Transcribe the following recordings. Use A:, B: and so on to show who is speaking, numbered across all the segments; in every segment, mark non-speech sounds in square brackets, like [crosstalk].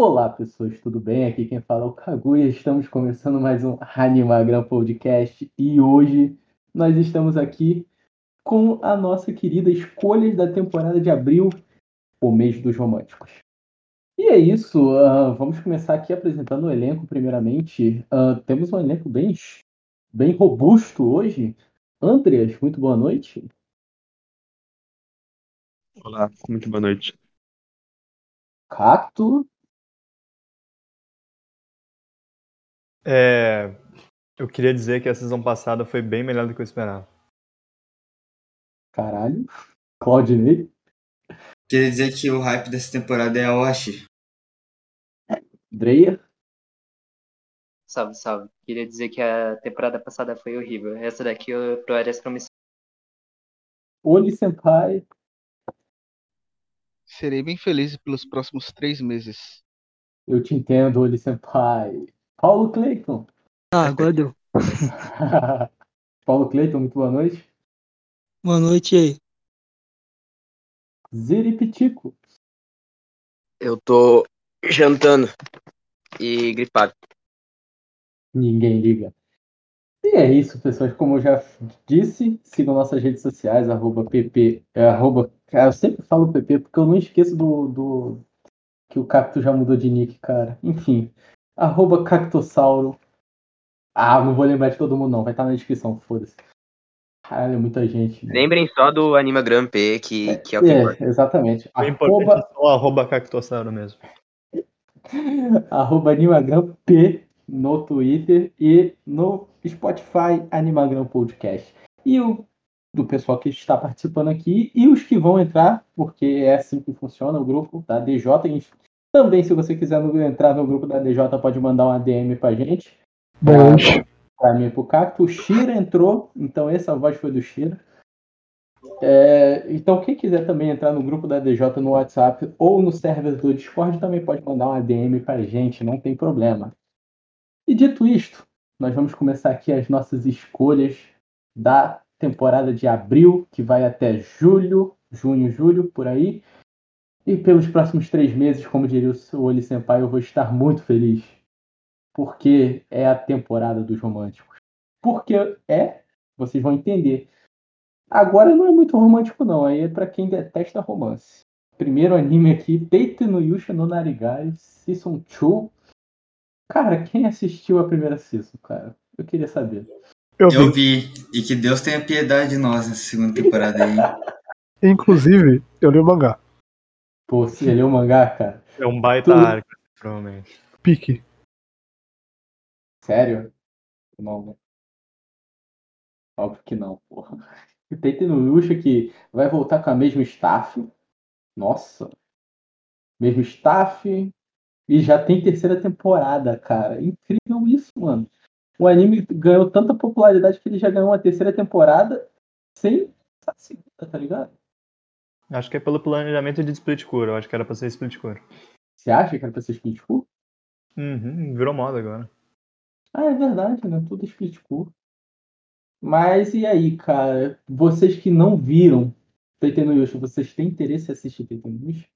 A: Olá, pessoas, tudo bem? Aqui quem fala é o Kaguya. Estamos começando mais um Animagram Podcast e hoje nós estamos aqui com a nossa querida Escolhas da temporada de abril, o mês dos românticos. E é isso, ah, vamos começar aqui apresentando o elenco, primeiramente. Ah, temos um elenco bem, bem robusto hoje. Andreas, muito boa noite.
B: Olá, muito boa noite.
A: Cacto,
C: É, eu queria dizer que a season passada foi bem melhor do que eu esperava.
A: caralho. Claudinei,
D: Queria dizer que o hype dessa temporada é a Oshi.
A: É. Dreyer,
E: Salve, salve. Queria dizer que a temporada passada foi horrível. Essa daqui eu parece promissora.
A: Oli Senpai,
F: Serei bem feliz pelos próximos três meses.
A: eu te entendo, Oli Senpai. Paulo Clayton.
G: Ah, agora deu.
A: [laughs] Paulo Clayton, muito boa noite.
G: Boa noite e aí.
A: Ziripitico, [laughs]
H: Eu tô jantando e gripado.
A: ninguém liga. E é isso, pessoas. Como eu já disse, sigam nossas redes sociais, arroba pp. é, arroba, cara, eu sempre falo pp porque eu não esqueço do, do que o Cacto já mudou de nick, cara. Enfim, arroba Cactossauro. Ah, não vou lembrar de todo mundo, não. Vai estar na descrição, foda-se. Caralho, é muita gente.
H: Lembrem só do Animagram P, que, que é o que importa.
A: É, exatamente.
C: O
A: Arroba-
C: importante é só o arroba cactossauro mesmo.
A: [laughs] arroba Animagram P no Twitter e no Spotify Animagram Podcast. E o do pessoal que está participando aqui e os que vão entrar, porque é assim que funciona o grupo da DJ. E Também, se você quiser no- entrar no grupo da DJ, pode mandar uma DM pra gente. Boas. Pra mim, e pro Cacto. O Shira entrou, então essa voz foi do Shira. É, então, quem quiser também entrar no grupo da DJ no WhatsApp ou no server do Discord, também pode mandar uma DM pra gente, não tem problema. E dito isto, nós vamos começar aqui as nossas escolhas da temporada de abril, que vai até julho, junho, julho, por aí. E pelos próximos três meses, como diria o seu Oli Senpai, eu vou estar muito feliz. Porque é a temporada dos românticos. Porque é, vocês vão entender. Agora não é muito romântico, não. Aí é pra quem detesta romance. Primeiro anime aqui, Deite no Yusha no Narigai, Season 2. Cara, quem assistiu a primeira season, cara? Eu queria saber.
I: Eu
D: Eu
I: vi.
D: vi. E que Deus tenha piedade de nós nessa segunda temporada aí.
I: Inclusive, eu li o mangá.
A: [laughs] Pô, se ele é um mangá, cara.
C: É um baita
A: Tudo.
C: arco, provavelmente.
I: Pique.
A: Sério? Não, né? Óbvio que não, porra. E Deite no Yusha que vai voltar com a mesma staff. Nossa. Mesmo staff. E já tem terceira temporada, cara. Incrível isso, mano. O anime ganhou tanta popularidade que ele já ganhou uma terceira temporada sem a segunda, tá ligado?
C: Acho que é pelo planejamento de Split Core. Eu acho que era pra ser Split Core.
A: Você acha que era pra ser split cool?
C: Uhum, virou moda agora.
A: Ah, é verdade, né? Tudo split cool. Mas e aí, cara? Vocês que não viram Teiten no Yusha, vocês têm interesse em assistir Teiten no Yusha?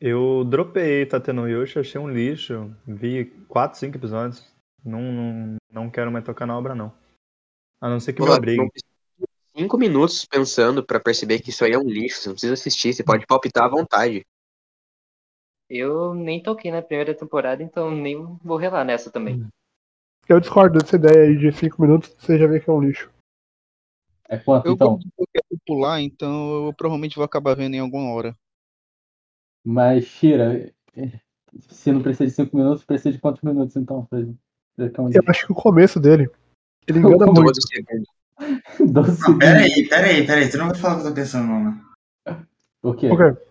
C: Eu dropei Tateno Yoshi, achei um lixo. Vi 4, 5 episódios. Não, não, não quero mais tocar na obra, não. A não ser que me
H: Pô,
C: obrigue.
H: não precisa de Cinco minutos pensando pra perceber que isso aí é um lixo. Você não precisa assistir, você pode palpitar à vontade.
E: Eu nem toquei na primeira temporada, então nem vou relar nessa
A: Hum.
E: também.
I: Eu discordo dessa ideia aí de 5 minutos, você já vê que é um lixo.
A: É quanto,
F: Eu
A: então?
F: gosto de qualquer popular, então eu provavelmente vou acabar vendo em alguma hora.
A: Mas, Shira, se não precisa de 5 minutos, precisa de quantos minutos, então? Pra- pra ter um
I: Eu acho que o começo dele,
D: [laughs]
I: ele engana
A: Não,
I: muito.
H: 12 segundos.
A: 12
D: Não, pera
A: segundos.
D: aí, pera aí, pera aí. Tu não vai falar o que eu tô pensando, não, né?
A: O quê?
I: Ok.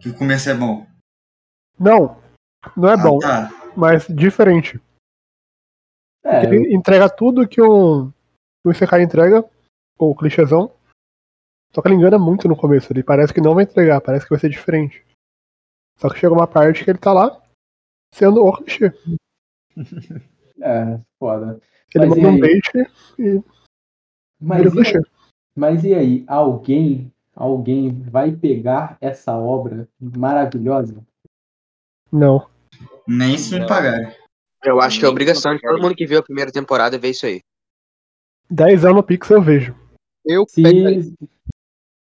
D: Que o começo é bom.
I: Não, não é bom,
D: Ah, tá.
I: mas diferente.
A: É, eu-
I: Ele entrega tudo que um, um Isekai entrega, ou clichêzão. Só que ele engana muito no começo, ele parece que não vai entregar, parece que vai ser diferente. Só que chega uma parte que ele tá lá sendo o clichê.
A: [laughs] é, foda.
I: Ele
A: Mas e
I: manda um
A: aí?
I: bait e
A: Mas
I: vira o
A: e aí?
I: clichê.
A: Mas e aí, alguém, alguém vai pegar essa obra maravilhosa?
I: Não.
D: Nem se me
E: Não.
D: pagaram.
H: Eu acho que é obrigação de todo mundo que viu a primeira temporada ver isso aí.
I: 10 anos no Pix eu vejo.
F: Eu pego.
A: Se,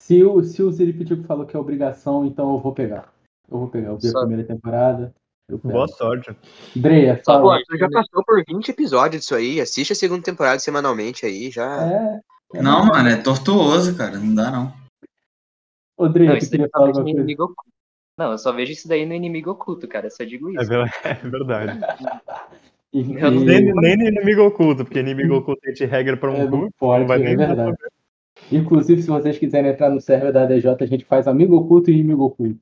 A: se o, se o Ziripitico falou que é obrigação, então eu vou pegar. Eu vou pegar. Eu vi a
H: Só-
A: primeira temporada. Eu pego.
C: Boa sorte.
A: Dreia,
H: Pô,
A: É. fala.
H: tu já tá passou por 20 episódios disso aí, assiste a segunda temporada semanalmente aí, já.
A: É. é.
D: Não, mano, é tortuoso, cara. Não dá, não.
A: Ô, Dreia,
E: Não,
A: tu
E: isso daí
A: queria
E: eu só
A: falar
E: vejo no
A: alguma coisa?
E: inimigo oculto. Não, eu só vejo isso daí no inimigo oculto, cara. Eu só digo
C: É
E: isso.
A: [laughs]
C: ver- é verdade.
A: E,
E: Eu não
A: e- Hum.
C: Nem, nem no inimigo oculto, porque inimigo oculto a gente regra pra um
A: é,
C: grupo.
A: não pode,
C: vai
A: é
C: nem dar pra
A: verdade. Inclusive, se vocês quiserem entrar no server da DJ, a gente faz amigo oculto e inimigo oculto.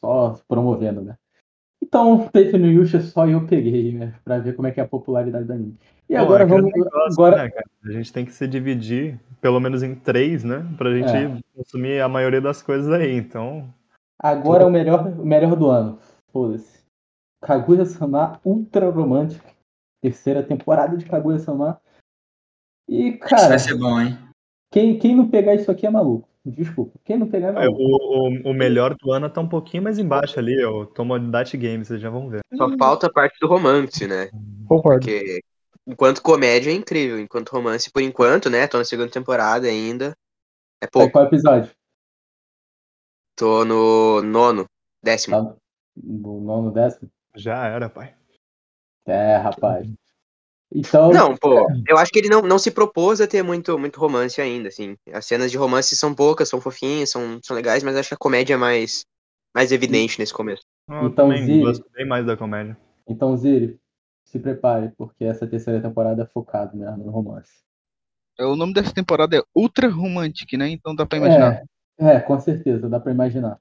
A: Só promovendo, né? Então, Peito no Yusha só eu peguei, né? Pra ver como é que é a popularidade da anime. E
C: Bom,
A: agora
C: é aquele
A: vamos.
C: negócio,
A: Agora,
C: né, cara? A gente tem que se dividir, pelo menos em três, né? Pra gente
A: É.
C: consumir a maioria das coisas aí. Então,
A: Agora é o melhor, o melhor do ano. Foda-se. Kaguya-sama Ultra Romântica. Terceira temporada de Kaguya-sama. E,
D: Isso
A: cara,
D: vai ser é bom, hein?
A: quem, quem não pegar isso aqui é maluco. Desculpa. Quem não pegar é maluco.
C: o, o- o melhor do ano tá um pouquinho mais embaixo ali, ó. o Tomodachi Games, vocês já vão ver.
D: é
A: Hum,
H: Só falta a parte do romance, né?
I: Concordo.
H: Porque enquanto comédia é incrível, enquanto romance, por enquanto, né? Tô na segunda temporada ainda.
A: Tá
H: É
A: em
H: pouco.
A: qual episódio?
H: Tô no nono, décimo.
A: Tá no nono décimo?
C: Já era, pai.
A: É, rapaz. Então,
H: Não, pô, eu acho que ele não, não se propôs a ter muito, muito romance ainda, assim. As cenas de romance são poucas, são fofinhas, são, são legais, mas acho que a comédia é mais, mais evidente nesse começo.
C: Eu
A: Então,
C: também
A: Ziri-
C: gosto bem mais da comédia.
A: então Ziri, se prepare, porque essa terceira temporada é focada né, no romance.
F: O nome dessa temporada é Ultra Romantic, né? Então dá pra imaginar.
A: É, é, com certeza, dá pra imaginar.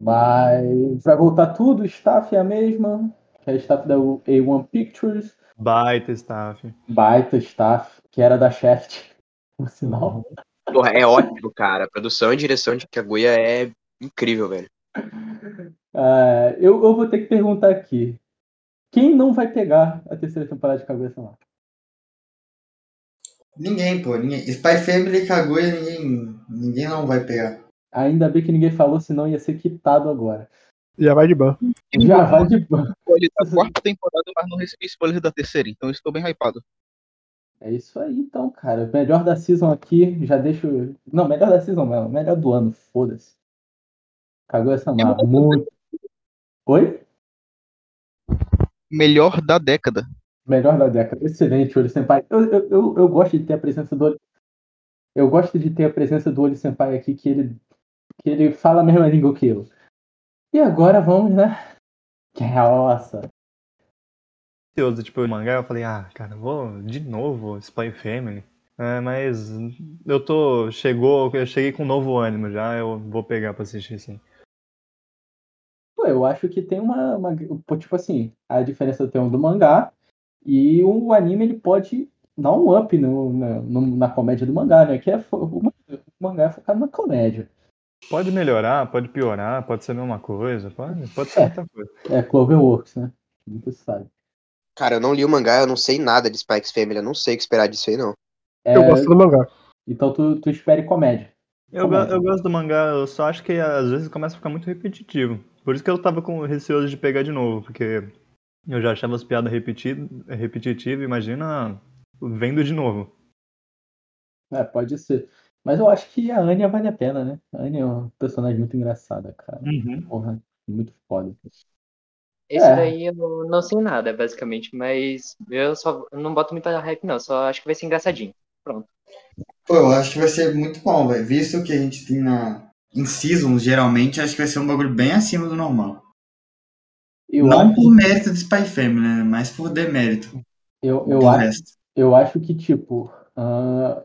A: Mas vai voltar tudo, o staff é a mesma, que é a staff da A1 Pictures,
C: Baita staff.
A: baita staff, que era da Shaft, por sinal.
H: Porra, é ótimo, cara. A produção e direção de Kaguya é incrível, velho.
A: É, eu, eu vou ter que perguntar aqui, quem não vai pegar a terceira temporada de cabeça lá?
D: Ninguém, pô. Ninguém. Spy Family e Kaguya, ninguém, ninguém não vai pegar.
A: Ainda bem que ninguém falou, senão ia ser quitado agora.
I: Já vai de ban.
A: Já vai de ban.
F: Spoiler da tá quarta temporada, mas não recebi spoiler da terceira, então eu estou bem hypado.
A: É isso aí então, cara. Melhor da season aqui, já deixo. Não, melhor da season não, melhor do ano, foda-se. Cagou essa marra. Muito. Oi?
F: Melhor da década.
A: Melhor da década. Excelente, Olho Senpai. Eu, eu, eu, eu gosto de ter a presença do Olho. Eu gosto de ter a presença do Olho Senpai aqui, que ele, que ele fala a mesma língua que eu. E agora vamos, né? Que é a ossa.
C: Ansioso, tipo, o mangá, eu falei, ah, cara, vou de novo, Spy Family. É, mas eu tô. Chegou, eu cheguei com um novo ânimo já, eu vou pegar pra assistir sim.
A: Pô, eu acho que tem uma, uma- pô, Tipo assim, a diferença tem um do mangá e o anime ele pode dar um up no, na, no- na comédia do mangá, né? Que é, fo- o man- o mangá é focado na comédia.
C: Pode melhorar, pode piorar, pode ser a mesma coisa, pode, pode ser
A: É.
C: outra coisa.
A: É Cloverworks, né? Nunca se sabe.
H: Cara, eu não li o mangá, eu não sei nada de Spike's Family, eu não sei o que esperar disso aí, não.
A: É,
I: Eu gosto do mangá.
A: Então tu, tu espere comédia.
C: Eu,
A: Como é?
C: go- eu gosto do mangá, eu só acho que às vezes começa a ficar muito repetitivo. Por isso que eu tava com receoso de pegar de novo, porque eu já achava as piadas repetidas, repetitivas, imagina vendo de novo.
A: É, pode ser. Mas eu acho que a Anya vale a pena, né? A Anya é um personagem muito engraçada, cara. Porra, muito foda.
E: [laughs] Uhum. Esse
A: É.
E: daí eu não, não sei nada, basicamente, mas eu só eu não boto muita hype, não. Só acho que vai ser engraçadinho.
D: Pô, eu acho que vai ser muito bom, velho. Visto que a gente tem na. Em seasons, geralmente, acho que vai ser um bagulho bem acima do normal.
A: Eu
D: não
A: acho,
D: por mérito do Spy Family, né? Mas por demérito
A: eu,
D: do
A: eu acho
D: resto.
A: Eu acho que, tipo, ah,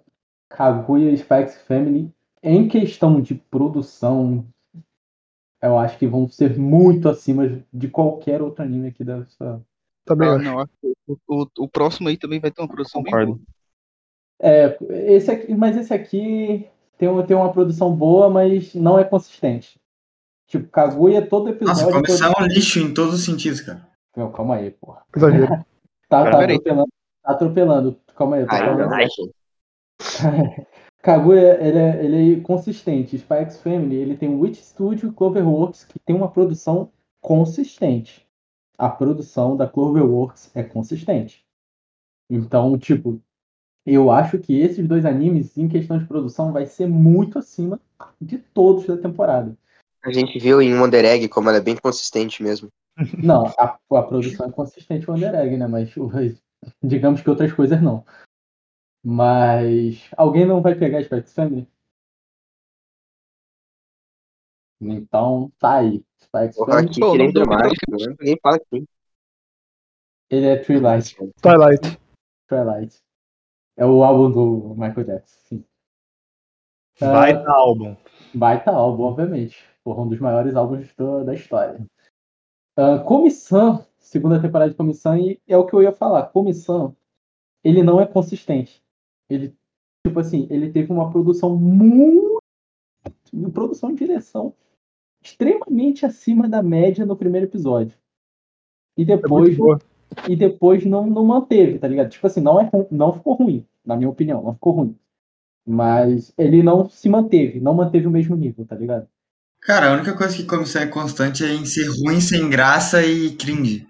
A: Kaguya e Spikes Family, em questão de produção, eu acho que vão ser muito acima de qualquer outro anime aqui dessa.
I: Também
F: Ah,
I: acho.
F: não, acho que o, o- o próximo aí também vai ter uma produção bem
B: Concordo.
F: boa.
A: É, esse aqui, mas esse aqui tem, um- tem uma produção boa, mas não é consistente. Tipo, Kaguya, todo
D: Nossa,
A: episódio.
D: a comissão
A: todo-
D: é um lixo em todos os sentidos, cara.
A: Meu, calma aí, porra.
I: Exagero.
A: [laughs] Tá, tá
F: Peraí.
A: atropelando. Tá atropelando. Calma aí, eu tô
H: Ai,
A: falando.
H: ai, gente.
A: [laughs] Kaguya, ele é, ele é consistente. um Spy X Family, ele tem o Witch Studio e Cloverworks, que tem uma produção consistente. a produção da Cloverworks é consistente. Então, tipo, eu acho que esses dois animes, em questão de produção, vai ser muito acima de todos da temporada.
H: A gente viu em Wonder Egg como ela é bem consistente mesmo.
A: Não, a, a produção é consistente com o Under Egg, né? Mas os- [laughs] digamos que outras coisas não. Mas alguém não vai pegar Spike Family? Então, tá aí. Spike
H: Vou falar
A: Family,
H: aqui
F: Pô, não
H: querendo
F: deu
H: mais,
F: pra-
H: né? ninguém fala aqui.
A: ele é Twilight.
I: Twilight.
A: Twilight. É o álbum do Michael Jackson, sim. Ah,
C: Vai dar álbum.
A: Baita álbum, obviamente. Porra, um dos maiores álbuns do- da história. Ah, Comissão, segunda temporada de Comissão, e é o que eu ia falar. Comissão, ele não é consistente. Ele, tipo assim, ele teve uma produção muito. produção e direção extremamente acima da média no primeiro episódio. E
I: É muito
A: depois,
I: boa.
A: e depois não, não manteve, tá ligado? Tipo assim, não, é, ru- não ficou ruim, na minha opinião, não ficou ruim. Mas ele não se manteve, não manteve o mesmo nível, tá ligado?
D: Cara, a única coisa que comissão é constante é em ser ruim, sem graça e cringe.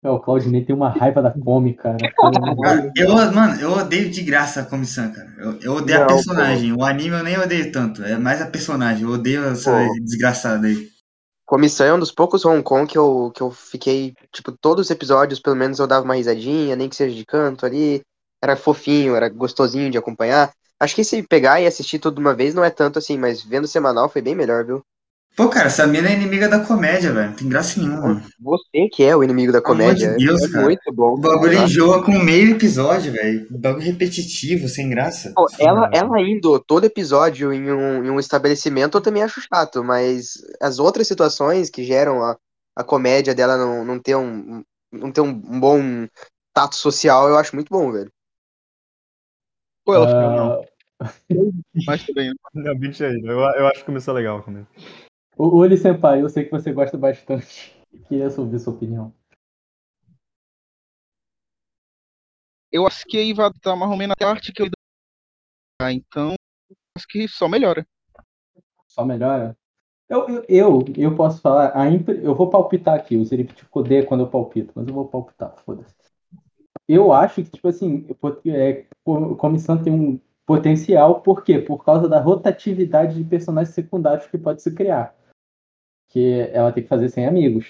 A: É, o Claudinei tem uma raiva da né? Come, cara.
D: Cara, eu, mano, eu odeio de graça a comissão, cara. Eu, eu odeio
I: Não,
D: a
I: pô.
D: personagem. O anime eu nem odeio tanto. É mais a personagem. Eu odeio essa
H: Pô.
D: desgraçada aí.
H: Comissão é um dos poucos Hong Kong que eu, que eu fiquei, tipo, todos os episódios, pelo menos eu dava uma risadinha, nem que seja de canto ali. Era fofinho, era gostosinho de acompanhar. Acho que se pegar e assistir tudo de uma vez não é tanto assim, mas vendo semanal foi bem melhor, viu?
D: Pô, cara, essa mina é inimiga da comédia, velho. Não tem graça nenhuma.
H: Você que é o inimigo da
D: Pelo amor
H: comédia.
D: de Deus,
H: é
D: cara.
H: muito bom.
D: O bagulho
H: Tá?
D: enjoa com meio episódio, velho. O Bagulho repetitivo, sem graça.
H: Pô, ela,
C: Cara.
H: ela indo todo episódio em um, em um estabelecimento eu também acho chato, mas as outras situações que geram a, a comédia dela não, não ter, um, não ter um bom tato social, eu acho muito bom, velho.
F: Pô, ela
C: Eu não.
F: ficou mais também.
C: Não, bicho aí. Eu, eu acho que começou legal comigo.
A: O Oli Senpai, eu sei que você gosta bastante. Queria ouvir sua opinião.
F: Eu acho que aí vai estar mais ou menos a parte que eu Ah, então acho que só melhora.
A: Só melhora? Eu, eu, eu, eu posso falar, a impre- eu vou palpitar aqui, o Zerip codeia quando eu palpito, mas eu vou palpitar, foda-se. Eu acho que, tipo assim, eu pot- é, o Comissão tem um potencial, por quê? Por causa da rotatividade de personagens secundários que pode se criar. Que ela tem que fazer sem amigos.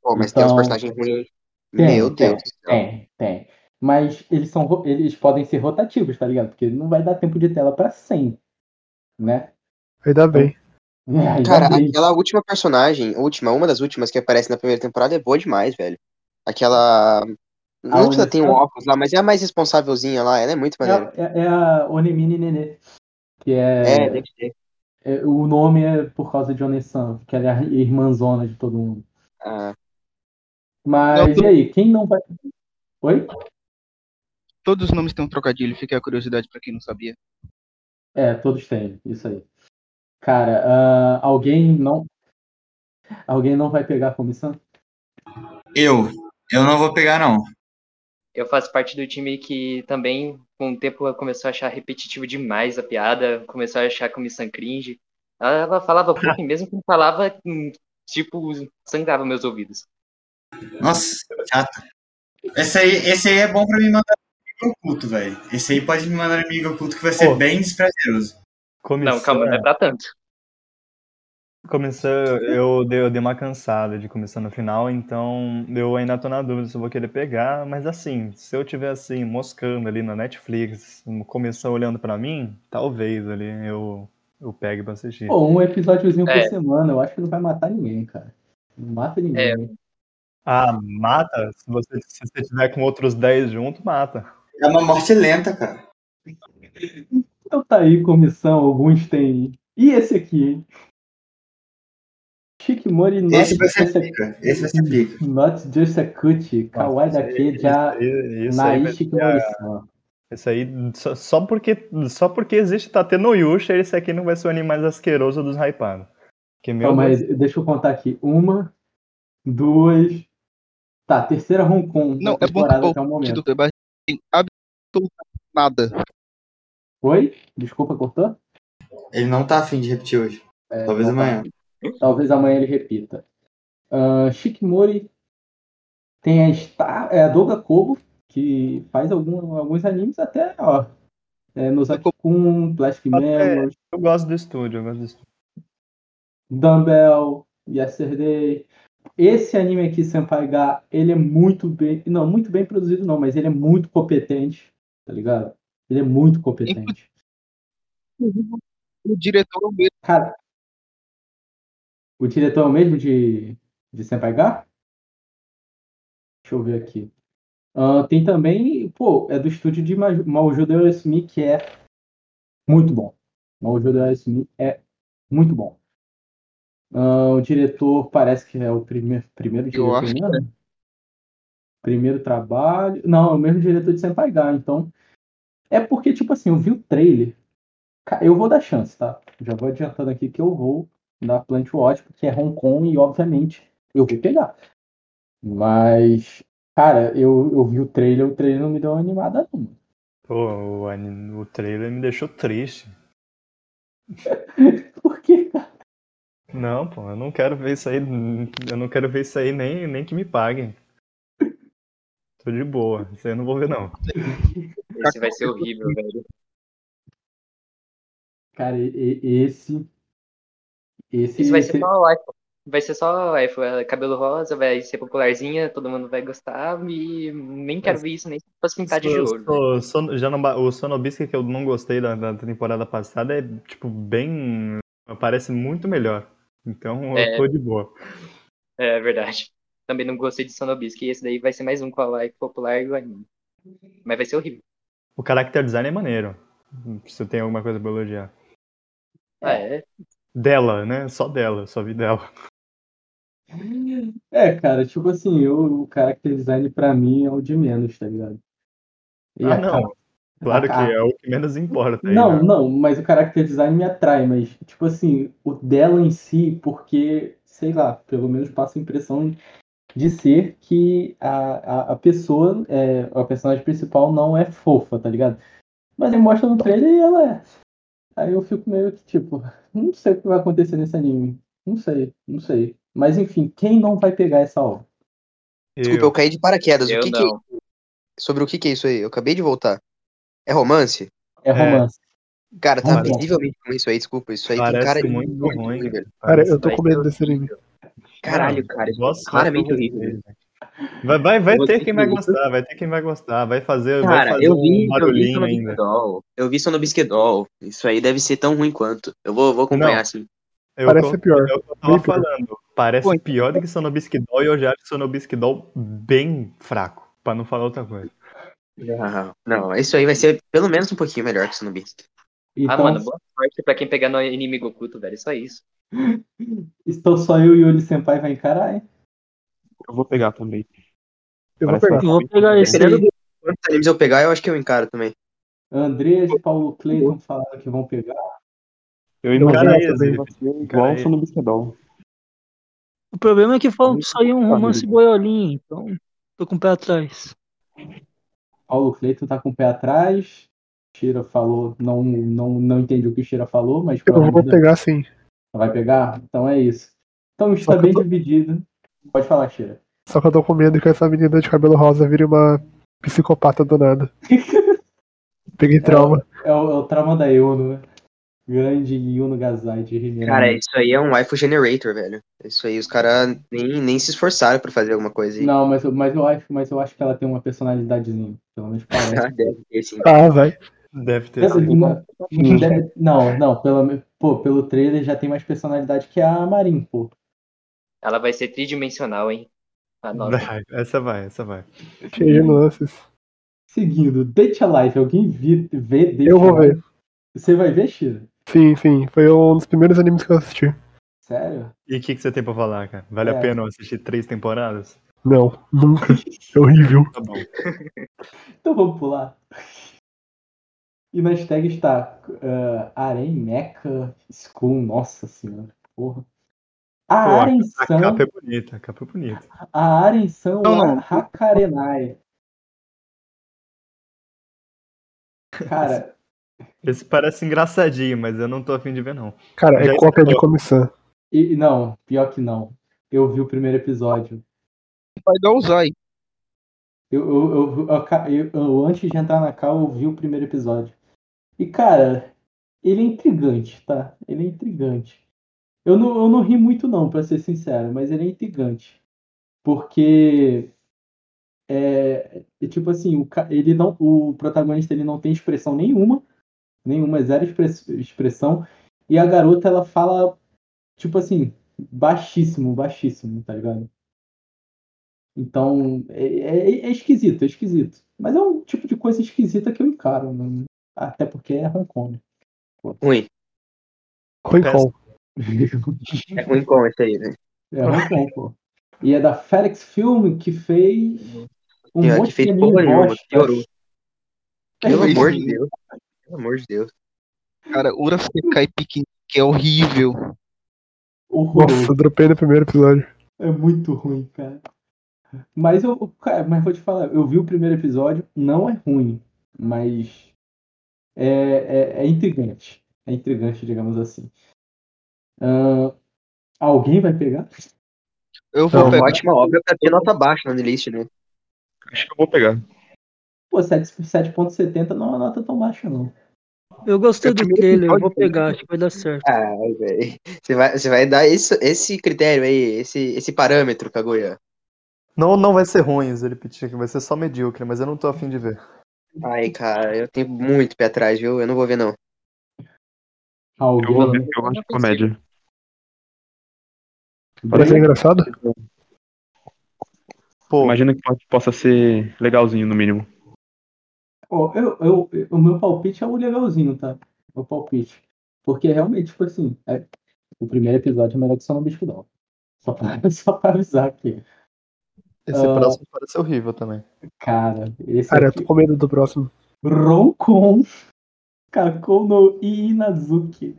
H: Pô, mas tem
A: Então-
H: uns personagens ruins.
A: Tem,
H: Meu
A: tem,
H: Deus. do céu.
A: Tem, tem. Mas eles são ro- eles podem ser rotativos, tá ligado? Porque não vai dar tempo de tela pra 100, né?
I: Ainda bem.
A: É, [laughs] ainda
H: Cara,
A: bem.
H: aquela última personagem, última, uma das últimas que aparece na primeira temporada é boa demais, velho. Aquela.
A: A
H: Não que ela
A: única?
H: tem um óculos lá, mas é a mais responsávelzinha lá, ela é muito maneira.
A: É, é- é a Onemine Nenê. Que
H: É,
A: é,
H: deve ter.
A: é- O nome é por causa de Onesan, que ela é a irmãzona de todo mundo.
H: Ah,
A: Mas
F: Não,
A: e aí? Quem não vai. Oi?
F: Todos os nomes têm um trocadilho, fica a curiosidade pra quem não sabia.
A: É, todos têm, isso aí. Cara, ah, alguém não. Alguém não vai pegar a comissão?
D: Eu. Eu não vou pegar, não.
E: Eu faço parte do time que também, com o tempo, começou a achar repetitivo demais a piada, começou a achar comissão cringe. Ela falava pouco e mesmo quando falava, hum, tipo, sangrava meus ouvidos.
D: Nossa, chato. Esse aí, esse aí é bom pra me mandar inimigo oculto, velho. Esse aí pode me mandar inimigo oculto que vai ser
C: Pô.
D: bem desprazeroso.
C: Comissão.
E: Não, calma, não é pra tanto.
C: Comissão, eu dei, eu dei uma cansada de comissão no final, então eu ainda tô na dúvida se eu vou querer pegar, mas assim, se eu tiver assim, moscando ali na Netflix, comissão olhando pra mim, talvez ali eu, eu pegue pra assistir.
A: Pô, um episódiozinho por
E: É.
A: semana, eu acho que não vai matar ninguém, cara. Não mata ninguém.
E: É.
A: né?
C: Ah, mata? Se você, se você tiver com outros 10 junto, mata.
D: É uma morte lenta, cara.
A: Então tá aí, comissão, alguns têm. E esse aqui, hein? Shikimori not,
D: Esse vai ser
A: just a-
D: pica. Esse vai ser pica.
A: not just a cutie, kawaii da Keja,
C: Isso, isso aí,
A: Nai
C: vai-
A: Shikimori-san.
C: isso aí só, só porque, só porque existe Tateno Yusha, esse aqui não vai ser o anime mais asqueroso dos hypados. Que meu
A: Calma
C: Deus.
A: aí, deixa eu contar aqui. Uma, duas... Tá, terceira Hong Kong
F: Não,
A: da
F: é bom que
A: temporada
F: o
A: até
F: post
A: o
F: do
A: momento.
F: debate tem absolutamente nada.
A: Oi? Desculpa, cortou?
D: Ele não tá afim de repetir hoje.
A: É,
D: Talvez
A: então tá.
D: amanhã.
A: Talvez amanhã ele repita. Ah, Shikimori tem a, Star, é, a Doga Kobo, que faz algum- alguns animes até, ó. É, Nozaki-kun, Plastic
C: Até-
A: Memories,
C: Eu gosto do estúdio, eu gosto do estúdio.
A: Dumbbell, Yesterday. Esse anime aqui, Senpai Ga, ele é muito bem. Não, muito bem produzido não, mas ele é muito competente, tá ligado? Ele é muito competente.
F: O diretor é o mesmo.
A: Cara, o diretor é o mesmo de, de Senpai Ga? Deixa eu ver aqui. Ah, tem também, pô, é do estúdio de Ma- Maujo de Oresumi, que é muito bom. Maujo de Oresumi é muito bom. Ah, o diretor parece que é o primeiro, primeiro diretor
F: acho que
A: mesmo. Primeiro trabalho. Não, é o mesmo diretor de Senpai Ga, então. É porque, tipo assim, eu vi o trailer. Ca- Eu vou dar chance, tá? Já vou adiantando aqui que eu vou dar Plant Watch, porque é Hong Kong e, obviamente, eu vou pegar. Mas, cara, eu, eu vi o trailer, o trailer não me deu uma animada, não. [laughs]
C: Pô, o, ani- o trailer me deixou triste.
A: Por quê, cara?
C: Não, pô, eu não quero ver isso aí. Eu não quero ver isso aí nem, nem que me paguem. Tô de boa, isso aí eu não vou ver, não.
A: É.
E: Esse vai ser horrível, velho.
A: Cara, e- e- esse. Esse
E: Isso vai ser
A: esse-
E: só o iPhone. Vai ser só o iPhone. Cabelo rosa, vai ser popularzinha, todo mundo vai gostar. E nem quero ver isso, nem se fosse pintado de
C: Sou-
E: ouro. velho.
C: sou- sou- já não ba- o Sonobisca que eu não gostei da, da temporada passada é, tipo, bem. Parece muito melhor. Então eu
E: É.
C: tô de boa.
E: É verdade. Também não gostei de Sonobisque. E esse daí vai ser mais um com a like popular e o anime. Mas vai ser horrível.
C: O character design é maneiro. Se eu tenho alguma coisa pra elogiar.
E: Ah, é.
C: Dela, né? Só dela, só vi dela.
A: É, cara, tipo assim, eu, o character design pra mim é o de menos, tá ligado? E
C: ah,
A: a
C: não.
A: cara-
C: Claro
A: a-
C: que é o que menos importa. aí,
A: Não,
C: né?
A: não, mas o character design me atrai, mas, tipo assim, o dela em si, porque, sei lá, pelo menos passa a impressão de ser que a, a, a pessoa, é, a personagem principal não é fofa, tá ligado? Mas ele mostra no trailer e ela é. Aí eu fico meio que, tipo, não sei o que vai acontecer nesse anime. Não sei, não sei. Mas enfim, quem não vai pegar
C: [laughs]
A: essa obra?
H: Desculpa, eu caí de paraquedas.
E: Eu
H: o que que-
E: não.
H: Sobre o que que é isso aí? Eu acabei de voltar. É romance?
A: É romance.
H: Cara, tá
A: Romance.
H: visivelmente com isso aí, desculpa. Isso aí tem
C: Parece
H: cara de
C: muito ruim.
H: velho.
I: Cara, eu tô
E: Vai
I: com
E: ser
I: medo desse anime.
H: Caralho,
C: Não,
H: cara.
C: boa sorte
H: claramente
C: pra
H: horrível.
C: vocês, né? Vai, vai, vai
H: Vocês
C: ter quem vai
H: que-
C: gostar, vai ter quem vai gostar, vai fazer, vai
H: Cara,
C: fazer
H: eu vi,
C: um
H: eu vi
C: barulhinho
H: no
C: ainda.
H: Bisquedol. Eu vi só no Bisquedol. Isso aí deve ser tão ruim quanto. Eu vou, vou acompanhar,
C: Não.
H: assim.
C: Eu
I: Parece
C: con-
I: ser pior.
C: É o que eu tava
I: Bem pior.
C: falando. Parece
F: Pô, então-
C: pior do que Sonobisque Doll e eu já acho Sonobisque Doll bem fraco, pra não falar outra coisa.
H: Não, não, isso aí vai ser pelo menos um pouquinho melhor que o Sonobisque.
E: Ah,
A: Então,
E: mano, boa sorte pra quem pegar no inimigo oculto, velho. É Só isso.
A: estou só eu e o Yuri Senpai vai encarar, hein?
B: Eu vou pegar também.
I: Eu vou
B: Parece
I: pegar.
G: Eu vou pegar esse
H: Dependendo
G: aí.
H: do quantos animes eu pegar, eu acho que eu encaro também.
A: Andrés e Paulo Cleiton falaram que vão pegar.
B: Eu imagino
C: Cara,
B: que
C: esse-
B: também vai ser igual
C: cara,
B: ao no Bisquedol.
G: O problema é que falam que saiu um romance boiolinha, então tô com o pé atrás.
A: Paulo Cleiton tá com o pé atrás. Shira falou, não, não, não entendi o que o Shira falou, mas
I: Eu vou
A: provavelmente
I: pegar sim.
A: vai pegar. Então é isso. Então está
I: Só que
A: bem
I: eu tô-
A: dividido. Pode falar, Shira.
I: Só que eu tô com medo que essa menina de cabelo rosa vire uma psicopata do nada.
A: [laughs]
I: Peguei trauma.
A: É o, é o trauma da Yuno, né? Grande Yuno Gazai de Rimeira.
H: Cara, isso aí é um iPhone Generator, velho. Isso aí os caras nem, nem se esforçaram pra fazer alguma coisa aí.
A: Não, mas, eu- mas, eu acho, mas eu acho que ela tem uma personalidadezinha. Pelo
H: [laughs]
A: menos parece.
H: Ah, deve ter, sim.
I: Ah, vai.
C: Deve ter
A: Deve-
C: sido.
A: não, não deve- não, não, pelo, me- pô, pelo trailer já tem mais personalidade que a Marin, pô.
E: Ela vai ser tridimensional, hein?
C: [laughs]
E: Anota.
C: Vai, essa vai, essa vai.
I: Cheio de nuances.
A: Seguindo, Date Alive, alguém vi, vê Date
I: Eu vou
A: Alive? Você vai ver, Shira?
I: Sim, sim. Foi um dos primeiros animes que eu assisti.
A: Sério?
C: E o que, que você tem pra falar, cara? Vale
A: É.
C: a pena eu assistir três temporadas?
I: Não, nunca. É horrível.
C: Tá bom.
A: Então vamos pular. E na hashtag está uh, Arem Mecha School, nossa senhora, porra. A
C: Pô,
A: Aren
C: A
A: San,
C: capa é bonita, a capa é bonita.
A: a Aren San
F: Não, não.
A: wa Hakarenai. Cara,
C: Esse parece engraçadinho, mas eu não tô afim de ver, não.
I: Cara,
C: Já
I: é cópia de
C: escutou.
I: comissão.
A: e, não, pior que não. eu vi o primeiro episódio.
F: Vai dar um usar aí.
A: Eu, eu, eu- eu aca- eu- eu- antes de entrar na cal, eu vi o primeiro episódio. E, cara, ele é intrigante, tá? Ele é intrigante. Eu não, eu não ri muito, não, pra ser sincero, mas ele é intrigante. Porque. É, é tipo assim, o, ca- ele não, o protagonista ele não tem expressão nenhuma, nenhuma, zero express- expressão. E a garota, ela fala, tipo assim, baixíssimo, baixíssimo, tá ligado? Então, é, é- é esquisito, é esquisito. Mas é um tipo de coisa esquisita que eu encaro, né? até porque é Hong Kong.
H: Ruim.
I: Ruim com.
H: É ruim com esse aí, né?
A: [laughs] É Hong Kong, pô. E é da Felix Film que fez um
H: E a
A: monte
H: que fez
A: de
H: porra
A: anime
H: nenhuma,
A: bosta.
H: piorou.
A: [laughs] é
H: Pelo
F: Isso.
H: amor de Deus. Pelo amor de Deus.
F: Cara, Urasekai Piquenique é horrível.
A: Horroroso.
I: Nossa, eu dropei no primeiro episódio.
A: É muito ruim, cara. Mas eu, cara, mas vou te falar, eu vi o primeiro episódio, não é ruim, mas é, é, é intrigante. É intrigante, digamos assim. Ahn, alguém vai pegar?
F: Eu vou
H: Não,
F: pegar.
H: ótima obra pra ter nota baixa na list, né?
B: Acho que eu vou pegar.
A: Pô, 7 7.70 não é uma nota tão baixa, não.
G: Eu gostei
H: É o
G: do
H: primeiro
G: trailer, eu
H: episódio
G: vou
H: também.
G: pegar, acho que vai dar certo.
H: Ai, velho. Você vai, você vai dar isso, esse critério aí, esse, esse parâmetro, Kaguya.
C: Não, não vai ser ruim o Zeripitchik, vai ser só medíocre, mas eu não tô afim de ver.
H: Ai, cara, eu tenho muito pé atrás, viu? Eu não vou ver, não.
B: Eu vou ver,
A: Alguém.
B: porque eu gosto de comédia.
I: Vai ser engraçado?
C: Pô,
B: Imagina que pode- possa ser legalzinho, no mínimo.
A: Ó, eu, eu, eu- o meu palpite é o legalzinho, tá? Meu palpite. Porque realmente, tipo assim, é- o primeiro episódio é melhor que o Sono Bisco Doll. Só pra, [laughs] só pra avisar aqui.
C: esse é
A: ah.
C: próximo parece horrível também.
A: Cara, esse
I: Cara, eu
A: aqui.
I: tô com medo do próximo.
A: Roncon Kakou no Inazuki.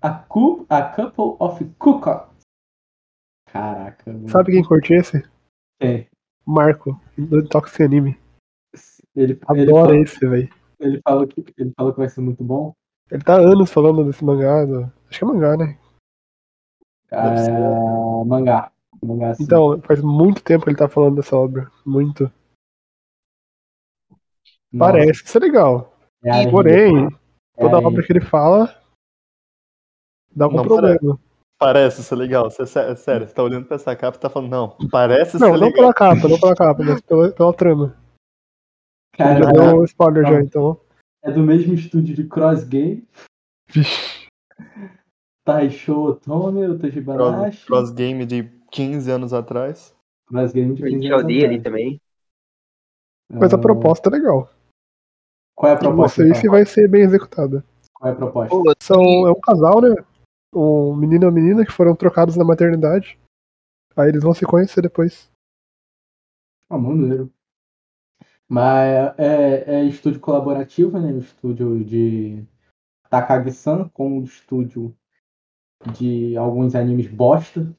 A: A, cu, a Couple of Cuckoos. Caraca, mano.
I: Sabe quem curte esse?
A: É,
I: Marco, do Toxic Anime.
A: ele, ele,
I: Adora
A: falou,
I: esse, velho.
A: ele, falou que, ele falou que vai ser muito bom.
I: Ele tá há anos falando desse mangá. do- Acho que é mangá, né?
C: Deve ser.
A: Ah, É, mangá. Mangá, Ah, sim.
I: Então, faz muito tempo que ele tá falando dessa obra. Muito.
A: Nossa,
I: Parece ser legal.
A: é área
I: Porém,
A: de- é
I: toda
A: área
I: obra que ele fala dá algum
C: Não
I: problema.
C: Parece ser legal, você, sé- sério, você tá olhando pra essa capa e tá falando, não, parece
I: Não,
C: ser
A: é
I: não
C: legal.
I: pela capa, não pela capa, mas pela, pela trama.
A: de- Cara,
I: ele já deu um spoiler
A: Não.
I: já, então.
A: é do mesmo estúdio de Cross Game,
I: Vixe.
A: Taisho Otome, o
C: Cross,
A: Toshibanashi. Cross,
C: cross game de 15 anos atrás.
A: Game de
H: Eu
A: 15
H: já
A: anos
H: odeio ali
A: atrás.
H: também.
I: Mas a
A: Ah,
I: proposta é legal.
A: Qual é a
I: Não
A: proposta?
I: sei
A: então?
I: se vai ser bem executada.
A: Qual é a proposta?
F: Pô,
I: São, é um casal, né? Um menino e uma menina que foram trocados na maternidade. Aí eles vão se conhecer depois.
A: Ah, maneiro. Mas é, é estúdio colaborativo, né? O estúdio de Takagi-san com o estúdio de alguns animes bosta.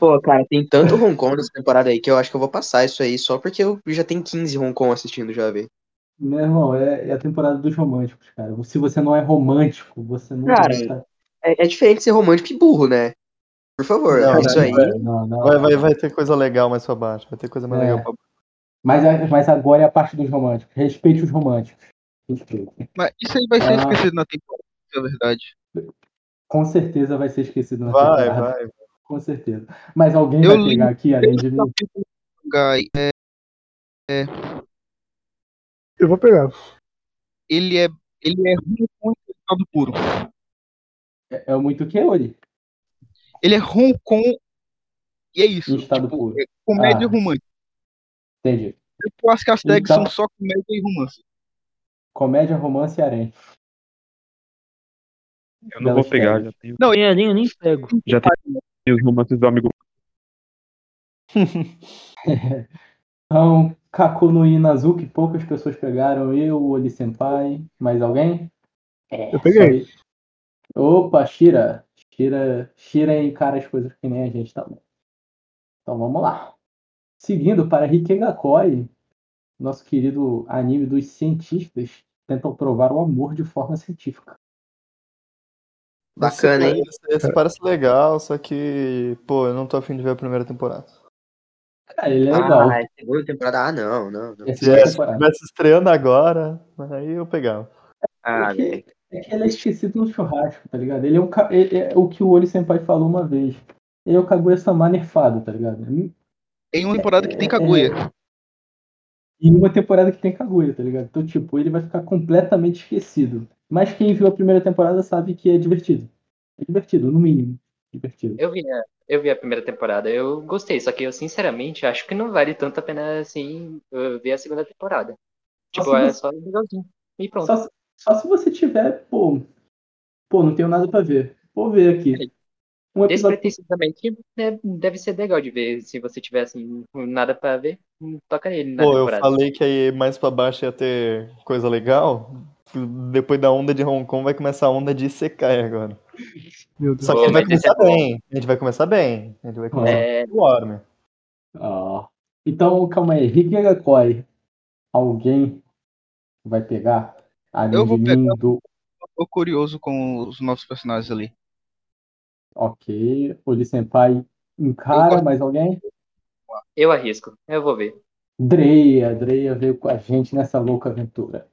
H: Pô, cara, tem tanto Hong Kong nessa temporada aí que eu acho que eu vou passar isso aí só porque eu já tenho 15 Hong Kong assistindo já, velho.
A: Meu irmão, é, é a temporada dos românticos, cara. Se você não é romântico, você não
H: Cara,
A: tá-
H: É, é diferente ser romântico e burro, né? Por favor,
C: Não,
H: isso aí.
A: Não, não, não.
C: Vai, vai, vai ter coisa legal mais pra baixo, vai ter coisa mais
A: É.
C: legal pra baixo.
A: Mas, a- mas agora é a parte dos românticos. Respeite os românticos. Respeite.
F: mas isso aí vai ser
A: Ah.
F: esquecido na temporada, na verdade.
A: Com certeza vai ser esquecido na
C: Vai,
A: temporada.
C: vai.
A: Com certeza. Mas alguém
F: Eu
A: vai
F: li-
A: pegar aqui, além de mim.
F: Guy, é,
I: Eu vou pegar.
F: ele é ele é ruim com resultado puro.
A: É, é muito que, Ori?
F: Ele é ruim com e é isso.
A: Em estado
F: tipo,
A: puro.
F: é comédia
A: Ah.
F: romântica.
A: Entendi.
F: Eu acho que as tags
A: Então-
F: são só comédia e romance.
A: Comédia, romance e harém.
B: Eu não vou
A: Belas
B: pegar,
A: férias.
B: já tenho,
G: Não, em arinha eu nem pego.
B: já tenho os romances do amigo.
A: [laughs] Então, Kaku no Inazuki, poucas pessoas pegaram. Eu, o Oli Senpai, mais alguém? É,
I: Eu peguei.
A: só eu. Opa, Shira. Shira, Shira encara as coisas que nem a gente tá bom. Então vamos lá. Seguindo para Rikengakoi, nosso querido anime dos cientistas tentam provar o amor de forma científica.
H: Bacana, hein?
C: Esse, esse parece legal, só que, pô, eu não tô afim de ver a primeira temporada.
A: Cara, ele é legal.
H: Ah, segunda temporada. Ah, não, não, não.
A: Essa
C: Se
A: é a
C: tivesse
A: temporada.
C: tivesse estreando agora, aí eu pegava.
A: [laughs]
H: Ah,
A: que-
H: velho.
A: É que ele é esquecido no churrasco, tá ligado? Ele é, um, ca- ele é o que o Oli Senpai falou uma vez. Ele é o Kaguya-sama nerfado, tá ligado?
F: Tem uma temporada que tem
A: É.
F: Kaguya.
A: E uma temporada que tem Kaguya, tá ligado? Então, tipo, ele vai ficar completamente esquecido. Mas quem viu a primeira temporada sabe que é divertido. É divertido, no mínimo.
F: É,
A: Divertido.
E: Eu vi, a, eu vi a primeira temporada, eu gostei, só que eu sinceramente acho que não vale tanto a pena assim eh, ver a segunda temporada. Tipo,
A: Nossa,
E: é
A: mas-
E: só legalzinho. E pronto.
A: Só, se- só se você tiver, pô. Pô, não tenho nada pra ver. Vou ver aqui. Um episódio.
E: Despretensiosamente né, deve ser legal de ver se você tiver assim, nada pra ver, hum, toca nele na
C: Pô, eu
E: temporada.
C: falei que aí mais pra baixo ia ter coisa legal. Depois da onda de Hong Kong vai começar a onda de Isekai agora.
I: Meu Deus.
C: Só que
E: Pô,
C: a gente vai
E: mas esse
C: começar
E: é bom.
C: bem. A gente vai começar bem. A gente vai começar
E: É,
C: com o Orme.
A: Ah. Então, calma aí. Hikigakoi. Alguém vai pegar? Além
F: Eu vou
A: de
F: pegar.
A: mim, do.
F: Tô curioso com os novos personagens ali.
A: Ok. Oli Senpai
F: Eu
A: encara
F: gosto-
A: mais alguém?
E: eu arrisco, eu vou ver.
A: Dreia, Dreia veio com a gente nessa louca aventura.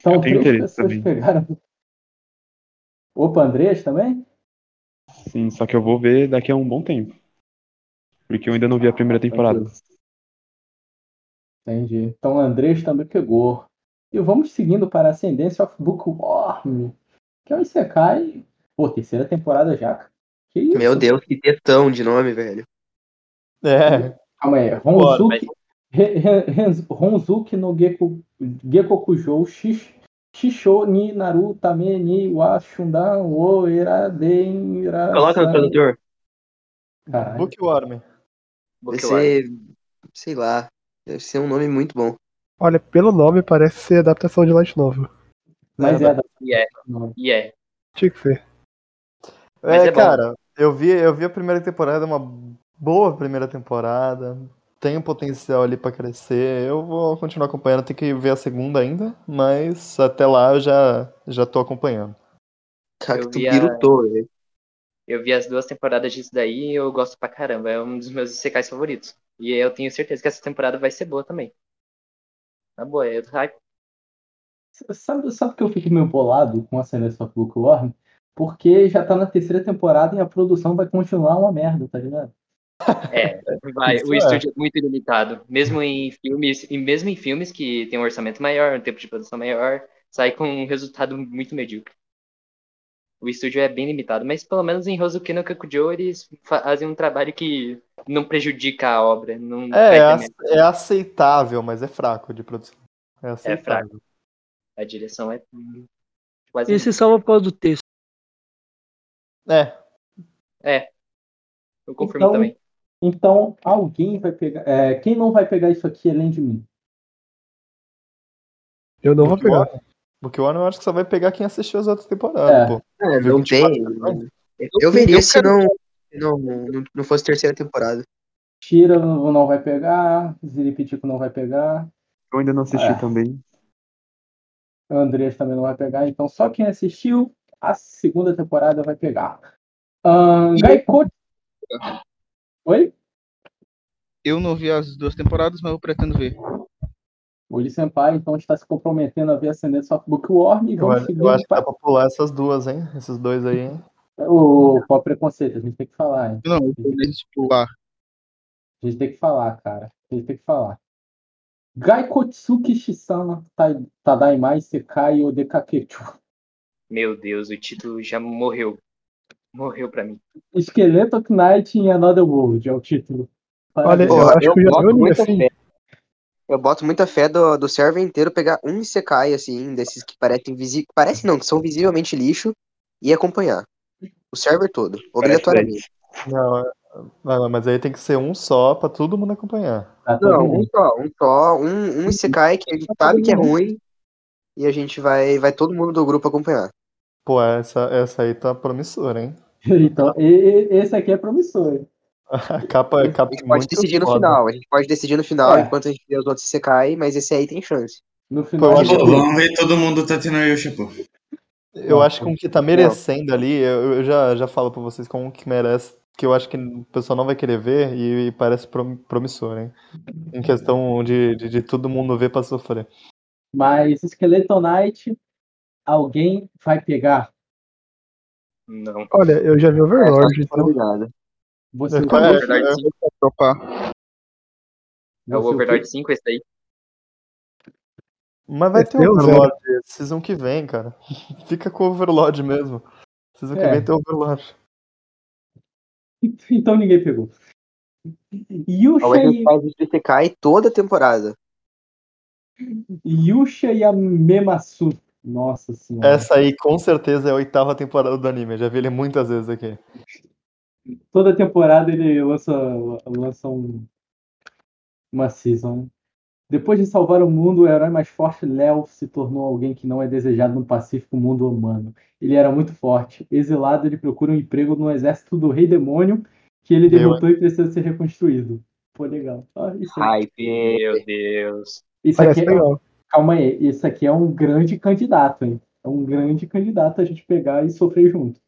A: Então,
B: Eu tenho
A: três
B: interesse
A: pessoas
B: também.
A: pegaram. Opa, Andrés também?
B: Sim, só que eu vou ver daqui a um bom tempo. Porque eu ainda não vi a primeira temporada.
A: Ah, Entendi. Então, o Andrés também pegou. E vamos seguindo para Ascendência of Bookworm, que é o Isekai. Pô, terceira temporada já. Que isso?
H: Meu Deus, que textão de nome, velho.
C: É,
A: Calma aí. Honzuki, Re- Re- Renz- Honzuki no Geku, Gekokujou Shish- Shisho ni Naru Tame ni wa Shundan wo Iraden Ira-
H: Coloca no tradutor.
A: Caralho.
C: Bookworm.
H: Deve
E: Bookworm.
H: ser. Sei lá. Deve ser um nome muito bom.
I: Olha, pelo nome parece ser adaptação de Light Novel.
A: Mas é da
E: E é, e é.
I: Tinha que ser.
E: Mas
C: É,
E: é bom.
C: cara, eu vi, eu vi a primeira temporada, é uma boa primeira temporada. Tem um potencial ali pra crescer. Eu vou continuar acompanhando, tem que ver a segunda ainda, mas até lá eu já, já tô acompanhando.
H: Cacto
E: vi a-
H: Biruto, velho.
E: Eu vi as duas temporadas disso daí e eu gosto pra caramba. É um dos meus secais favoritos. E eu tenho certeza que essa temporada vai ser boa também. Tá boa, eu tô hype.
A: Sabe, sabe que eu fico meio bolado com a Ascendência of Bookworm? Porque já tá na terceira temporada e a produção vai continuar uma merda, tá ligado?
E: É, vai.
C: Isso
E: o
C: é.
E: estúdio é muito limitado. Mesmo em filmes, e mesmo em filmes que tem um orçamento maior, um tempo de produção maior, sai com um resultado muito medíocre. O estúdio é bem limitado, mas pelo menos em Hozuki no Kakujo eles fa- fazem um trabalho que não prejudica a obra. Não vai
C: É,
E: ter
C: é,
E: merda.
C: ace- é aceitável, mas é fraco de produção. É aceitável.
E: a direção é hum, quase.
G: Esse salva por causa do texto.
C: É,
F: é.
E: Eu confirmo
A: Então-
E: também.
A: Então, alguém vai pegar. é, quem não vai pegar isso aqui além de mim?
I: Eu não vou pegar.
C: Bookworm- Bookworm eu acho que só vai pegar quem assistiu as outras temporadas,
A: É.
C: pô.
H: É,
C: Viu
H: não
C: 24
H: tem.
C: episódios?
H: Eu veria
F: Eu
H: se
F: quero-
H: não, se não, não, não fosse terceira temporada.
A: Shira não vai pegar, Ziripitico não vai pegar,
B: Eu ainda não assisti
A: É.
B: também.
A: Andrés também não vai pegar, então só quem assistiu a segunda temporada vai pegar. Ahn,
F: E-
A: Gaiko. Oi?
F: Eu não vi as duas temporadas, mas eu pretendo ver.
A: Oli Senpai então está se comprometendo a ver Ascendência of Bookworm e
C: Eu,
A: vamos
C: acho-
A: seguir
C: eu acho que
A: para-
C: dá pra pular essas duas, hein? Esses dois aí, hein?
A: Ô, qual preconceito? A gente tem que falar, hein?
F: Não, eu vou ver isso por lá.
A: A gente tem que falar, cara. A gente tem que falar. Gaikotsuki Shisama Tai- Tadaimai Sekai Odekakechu.
E: Meu Deus, o título já morreu. Morreu pra mim.
A: [laughs] Esqueleto of Night in Another World é o título.
I: Olha,
A: Parabéns.
I: eu
H: Porra,
I: acho
H: eu
I: que eu já vi o
C: um
H: boto
I: anime
H: muita
I: assim.
H: fé. Eu boto muita fé do, do server inteiro pegar um Isekai, assim, desses que parecem visi... Parece não, que são visivelmente lixo, e acompanhar. O server todo, obrigatoriamente.
C: Não, é- não, mas aí tem que ser um só pra todo mundo acompanhar.
I: Ah,
A: Tá todo
H: Não,
A: mundo.
H: um só, um só, um, um Isekai que a gente
I: Tá
H: sabe que é ruim, e a gente vai, vai todo mundo do grupo acompanhar.
C: Pô, essa, essa aí tá promissora, hein?
A: [laughs] Então, e- e- esse aqui é promissor. hein?
C: A [laughs] capa, a
H: A
C: capa
H: gente pode
C: muito
H: decidir no
C: foda.
H: final, a gente pode decidir no final,
A: É.
H: enquanto a gente vê os outros Isekai, mas esse aí tem chance.
A: No final,
C: Pô, eu
A: a gente-
C: acho
D: Pô, vamos ver todo mundo Tatino Yusha, pô.
C: Eu acho que um que tá merecendo ali, eu, eu já, já falo pra vocês como um que merece, que eu acho que o pessoal não vai querer ver e, e parece prom- promissor, hein? Em questão de, de, de todo mundo ver pra sofrer.
A: Mas Skeleton Knight, alguém vai pegar.
E: Não.
I: Olha, eu já vi
A: É,
I: Overlord, então.
H: Obrigado.
A: Você
C: Qual é?
E: Overlord 5,
F: Topar.
E: é o
A: você-
E: Overlord 5 esse aí.
C: Mas vai
I: É
C: ter
I: teu,
C: Overlord season que vem, cara. [laughs] Fica com o Overlord mesmo. Season que
A: É.
C: vem tem Overlord.
A: [laughs] Então ninguém pegou.
H: Ou é
A: Yusha
H: que
A: e,
H: faz o Isekai toda temporada.
A: é? Yusha e a Memasu. Nossa senhora.
C: Essa aí com certeza é a oitava temporada do anime. Já vi ele muitas vezes aqui.
A: Toda temporada ele lança, lança um- uma season. Depois de salvar o mundo, o herói mais forte, Léo, se tornou alguém que não é desejado no pacífico mundo humano. Ele era muito forte. Exilado, ele procura um emprego no exército do Rei Demônio, que ele
C: Meu.
A: derrotou e precisa ser reconstruído. Pô, legal. Ah, isso, aqui-
H: Hype.
E: Meu Deus.
A: isso
I: Parece
A: aqui, é
I: legal.
A: calma aí, isso aqui é um grande candidato, hein? É um grande candidato a gente pegar e sofrer junto.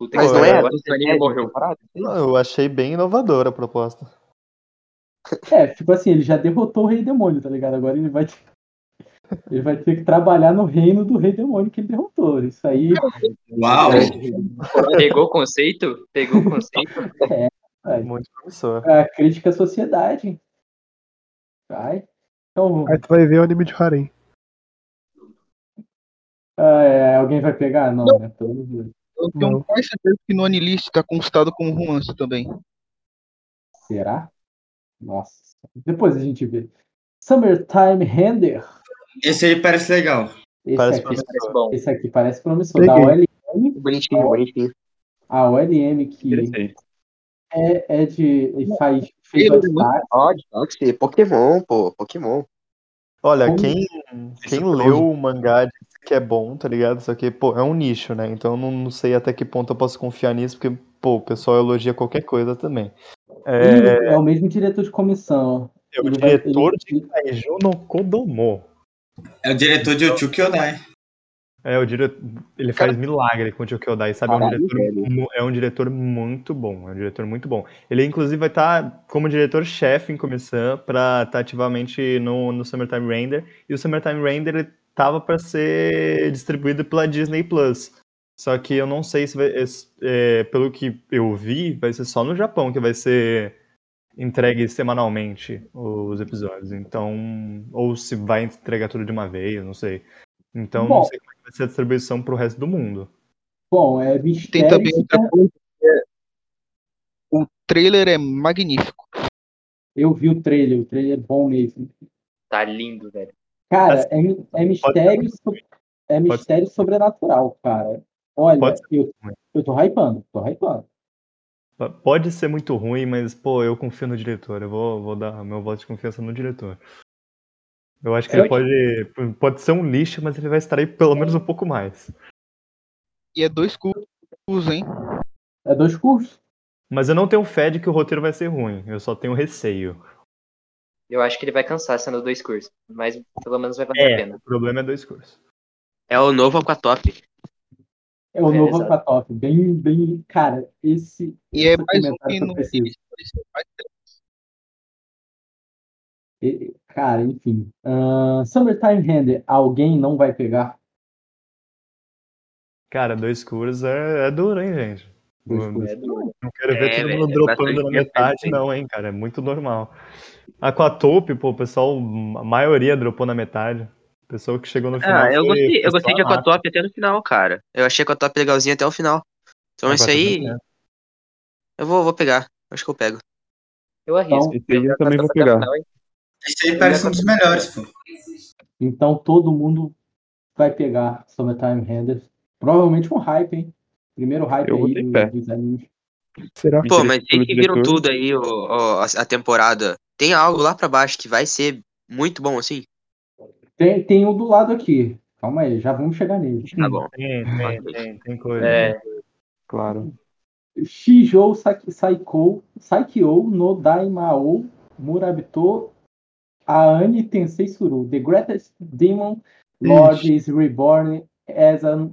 E: Puta
H: Mas
E: que
H: não
E: pariu,
H: é?
E: agora o anime morreu.
C: Eu achei bem inovadora a proposta.
A: É, tipo assim, ele já derrotou o rei demônio, tá ligado? Agora ele vai ter, ele vai ter que trabalhar no reino do rei demônio que ele derrotou. Isso aí
D: Uau!
E: Pegou o conceito? Pegou o
A: [laughs]
E: conceito?
A: É. Vai.
C: Muito promissor.
A: é a crítica à sociedade. Vai. Então,
I: Aí tu vai ver o anime de Harem.
A: ah, é, alguém vai pegar? Não, né? Pelo amor de Deus.
F: Eu tenho
I: Não.
F: quase certeza que no Anilist tá constado como romance também.
A: Será? Nossa. Depois a gente vê. Summertime Render.
D: Esse aí parece legal.
A: Esse,
C: Parece
A: aqui,
E: Isso parece bom.
A: esse aqui parece promissor. Da
I: Peguei.
A: OL,
H: Bonitinho, bonitinho.
A: a OLM que
B: Interessei.
A: é, é de. faz, fez
F: Ele é
A: o destaque.
H: Ó, Fox, Pokémon, pô, Pokémon.
C: Olha,
A: Como-
C: quem,
A: é
C: quem leu o mangá disse que é bom, tá ligado? Só que, pô, é um nicho, né? Então eu não, não sei até que ponto eu posso confiar nisso, porque, pô, o pessoal elogia qualquer coisa também. É,
A: Ih, é o mesmo diretor de comissão.
C: é o
A: ele vai-
C: diretor
A: ele-
C: de Kaiju no Kodomo.
D: É o diretor de Ochuki Odai.
C: É, o diretor. Ele faz milagre com o Tio Kyodai, sabe? É um,
H: Caralho,
C: diretor,
H: velho.
C: mu- é um diretor muito bom. É um diretor muito bom. Ele, inclusive, vai estar como diretor-chefe em Comissão pra estar ativamente no, no Summertime Render. E o Summertime Render ele tava pra ser distribuído pela Disney Plus. Só que eu não sei se vai. es- é, pelo que eu vi, vai ser só no Japão que vai ser entregue semanalmente os episódios. Então. Ou se vai entregar tudo de uma vez, eu não sei. Então,
A: Bom.
C: não sei vai ser a distribuição pro resto do mundo.
A: Bom, é
F: Tem
A: mistério.
F: também outra
A: super-
F: coisa. que é- O trailer é magnífico.
A: Eu vi o trailer, o trailer é bom mesmo.
E: Tá lindo, velho.
A: Cara,
C: Assim,
A: é, mi- é mistério, so- é
C: pode-
A: mistério sobrenatural, cara. Olha,
C: Pode
A: eu, eu tô hypando, tô hypando.
C: P- Pode ser muito ruim, mas, pô, eu confio no diretor. Eu vou, vou dar meu voto de confiança no diretor. Eu acho que ele
A: Eu-
C: pode, pode ser um lixo, mas ele vai estar aí pelo menos um pouco mais.
F: E é dois cursos, hein?
A: É dois cursos.
C: Mas eu não tenho fé de que o roteiro vai ser ruim. Eu só tenho receio.
E: Eu acho que ele vai cansar sendo dois cursos. Mas pelo menos vai valer a
C: É,
E: pena.
C: o problema é dois cursos.
H: É o novo Aquatop.
A: É o
E: É,
A: novo
E: exato.
A: Aquatop. Bem, bem. Cara, esse.
F: E é
A: esse
F: mais um
A: comentário
F: que
A: que eu
F: no
A: preciso.
F: Anilist apareceu mais
A: E- Cara, enfim. Ahn, Summertime Render, alguém não vai pegar?
C: Cara, dois cursos é, é duro, hein, gente?
A: Dois
C: Não-
A: cursos.
E: É duro.
C: Não quero ver
H: É,
C: todo
H: velho,
C: mundo
H: é
C: dropando na
H: bastante
C: metade,
H: diferente.
C: não, hein, cara. É muito normal. Aquatope, pô, o pessoal, a maioria dropou na metade. O pessoal que chegou no final.
H: Ah, eu
C: foi-
H: gostei,
C: foi
H: eu gostei
C: só
H: de
C: na-
H: Aquatop até no final, cara. Eu achei Aquatop legalzinho até o final. Então esse
C: Aquatop
H: aí,
C: é.
H: eu vou, vou pegar. Acho que eu pego.
E: Eu
F: Então,
E: arrisco.
B: Esse aí eu também vou
E: até o
B: pegar.
E: final, hein?
D: Esse aí parece um dos melhores, pô.
A: Então todo mundo vai pegar Summertime Render. Provavelmente um hype, hein? Primeiro hype
B: Eu
A: aí
B: botei fé.
A: do- dos animes.
I: Será?
H: Pô,
B: Interesse
H: mas
B: pelo
H: vocês que viram
B: diretor.
H: tudo aí, ó, ó, a, a temporada, tem algo lá pra baixo que vai ser muito bom assim?
A: Tem, tem um do lado aqui. Calma aí, já vamos chegar nele.
H: Tá bom.
C: Tem, tem, tem, tem coisa.
E: É,
B: Claro.
A: Shijou Saki- Saikou, Saikyo no Daimao Murabito Aani Tensei Suru. The Greatest Demon Lord is Reborn as an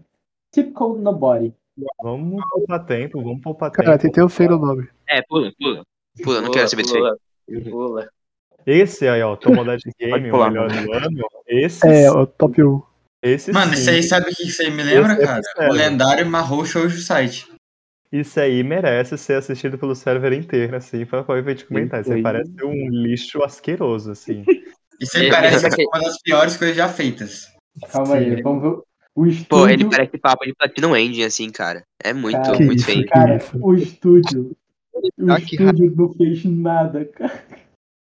A: Typical Nobody.
C: Vamos poupar tempo, vamos poupar
I: Cara,
C: tempo.
I: tentei o sei o nome.
J: É, pula, pula. Pula, não quero saber disso aí.
E: pula, pula.
C: Esse aí, ó, Tomodete Game, o
J: pular.
C: melhor do ano. Esse,
I: É, o top 1.
C: esse
D: Mano,
C: sim.
D: isso aí sabe o que você me lembra,
C: Esse é
D: cara?
C: sério.
D: O lendário Mahou Shoujo Site.
C: Isso aí merece ser assistido pelo server inteiro, assim, pra pra gente comentar. Isso aí
B: aí.
C: parece um lixo asqueroso, assim.
D: [laughs] Isso aí
J: Esse-
D: parece um-
J: esse-
D: uma das piores coisas já feitas.
A: Calma aí, vamos ver. O estúdio,
J: Pô, ele parece papo de Platinum End, assim, cara. É muito,
A: Cara,
J: muito
I: isso,
J: feio.
A: cara,
I: isso.
A: o estúdio. O
F: Ah, que
A: estúdio não fez nada, cara.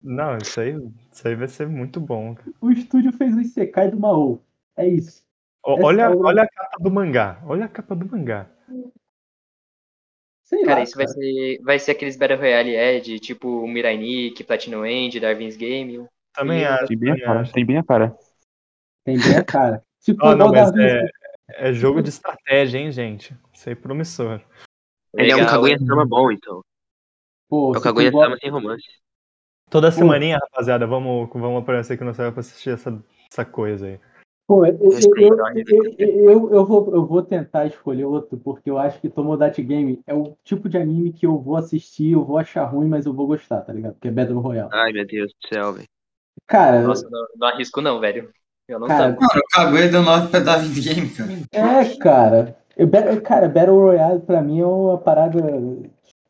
C: Não, isso aí, isso aí vai ser muito bom. cara.
A: O estúdio fez o Isekai do Maou. É isso.
C: O-
A: Essa é
C: Olha,
A: obra-
C: olha a capa do mangá. Olha a capa do mangá.
A: Sei
E: Cara,
A: lá,
E: isso vai ser, vai ser aqueles Battle Royale é, de tipo Mirai Nikki, Platinum End, Darwin's Game. Hum.
C: Também
E: Ih,
C: acho.
B: Tem bem a
C: também
B: cara,
C: acho.
B: tem bem a cara.
A: Tem bem a cara. Se for
C: Ah, não,
A: igual
C: mas
A: Darwin's
C: é, é jogo de estratégia, hein, gente? Isso aí é promissor.
J: Ele é um
E: Legal.
J: Kaguya-sama bom, então.
A: Pô,
J: É o
A: se for igual-
J: Kaguya-sama sem romance.
C: Toda
A: Pô.
C: semaninha, rapaziada, vamos, vamos aparecer aqui no server pra assistir essa, essa coisa aí.
A: Pô, eu, eu,
J: Respeito,
A: eu-
J: olha.
A: eu- eu- eu vou, eu vou tentar escolher outro, porque eu acho que Tomodachi Game é o tipo de anime que eu vou assistir, eu vou achar ruim, mas eu vou gostar, tá ligado? Porque é Battle Royale.
J: Ai, meu Deus do céu, velho.
A: Cara,
E: Nossa, não, não arrisco não, velho. Eu não
A: Cara,
E: sabe.
D: Mano, o Kaguya deu 9 pra David Game, cara.
A: é, cara. Eu, Ba- cara, Battle Royale pra mim é uma parada.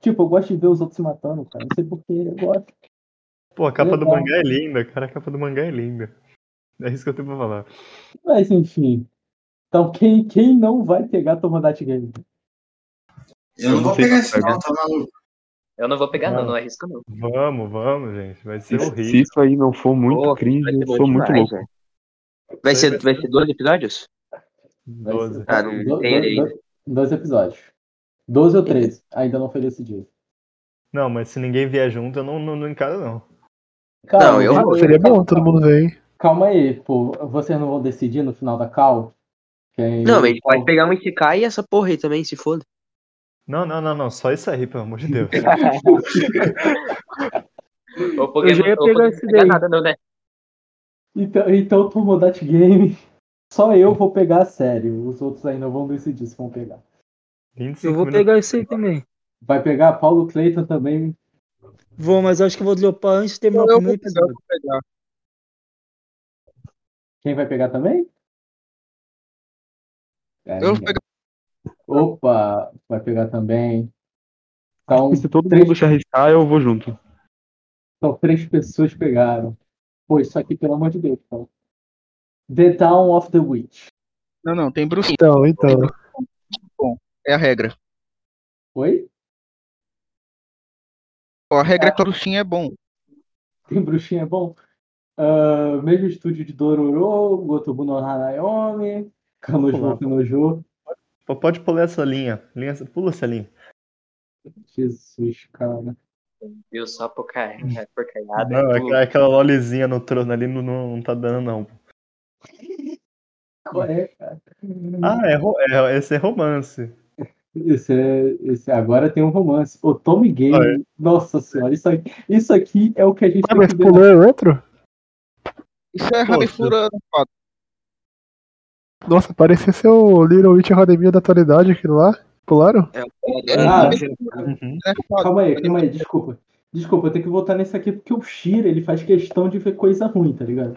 A: Tipo, eu gosto de ver os outros se matando, cara. Não sei porquê, eu gosto.
C: Pô, a capa do
A: Legal.
C: mangá é linda, cara. A capa do mangá é linda. É isso que eu tenho pra falar.
A: Mas enfim. Então, quem, quem não vai pegar Tomodachi Game?
D: Eu
B: Eu
D: não vou
B: não sei
D: pegar
B: se
D: esse
B: pega.
D: não, tá maluco?
E: Eu não vou pegar não,
C: Não.
E: não arrisco não.
C: Vamos, vamos, gente. Vai
B: Se,
C: ser
B: se
C: horrível.
B: isso aí não for muito
J: Pô,
B: cringe,
J: vai ser
B: eu
J: bom
B: sou muito
J: demais,
B: louco.
J: velho. Vai
C: Isso aí
J: ser,
C: vai
J: vai ser 12 episódios?
A: Vai ser-
C: 12.
J: Ah, não
A: do-
J: tem
A: do-
J: ali.
A: do- Dois episódios. Doze ou 13, ainda não foi decidido.
C: Não, mas se ninguém vier junto, eu não, não, não encaro, não.
A: Cara,
J: Não, eu-
I: Ah, seria bom, todo mundo ver, hein?
A: Calma aí, pô. Vocês não vão decidir no final da é call? Quem-
J: Não, mas a gente
A: qual-
J: pode pegar um Isekai e essa porra aí também, se foda.
C: Não, não, não, não. Só isso aí, pelo amor de Deus.
E: Ou Pokémon,
G: já ia pegar
E: ou Pokémon
G: esse
E: não pega
G: daí.
E: nada não, né?
A: Então, então Tomodachi Game, [laughs] só eu vou pegar a sério. Os outros ainda vão decidir se vão pegar.
C: 25
G: Eu vou
C: minutos.
G: pegar esse aí também.
A: Vai pegar Paulo Cleiton também.
G: Vou, mas acho que eu vou dropar antes de terminar
F: Eu
G: o
F: vou
G: primeiro
F: pegar, eu
G: episódio.
F: vou pegar.
A: Quem vai pegar também? É,
F: Eu vou
A: ninguém.
F: pegar.
A: Opa, vai pegar também. Então,
B: E se todo
A: três,
B: mundo se arriscar, eu vou junto.
A: então, três pessoas pegaram. Pô, isso aqui, pelo amor de Deus, então. The Town of the Witch.
F: Não, não, tem Bruce.
I: Então, então.
F: É a regra.
A: Oi?
F: Ó, a regra é que o Brucinho é bom.
A: Tem bruxinha, é bom. Ah, mesmo estúdio de Dororo, Gotobu no Hanayomi, Kanojo
C: Olá.
A: no Kanojo.
C: Pô, Pode pular essa linha. linha pula essa linha.
A: Jesus, cara.
E: Viu só porcar- é,
G: Ah,
E: porcaiada.
C: Não,
E: Pula.
C: é aquela, aquela lolizinha no trono ali não, não, não tá dando, não.
A: Qual é, cara?
C: Ah, é, ro- é, esse é romance.
A: Esse é, esse agora tem um romance. O Tommy Game.
C: Ah,
A: Nossa senhora, isso aqui, isso aqui é o que a gente
I: Ah,
A: tem
I: mas
A: que ver.
I: pulou é outro?
F: Isso é
C: né? Poxa.
F: rabifura do fato.
I: Nossa, parecia ser o Little Witch Academia da atualidade aquilo lá. Pularam?
J: É,
A: Ah,
C: Uhum.
F: né?
A: Calma aí, calma aí, desculpa. Desculpa, eu tenho que voltar nesse aqui porque o Shira, ele faz questão de ver coisa ruim, tá
J: [laughs]
A: ligado?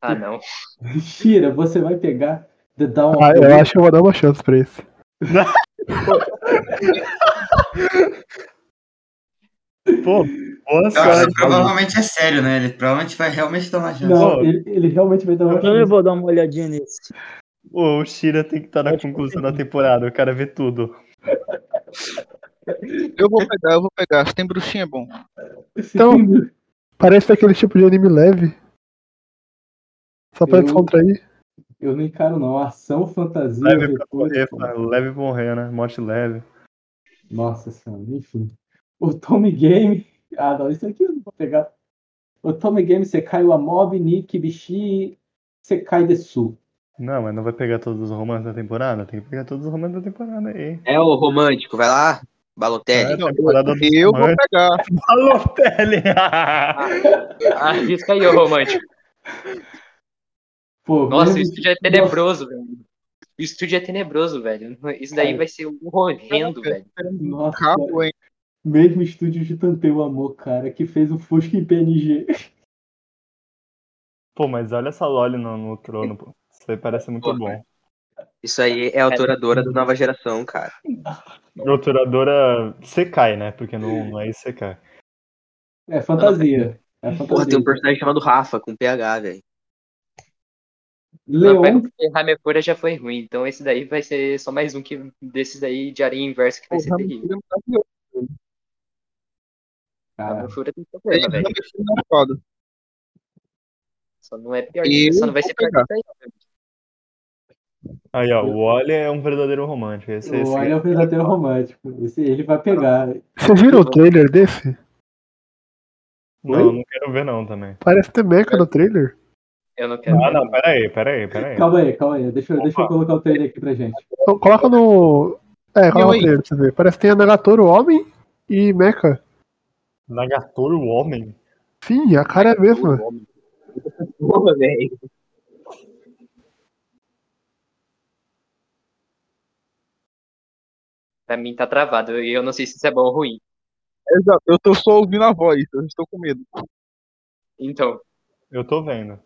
E: Ah, não.
A: Shira, você vai pegar The Down of
I: Ah,
A: the
I: eu acho que eu vou dar uma chance pra esse.
A: [laughs]
C: Pô, boa
D: Cara,
C: sorte.
D: provavelmente é sério, né? Ele provavelmente vai realmente tomar chance.
A: Não,
C: Pô.
A: ele, ele realmente vai dar uma
G: Então eu
A: chance.
G: vou dar uma olhadinha nesse.
C: Pô, o Shira tem que estar na
G: Pode
C: conclusão da temporada. O cara vê tudo.
F: Eu vou pegar, eu vou pegar. Se tem bruxinha é bom.
I: Então- Parece aquele tipo de anime leve. Só pra
A: Eu-
I: descontrair.
A: Eu não encaro, não. Ação, fantasia.
C: Leve pra
A: aventura,
C: morrer,
A: pô.
C: pá, leve pra morrer, né? Morte leve.
A: Nossa senhora, enfim. [laughs] O Tommy Game. Ah, não, isso aqui eu não vou pegar. O Tommy Game, você cai o Amob, Nick, Bishi, você cai de Sul.
C: Não, mas não vai pegar todos os romances da temporada? Tem que pegar todos os romances da temporada aí.
J: é o romântico, vai lá, Balotelli.
C: É a temporada dos
F: Eu vou
C: romances.
F: pegar.
J: [laughs]
C: Balotelli!
J: Ah,
E: Arrisca aí, ô romântico.
A: Pô,
E: Nossa,
A: mesmo-
E: isso já é tenebroso, velho. O estúdio é tenebroso, velho. Isso daí vai ser um horrendo, velho.
A: Nossa, cara. Mesmo estúdio de Tanteu Amor, cara, que fez o Fusca em PNG.
C: Pô, mas olha essa Loli no, no trono, pô. Isso aí parece muito bom.
J: Isso aí é a autoradora da nova geração, cara.
C: Torturadora Sekai, né? Porque não, não é Sekai.
A: É fantasia. É fantasia.
J: Porra, tem um personagem chamado Rafa, com PH, velho.
E: Não,
A: Leon,
E: porque Ramepura já foi ruim, então esse daí vai ser só mais um que, desses daí de areia inversa que vai ser terrível.
A: cara.
E: Ramepura tem
F: Ele
E: problema,
F: não
E: velho.
F: mexeu na foda.
E: Só não é pior,
F: E
E: só não vai
F: eu
E: ser
F: vou
E: pior que isso daí. velho.
C: Aí, ó, o Oli é um verdadeiro romântico. Esse,
A: O
C: esse-
A: Olha é o verdadeiro romântico. Esse, ele vai pegar.
I: Vocês viram o trailer desse?
C: Não, não quero ver não também.
I: Parece ter
F: É.
I: meca no trailer.
E: Eu não quero.
C: Ah, não, peraí, peraí, peraí.
A: Calma aí, calma aí. Deixa, eu- deixa eu
C: Opa.
A: colocar o trailer aqui pra gente.
I: Então, coloca no. É, coloca no
F: aí?
I: trailer pra você ver. Parece que tem a Nagatoro homem e meca.
C: Nagatoro, o homem?
I: Sim, a cara é a mesma.
J: Porra, velho.
E: Pra mim tá travado, e eu não sei se isso é bom ou ruim.
F: Exato, eu tô só ouvindo a voz, eu estou com medo.
E: Então,
C: Eu tô vendo.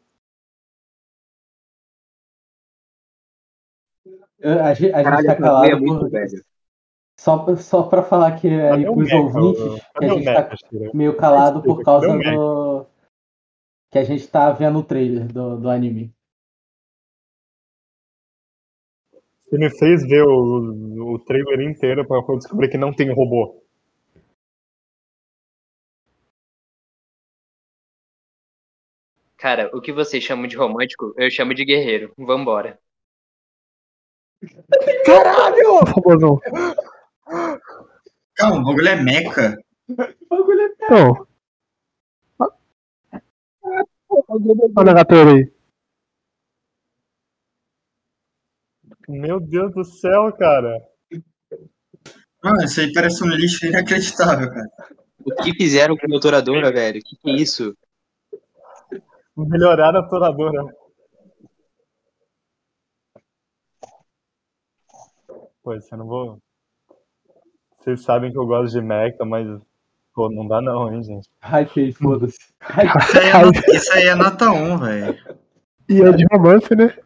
A: Eu- A, gente- a gente
J: Caralho,
A: tá
J: essa mulher é
A: calado
J: muito
A: por-
J: velho.
A: só, pra- só pra falar que é
C: Cadê o
A: pros
C: Mecha,
A: ouvintes,
C: o-
A: que
C: cadê
A: a
C: o
A: gente tá
C: Mecha, Shiro?
A: meio calado por
C: é Desculpa,
A: causa
C: cadê o Mecha?
A: do. Que a gente tá vendo o trailer do, do anime.
C: Você me fez ver o, o trailer inteiro pra eu descobrir que não tem robô.
E: cara, o que vocês chamam de romântico, eu chamo de guerreiro. Vambora.
I: Caralho! Famosão.
D: Calma, o bagulho é meca.
I: Então. Olha a Nagatoro aí.
C: Meu Deus do céu, cara.
D: Mano, isso aí parece um lixo inacreditável, cara.
J: O que fizeram com a doutoradora, velho? Que que é isso?
C: Melhoraram a toradora. Pois, eu não vou. Vocês sabem que eu gosto de Mecha, mas. Pô, não dá não, hein, gente.
A: Hypei, foda-se. Hypei.
D: Isso aí é, nota- isso aí é nota 1, velho.
I: E é de romance, né?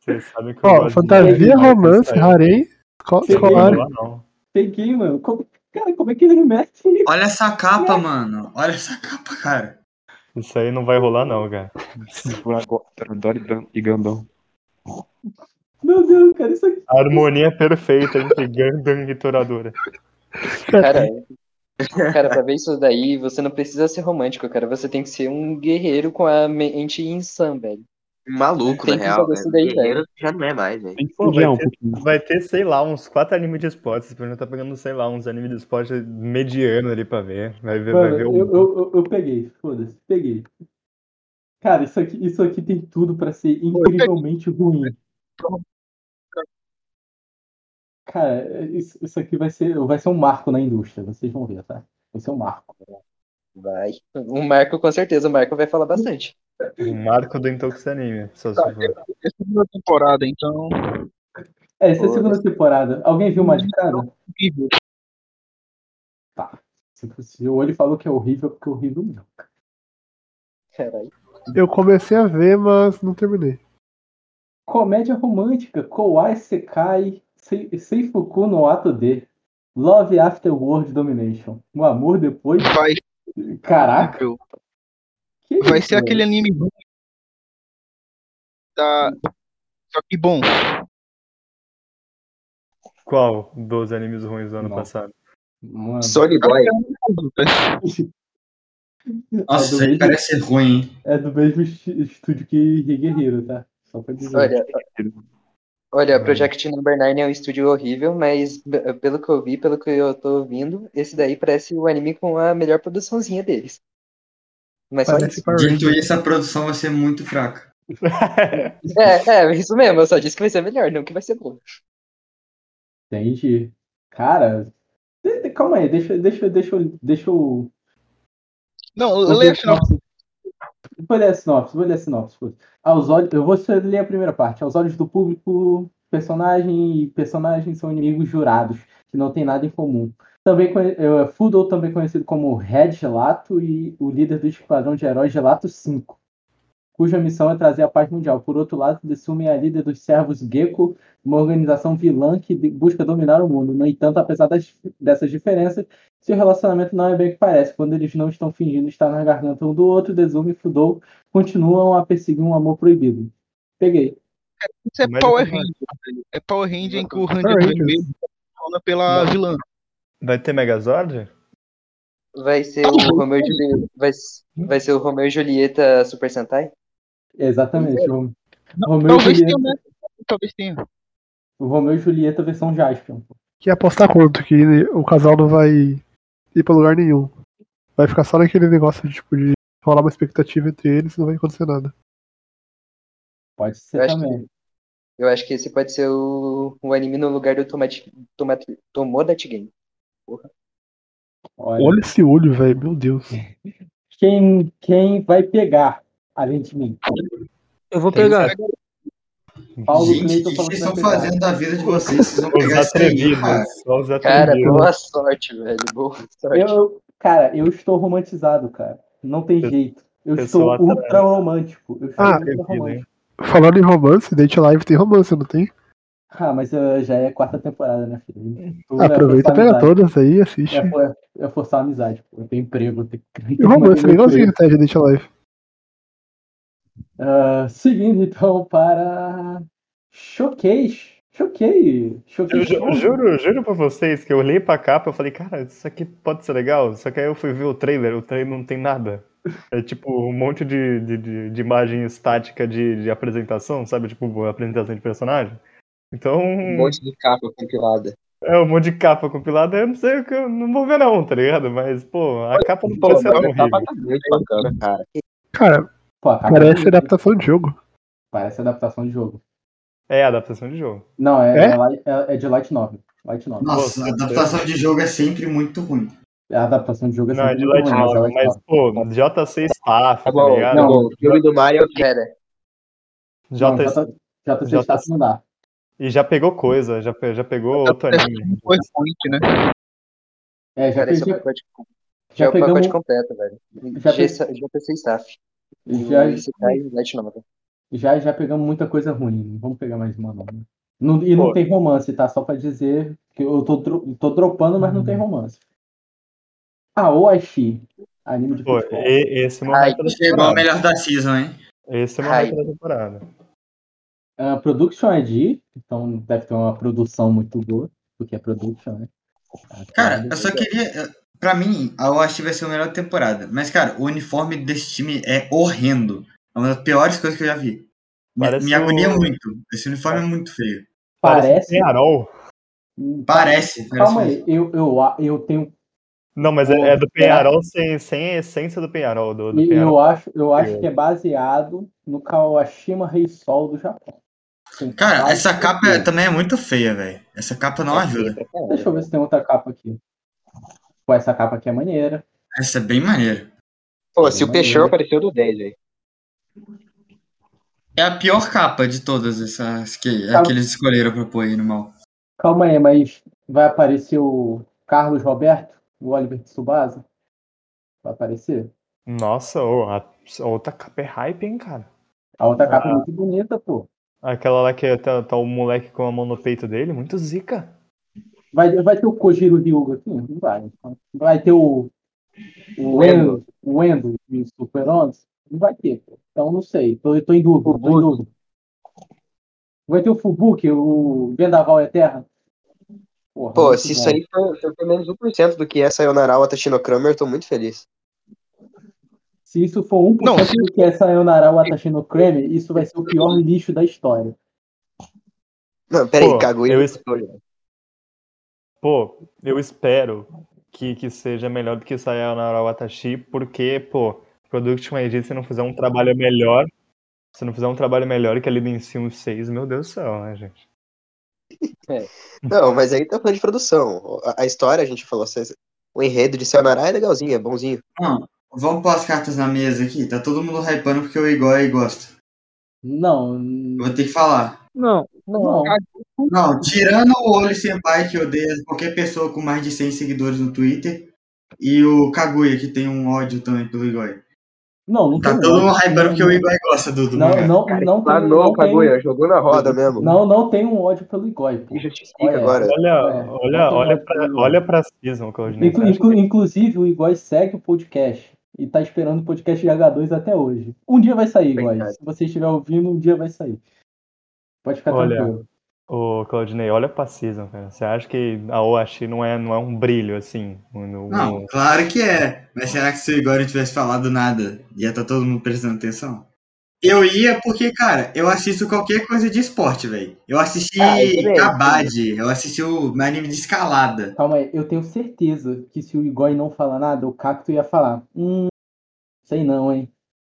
C: Vocês sabem que eu
I: Ó,
C: gosto de
I: fantasia,
C: Mecha, mas
I: romance,
C: isso aí
I: harém, esco-
A: Sim.
C: Não
I: escolar.
C: dá não.
A: Peguei, mano. Como- cara, como é que ele mete?
D: Olha essa capa, mano. Olha essa capa, cara.
C: Isso aí não vai rolar não, cara.
B: Torandora e Dan- e Gandão.
A: Meu Deus, cara, isso aqui.
C: A harmonia é perfeita entre Gundam e Toradora.
E: Cara, é. cara, pra ver isso daí, você não precisa ser romântico, cara. Você tem que ser um guerreiro com a mente insã, velho.
J: Maluco,
E: Tem
J: na
E: que
J: real,
E: fazer isso
J: velho.
E: daí,
J: Guerreiro já não é mais, velho.
B: Tem que
C: Pô,
B: odiar
C: vai
B: um
C: ter-
B: pouquinho.
C: Vai ter, sei lá, uns quatro animes de esporte. Esse programa tá pegando, sei lá, uns animes de esporte mediano ali pra ver. Vai ver, vai
A: Mano,
C: ver
A: eu,
C: o.
A: eu, eu, eu peguei, foda-se, peguei. Cara, isso aqui, isso aqui tem tudo pra ser incrivelmente ruim. Cara, isso, isso aqui vai ser, vai ser um marco na indústria, vocês vão ver, tá? Vai ser um marco.
E: Vai. O Marco, com certeza, o Marco vai falar bastante.
C: O marco do Intox Anime. Só
A: Tá,
C: se for.
F: É a segunda temporada, então.
A: É, essa é a
E: Foda-se.
A: segunda temporada. Alguém viu Mascarada?
F: horrível.
A: Tá. Se fosse eu, ele falou que é horrível, porque é horrível mesmo.
E: Caralho.
I: Eu comecei a ver, mas não terminei.
A: Comédia romântica, Kowai Sekai, Sei- Seifuku no Ato D. Love After World Domination. O amor depois.
F: Vai,
A: Caraca, que
F: vai
A: é isso,
F: ser
A: velho?
F: aquele anime ruim. Tá. Só que bom.
C: Qual dos animes ruins do ano
A: Não.
C: passado?
A: Mano.
J: Sony Boy.
A: [laughs] É
D: Nossa,
A: do
D: isso aí
A: mesmo,
D: parece ruim, hein?
A: é do mesmo esti- estúdio que Guerreiro, tá? Só pra dizer.
E: Olha, olha, Project Number 9 é um estúdio horrível, mas b- pelo que eu vi, pelo que eu tô ouvindo, esse daí parece o anime com a melhor produçãozinha deles. Mas só
I: Parece
E: isso.
I: Power Rangers.
D: Dito isso, a produção vai ser muito fraca.
E: É, é, isso mesmo, eu só disse que vai ser melhor, não que vai ser bom.
A: Entendi. Cara, de- de- calma aí, deixa, deixa, deixa, eu- deixa eu.
F: Não,
A: eu
F: leia
A: ver
F: a final.
A: sinopse. Vou ler a sinopse, vou ler a sinopse. foda-se. Aos olhos, eu vou só ler a primeira parte. Aos olhos do público, Personagem e personagens são inimigos jurados, que não tem nada em comum. Também conhe- eh, Fudo, também conhecido como Red Gelato e o líder do Esquadrão de Heróis Gelato 5, cuja missão é trazer a paz mundial. Por outro lado, Desumi é a líder dos Servos Gecko, uma organização vilã que de- busca dominar o mundo. No entanto, apesar das, dessas diferenças, seu relacionamento não é bem o que parece. Quando eles não estão fingindo estar na garganta um do outro, Desumi e Fudo continuam a perseguir um amor proibido. Peguei.
F: Isso é
A: Mas
F: Power
A: eu tô
F: Ranger. velho. É Power Ranger em que o
A: Power
F: Ranger
A: Rangers.
F: vermelho funciona pela vilã.
C: Vai ter Megazord?
E: Vai ser o Romeu e Julieta. Vai, vai ser o Romeu e Julieta Super Sentai?
A: Exatamente. Romeu Romeu e
F: Talvez tenha,
A: Julieta.
F: né? Talvez tenha.
A: Romeu e Julieta versão Jaspion.
I: Que apostar quanto que o casal não vai ir pra lugar nenhum. Vai ficar só naquele negócio de, tipo, de rolar uma expectativa entre eles e não vai acontecer nada.
A: Pode
E: ser também. eu acho que esse pode ser o, o anime no lugar do Tomate, Tomate, Tomodachi Game. Porra.
A: Olha,
I: Olha esse olho, velho. Meu Deus.
A: Quem, quem vai pegar, além de mim?
G: Eu vou
A: Quem
G: pegar.
A: vai- Paulo
D: Gente,
A: Cleiton
D: o que
A: falou que
D: vocês
A: vai
D: estão
A: pegar.
D: fazendo da vida de vocês? Vocês vão
A: Os
D: pegar isso aí,
A: atrevidos,
D: cara.
C: Só os
E: Cara, boa sorte, velho. Boa sorte.
A: Eu, eu- cara, eu estou romantizado, cara. Não tem jeito. Eu estou
I: pessoal atrás.
A: ultra romântico. Eu estou
I: um Ah,
A: ultra romântico.
I: Falando em romance, Date Live tem romance, não tem?
A: Ah, mas eh, já é quarta temporada, né, filho? Tu
I: Então, Aproveita,
A: vai forçar
I: pega
A: amizade.
I: todas aí, assiste.
A: É, for- é forçar a amizade, pô. Eu tenho emprego, eu tenho
I: E romance,
A: eu tenho
I: legalzinho
A: emprego.
I: até de Date Live.
A: Ah, seguindo então para Showcase. Choquei. Choquei.
C: Eu
J: Uhum.
C: ju- juro, juro pra vocês que eu olhei pra capa e falei, cara, isso aqui pode ser legal. Só que aí eu fui ver o trailer, o trailer não tem nada. É tipo um monte de, de, de- de imagem estática de, de apresentação, sabe? Tipo, apresentação de personagem. Então.
J: Um monte de capa compilada.
C: É, um monte de capa compilada, eu não sei o que eu não vou ver não, tá ligado? Mas, pô, a capa não pode ser
J: Pô,
C: tão
J: a capa
C: horrível.
J: tá muito bacana, cara.
I: Cara,
A: Pô, a capa
I: parece
A: é bonita.
I: adaptação de jogo.
A: Parece adaptação de jogo.
C: É, adaptação de jogo.
A: Não, é,
I: É?
A: é li- é- é de Light Novel. Light Novel.
D: Nossa, a adaptação de jogo é sempre muito ruim.
A: A adaptação de jogo é
C: Não, é Tá
A: sempre
C: de
A: muito
C: Light
A: ruim, mas é
C: Novel,
A: Light
C: mas,
A: Novel.
C: pô,
A: é
C: JC Staff, tá,
J: Tá bom,
C: ligado?
J: tá bom. O filme do Mario, é. cara.
A: Não,
C: JC
A: J- JC Staff não dá.
C: é E já pegou coisa, já, pe- já pegou outro
J: é
C: anime.
F: PowerPoint, né?
A: É, já
E: Cara, esse é o
A: peguei-
E: pacote,
A: já
E: já é o
A: pegamos-
E: pacote completo, velho.
A: Já
E: Já,
A: pe-
E: já pensei em staff.
A: Já-
E: E esse
C: tá
E: cara em Light Novel.
A: Já, já pegamos muita coisa ruim. né? Não vamos pegar mais uma, não. né? Não- e não
C: Pô.
A: tem romance, tá? Só pra dizer que eu tô, dro- tô dropando, mas não tem
I: Uhum.
A: romance. Ah, Oashi. Anime de
C: Pô,
A: futebol.
C: e- esse não vai pra
A: é
D: Chegou a
C: temporada.
D: é melhor da season, hein?
C: Esse é não vai
D: Ai.
C: pra temporada.
A: Ah, production ID. Então deve ter uma produção muito boa. Porque é production, né?
D: Cara, eu só queria. eh, Pra mim, a Oashi vai ser a melhor temporada. Mas, cara, o uniforme desse time é horrendo. É uma das piores coisas que eu já vi. Me,
C: Parece
D: me agonia
C: o-
D: muito. Esse uniforme é muito feio.
A: Parece.
C: Penharol.
D: Parece.
A: Calma
D: parece
A: aí. Eu, eu, a- eu tenho.
C: Não, mas é, é do
A: será?
C: Penharol sem, sem a essência do Penharol. Do, do
A: e-
C: Penharol.
A: Eu acho, eu acho que é baseado no Kawashima Reisol do Japão. Tem
D: Cara,
A: vários-
D: essa capa é- também é muito feia, velho. Essa capa
A: É
D: não ajuda.
A: Deixa eu ver se tem outra capa aqui. Pô, essa capa aqui é maneira. É
D: Essa é bem maneira.
J: Pô, se o Peixão apareceu do 10, velho.
D: É a pior capa de todas essas que,
A: Tá.
D: a que eles escolheram pra pôr aí no mal.
A: Calma aí, mas vai aparecer o Carlos Roberto, o Oliver Tsubasa? Vai aparecer?
C: Nossa, ô, a, a outra capa é hype, hein, cara.
A: A outra capa é
C: Ah.
A: muito bonita, pô.
C: Aquela lá que tá, tá o moleque com a mão no peito dele, muito zica.
A: Vai, vai ter o Kojiro Ryuga aqui? Não vai. então. Vai ter o. O Wendel.
J: Wendel.
A: O Wendel e o Super 11? Não vai ter, pô. Então não sei. Tô, eu tô em dúvida. Tô em dúvida. Vai ter o Fubuki, o Vendaval Eterno? Porra,
H: Pô,
A: muito
H: se isso
A: bom.
H: aí for, for pelo menos 1% do que é Sayonara ou Atachinokrama, eu tô muito feliz.
A: Se isso for 1%
H: Não, se-
A: do que é Sayonara Watashi no Creme, isso vai ser o pior lixo da história.
H: Não, peraí,
C: Pô,
H: Kaguya.
C: eu es- Pô, eu espero que, que seja melhor do que Sayonara Watashi, porque, pô, Production ID, se não fizer um trabalho melhor, se não fizer um trabalho melhor que a Lidencium 6, meu Deus do céu, né, gente?
H: É. Não, mas aí tá falando de produção. A, a história, a gente falou, cês- o enredo de Sayonara é legalzinho, é bonzinho.
D: Não, Ah, vamos pôr as cartas na mesa aqui. Tá todo mundo hypando porque o Igor aí gosta.
A: Não.
D: Eu vou ter que falar.
G: Não,
A: Não.
F: Ah,
D: Não, tirando o Olho Senpai, que odeia qualquer pessoa com mais de 100 seguidores no Twitter, e o Kaguya, que tem um ódio também pelo Igor.
A: Não, não
D: Tá
A: tem
D: todo
A: ódio.
D: mundo hypando porque o Igor gosta né? do, do
A: Não,
D: mangá.
A: não, não, tem- não
H: Planou,
A: tem-
H: Kaguya, jogou na roda mesmo.
A: Não, não tem um ódio pelo Igor, pô.
H: Justifica agora.
A: É,
C: Olha, olha, olha, pra, olha pra season, Claudinei.
A: Inclu-
C: você acha
A: inclu- inclusive, o Igor segue o podcast e tá esperando o podcast de H2 até hoje. Um dia vai sair, Igor. Se você estiver ouvindo, um dia vai sair. Pode ficar
C: Olha,
A: tranquilo.
C: o Claudinei, olha pra season, cara. Você acha que a Oashi não é, não é um brilho, assim? Um- um-
D: Não, claro que é. Mas será que se o Igor não tivesse falado nada, ia estar todo mundo prestando atenção? Eu ia porque, cara, eu assisto qualquer coisa de esporte, velho. Eu assisti
A: Ah, eu também,
D: Kabaddi, eu assisti o meu anime de escalada.
A: Calma aí, eu tenho certeza que se o Igor não falar nada, o Cacto ia falar. Hum, sei não, hein?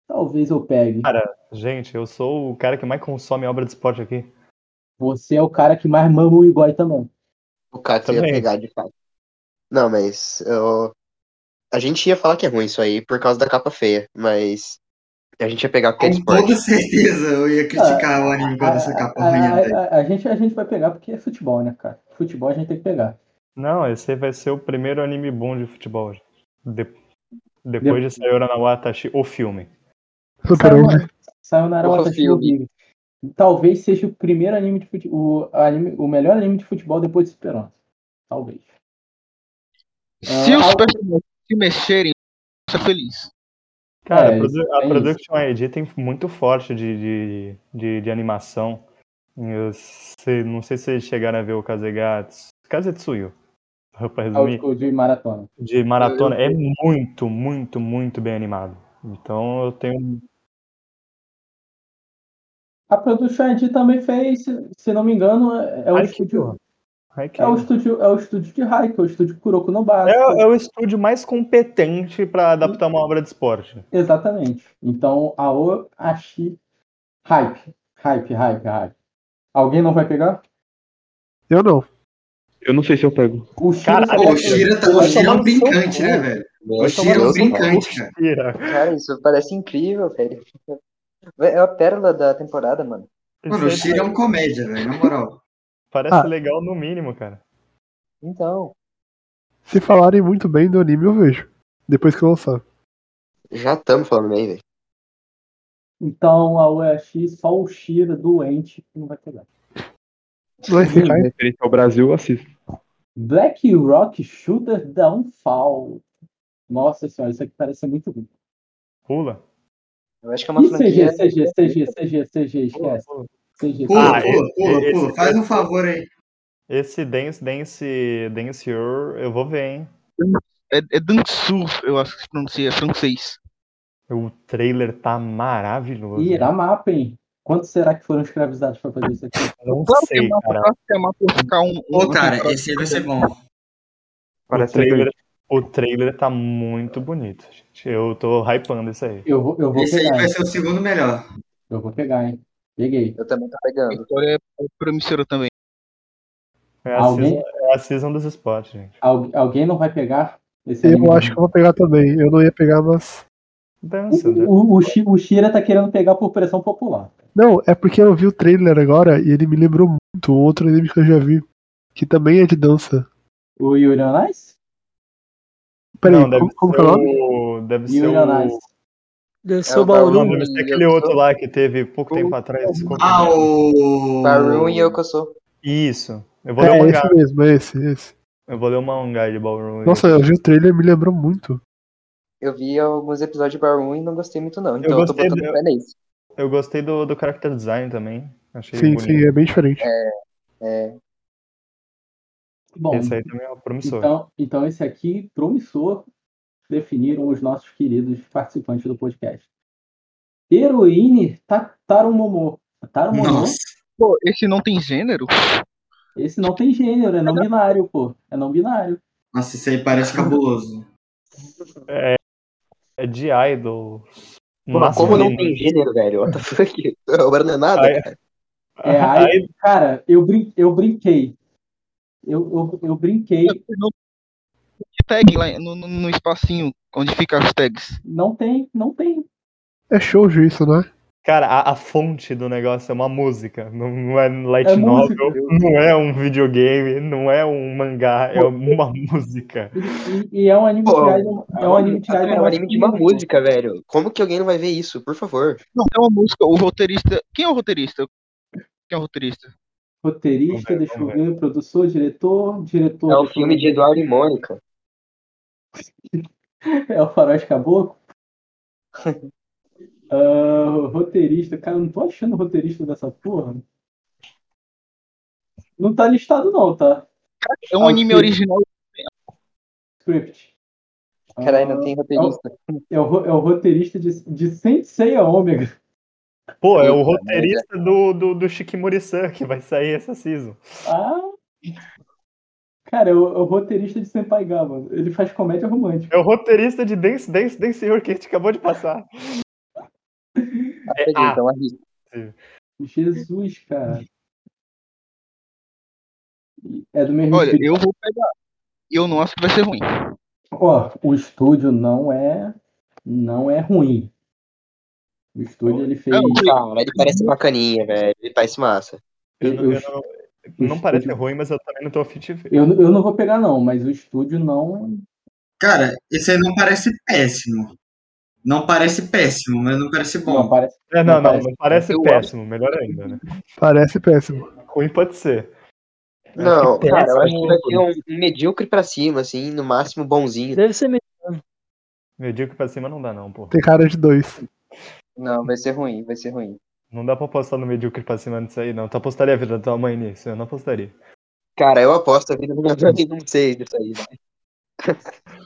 A: Talvez eu pegue.
C: Cara, gente, eu sou o cara que mais consome obra de esporte aqui.
A: Você é o cara que mais mama o Igor também.
H: O Cato ia
C: Também.
H: pegar de fato. Não, mas eu- a gente ia falar que é ruim isso aí por causa da capa feia, mas a gente ia pegar porque é
D: Com toda
H: esporte.
D: certeza eu ia criticar o anime quando essa
A: A,
D: capa
A: a-
D: ruim, velho.
A: a- a gente, a gente vai pegar porque é futebol, né, cara? Futebol a gente tem que pegar.
C: Não, esse vai ser o primeiro anime bom de futebol. gente. De- Depois de Sayora na Watashi, o filme.
I: Super
A: Sayonara- Sayonara
C: Porra,
A: Watashi no
C: filme.
A: Bigo. Talvez seja o primeiro anime de futebol, o, anime- o melhor anime de futebol depois de Esperança. Talvez.
F: Se
A: Ah,
F: os
A: al-
F: personagens se mexerem, você fica feliz.
C: Cara, a,
A: É,
C: produ- a
A: é
C: Production ID tem muito forte de, de, de, de animação. Eu sei- não sei se vocês chegaram a ver o Kazegatsu. Kazetsuyo, pra resumir.
A: Ah, o, o de maratona.
C: de maratona é muito, muito, muito bem animado. Então eu tenho.
A: A Production ID também fez, se- se não me engano, é é o estúdio. É o estúdio, é o estúdio de Haikyuu, é o estúdio Kuroko no Basque.
C: É, é o estúdio mais competente pra adaptar uma obra de esporte.
A: Exatamente. Então, Aoshi Hype. Hype, hype, hype. Alguém não vai pegar?
I: Eu não.
B: Eu não sei se eu pego.
A: O Shira,
C: é
B: Caralho,
A: vai
B: o Shira
A: pegar.
B: tá- o Shira
D: É um brincante, né, velho? O
H: Meu
D: Shiro é um
H: Deus, cara.
D: brincante, cara.
E: Cara, isso parece incrível, velho. É a pérola da temporada, mano.
D: Mano, o Shiro é um comédia, velho, na moral.
C: Parece
I: Ah.
C: legal no mínimo, cara.
E: Então.
I: Se falarem muito bem do anime, eu vejo. Depois que lançar.
H: Já estamos falando bem, velho.
A: Então, Aoshi, só o Shira doente que não vai pegar.
I: Não é
B: Em referência ao Brasil, eu assisto.
A: Black Rock Shooter Downfall. Nossa senhora, isso aqui parece muito ruim.
C: Pula.
E: Eu acho que é uma
A: E CG,
E: franquia.
A: CG, CG, CG, CG, esquece. CG,
C: Pula,
A: CG.
C: pula, pula,
D: Pô, pô, faz um favor aí.
C: Esse Dance, Dance, Dance Your, eu vou ver, hein?
F: É, é Dansu, eu acho que se pronuncia, é francês.
C: O trailer tá maravilhoso.
A: Ih, era mapa, hein? Quantos será que foram escravizados pra fazer isso aqui?
C: Não
F: Claro que é
C: sei,
F: mapa,
C: cara.
F: claro que é mapa pra ficar um.
D: Ô,
F: um-
D: cara, esse aí vai ser bom.
C: O
B: Parece
C: trailer, o trailer tá muito bonito, gente. Eu tô hypando isso aí.
A: Eu vou, eu vou
D: Esse aí
A: pegar,
D: vai
A: hein?
D: ser o segundo melhor.
A: Eu vou pegar, hein? Peguei.
E: Eu também tô
F: A
E: pegando.
F: história é promissora também.
C: É a,
A: Alguém-
C: season, é a season dos spots, gente.
A: Al- alguém não vai pegar esse
I: Eu
A: anime?
I: acho que eu vou pegar também. Eu não ia pegar, mas.
C: Dança, né?
A: O, o, o, Shi- o Shira tá querendo pegar por pressão popular.
I: Não, é porque eu vi o trailer agora e ele me lembrou muito um outro anime que eu já vi. Que também é de dança.
A: O Yuri é on Ice?
I: Peraí,
C: Não, deve
I: como, como que
C: ser
I: é o nome?
C: o... Deve ser
A: Yuri on Ice.
C: o...
G: Deve
E: É
G: ser o
E: o Bauru.
C: Não,
G: Bauru.
C: deve ser aquele outro lá que teve pouco tempo atrás. desculpa.
D: Ah, o.
E: Barum e Yokoso.
C: Isso. Eu vou ler o
I: É,
C: mangá.
I: esse mesmo, é esse, é esse.
C: Eu vou ler o mangá de Ballroom.
I: Nossa, eu vi o trailer e me lembrou muito.
E: Eu vi alguns episódios de Barum e não gostei muito, não. Então
C: Eu
E: eu, tô
C: gostei
E: botando
C: do-
E: o pé nisso.
C: Eu gostei do, do character design também. Achei
I: Sim,
C: bonito.
I: sim, é bem diferente.
E: É,
A: Bom,
C: Esse aí também é um promissor.
A: então, então esse aqui, promissor, definiram os nossos queridos participantes do podcast. Heroine Ta- Tarumomo. Tarumomo?
D: Nossa.
F: Pô, esse não tem gênero?
A: Esse não tem gênero, é não binário, pô. É não binário.
D: Nossa, isso aí parece cabuloso.
C: É de idol.
H: Porra, como não
C: masculino.
H: tem gênero, velho? What the fuck? Agora não é nada,
C: Ai.
H: cara.
C: [laughs]
A: É, aí- Cara, eu, brin eu brinquei. Eu, eu, eu brinquei.
F: Não tem tag lá no, no- no espacinho onde ficam as tags.
A: Não tem, não tem.
I: É shoujo isso, não é?
C: Cara, a, a fonte do negócio é uma música, não, não é light
A: É
C: novel,
A: música.
C: não é um videogame, não é um mangá, é uma [laughs] música.
A: E, e é um anime
H: Pô,
A: tirado. É um anime tirado.
H: É um anime de uma música, velho. Como que alguém não vai ver isso? Por favor.
F: Não, é uma música. O roteirista. Quem é o roteirista? Quem é o roteirista?
A: Roteirista, deixa eu ver, produtor, diretor, diretor.
H: É o
A: deixa eu
H: filme
A: ver.
H: de Eduardo e Mônica.
A: [laughs] É o
F: [laughs]
A: Faroeste Caboclo? Ah, roteirista, cara, eu não tô achando roteirista dessa porra. Não tá listado, não, tá?
F: É um
A: Ah,
F: anime
A: sim.
F: original.
A: Script. Ah,
E: Caralho, não tem roteirista.
A: É o, ro- é o roteirista de, de Sensei a Ômega.
C: Pô, é o
E: Puta merda.
C: roteirista do, do, do Shikimori-san que vai sair essa season.
A: Ah! Cara, é o, é o roteirista de Senpai Gama. Ele faz comédia romântica.
C: É o roteirista de Dance Dance Dance Senhor que a gente acabou de passar. É,
E: Peraí,
C: ah,
E: então, arrisca.
A: Jesus, cara. É do mesmo
F: Olha,
A: estúdio.
F: eu vou pegar. E eu não acho que vai ser ruim.
A: Ó, o estúdio não é não é ruim. O estúdio ele fez.
F: É, eu sei.
H: Cara, ele parece bacaninha, velho. Ele parece massa.
C: eu, não- eu
A: eu-
C: não,
A: eu-
C: não parece ruim, mas eu também não tô afim de ver.
A: Eu, eu não vou pegar, não, mas o estúdio não.
D: Cara, esse aí não parece péssimo. Não parece péssimo, mas não parece
A: Não
D: bom.
A: parece.
C: É, não,
A: Não
C: não,
A: parece-
C: não parece
F: eu acho-
C: péssimo, melhor ainda, né?
I: Parece péssimo.
C: Ruim pode ser.
H: Não,
C: que
H: cara, eu acho
C: péssimo.
H: que vai ser um, um medíocre pra cima, assim, no máximo bonzinho.
G: Deve ser meio.
C: Medíocre pra cima não dá, não, pô.
I: Tem cara de dois.
E: Não, vai ser ruim, vai ser ruim.
C: Não dá pra apostar no medíocre pra cima nisso aí, não. Tu apostaria a vida da tua mãe nisso? Eu não apostaria.
H: Cara, eu aposto a vida do um meu amigo, não sei disso aí. velho.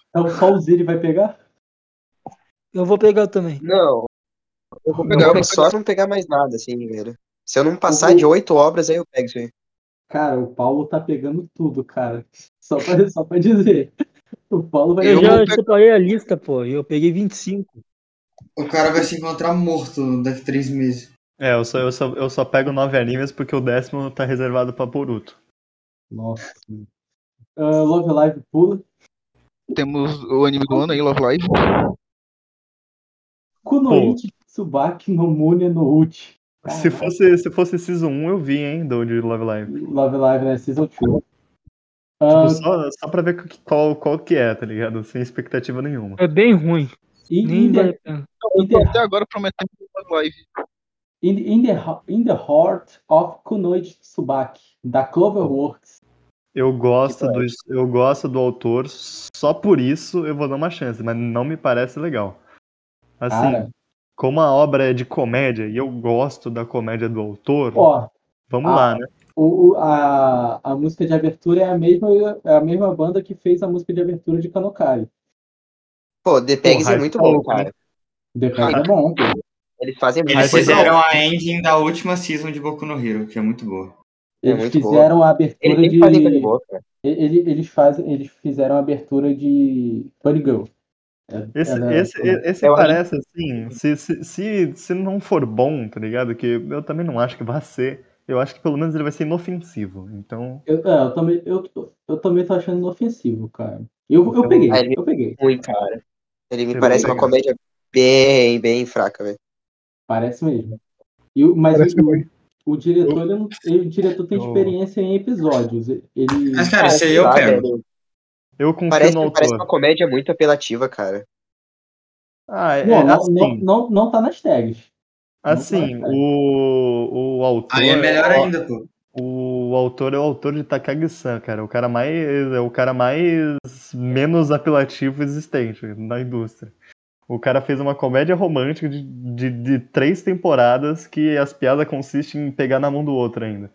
A: Então só o Ziri vai pegar?
G: Eu vou pegar também.
H: Não. Eu vou
C: Não,
H: pegar,
C: eu
H: mas só não pegar mais nada, assim, velho. Se eu não passar
A: Uhum.
H: de oito obras, aí eu pego isso aí.
A: Cara, o Paulo tá pegando tudo, cara. Só pra, só pra dizer. O Paulo vai.
G: Eu,
F: Eu
G: já
F: vou pegar-
G: separei a lista, pô. E eu peguei 25.
D: O cara vai se encontrar morto daqui a três meses.
C: É, eu só, eu, só, eu só pego nove animes porque o décimo tá reservado pra Boruto.
A: Nossa. Ah, Love Live pula.
F: Temos o anime do ano aí, Love Live.
A: Kunoichi Tsubaki no Mune no Uchi.
C: Se fosse, se fosse Season 1, eu vi, hein, do de Love Live.
A: Love Live, né? Season 2. Ah,
C: Tipo, só, só pra ver que- qual, qual que é, tá ligado? Sem expectativa nenhuma.
G: É bem ruim.
A: e
G: Nem
A: in
G: vale
A: the,
G: a pena.
F: Eu tô
A: Inter-
F: até agora prometendo Love Live.
A: in, in the, in the Heart of Kunoichi Tsubaki, da Cloverworks.
C: Eu gosto, do, eu gosto do autor, só por isso eu vou dar uma chance, mas não me parece legal. Assim,
A: Cara,
C: como a obra é de comédia e eu gosto da comédia do autor,
A: ó,
C: vamos
A: ah.
C: lá, né?
A: O, o- a, a música de abertura é a mesma é a mesma banda que fez a música de abertura de Kanokari.
H: Pô, The Pegs
C: Porra,
H: é muito
C: tá
H: bom,
C: louco,
H: cara.
A: Depois é bom.
H: Eles fazem muita
D: Eles
H: coisa.
D: fizeram a ending da última season de Boku no Hero, que é muito boa.
H: É
A: Eles
H: muito
A: fizeram a abertura
H: Eles sempre
A: de.
H: fazem coisa boa, cara.
A: ele- eles, fazem, eles fizeram a abertura de Bunny Girl. É-
C: Esse,
A: ela-
C: esse, esse
H: Eu acho-
C: parece assim, se, se, se, se não for bom, tá ligado? Que eu também não acho que vai ser. Eu acho que pelo menos ele vai ser inofensivo. Então,
A: eu, é, eu também, eu, tô- eu também tô achando inofensivo, cara. Eu, eu
C: Eu-
A: peguei,
H: Ah, ele-
A: eu peguei.
H: Ruim, cara. Ele me
C: Eu
H: parece
C: vou
H: uma
C: pegar.
H: comédia bem, bem fraca, velho.
A: Parece mesmo. E, o- mas
I: Parece
A: o,
I: ruim.
A: o diretor, ele, não- ele- o diretor tem
C: Eu-
A: experiência em episódios. Ele,
D: Mas, cara, esse aí
H: sei
D: eu
H: lá,
D: pego.
H: velho.
C: eu confio
H: Parece,
C: no
H: parece
C: autor.
H: uma comédia muito apelativa, cara.
C: Ah, é,
A: não, não,
C: assim,
A: não, não, não tá nas tags. não
C: assim
A: parece.
C: o, o autor.
D: Aí é melhor ainda, pô.
C: O autor é o autor de Takagi-san, cara. O cara mais. É o cara mais. menos apelativo existente na indústria. O cara fez uma comédia romântica de, de, de três temporadas que as piadas consistem em pegar na mão do outro ainda.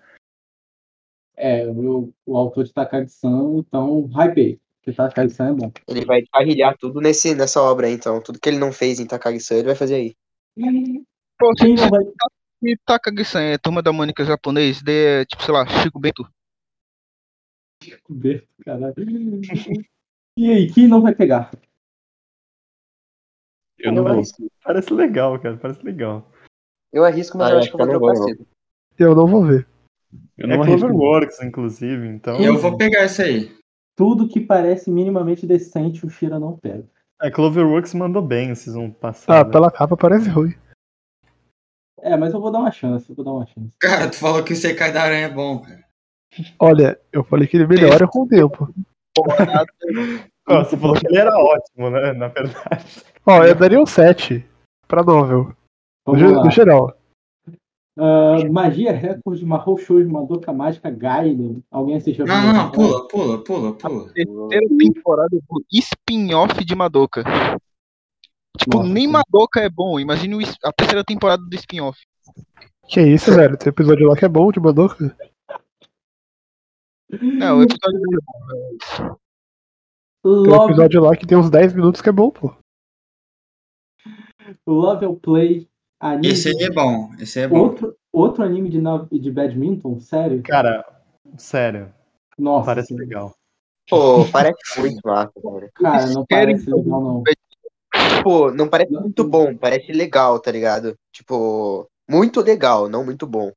A: É, o, o autor de Takagi-san, então, hypei. Porque Takagi-san é bom.
H: Ele vai parrilhar tudo nesse, nessa obra, aí, então. Tudo que ele não fez em Takagi-san, ele vai fazer aí.
F: Pô, se
A: Quem não vai...
F: me taca Gissan, é turma da Mônica japonês, de, tipo, sei lá, Chico Bento.
A: Berto, caralho. E aí, quem não vai pegar?
B: Eu não vou.
H: arrisco.
C: Parece legal, cara. Parece legal.
H: Eu arrisco, mas Ah, eu é, acho que eu vou eu não trocar vou, não. cedo.
I: Eu não vou ver.
B: Eu não
C: é
B: arrisco.
C: Cloverworks, inclusive, então.
D: Eu vou pegar esse aí.
A: Tudo que parece minimamente decente, o Shira não pega.
C: A Cloverworks mandou É, bem vocês vão
I: Ah,
C: passar.
I: pela capa parece ruim.
A: É, mas eu vou dar uma chance, eu vou dar uma chance.
D: Cara, tu falou que o Sekai da Aranha é bom, cara.
I: Olha, eu falei que ele melhora com o tempo.
C: Ó, você falou que ele era ótimo, né? Na verdade.
I: Ó, eu daria um 7 pra novel. No,
A: Vamos
I: ge-
A: lá.
I: no geral.
A: Ah, magia Record Marrou Shows Madoka Mágica Gaiden. Alguém assistiu?
D: Não, não, não, pula, pula, pula, pula.
F: Terceira temporada do spin-off de Madoka. Tipo,
A: Nossa,
F: nem Madoka é bom. Imagina o es- a terceira temporada do spin-off.
I: Que isso, velho? Tem episódio lá que é bom de Madoka.
F: Não, o episódio É não é bom.
I: Tem um
A: Love,
I: episódio lá que tem uns 10 minutos que é bom, pô.
A: Love and Play. Anime.
D: Esse aí é bom, esse aí é bom.
A: outro, outro anime de, nav- de badminton? Sério?
C: Cara, sério,
A: Nossa.
C: parece
A: senhora.
C: legal.
I: [laughs]
H: Pô, parece muito massa, cara.
A: Cara, não
F: Sério,
A: parece legal, não.
H: Pô, não parece muito bom, parece legal, tá ligado? Tipo, muito legal, não muito bom.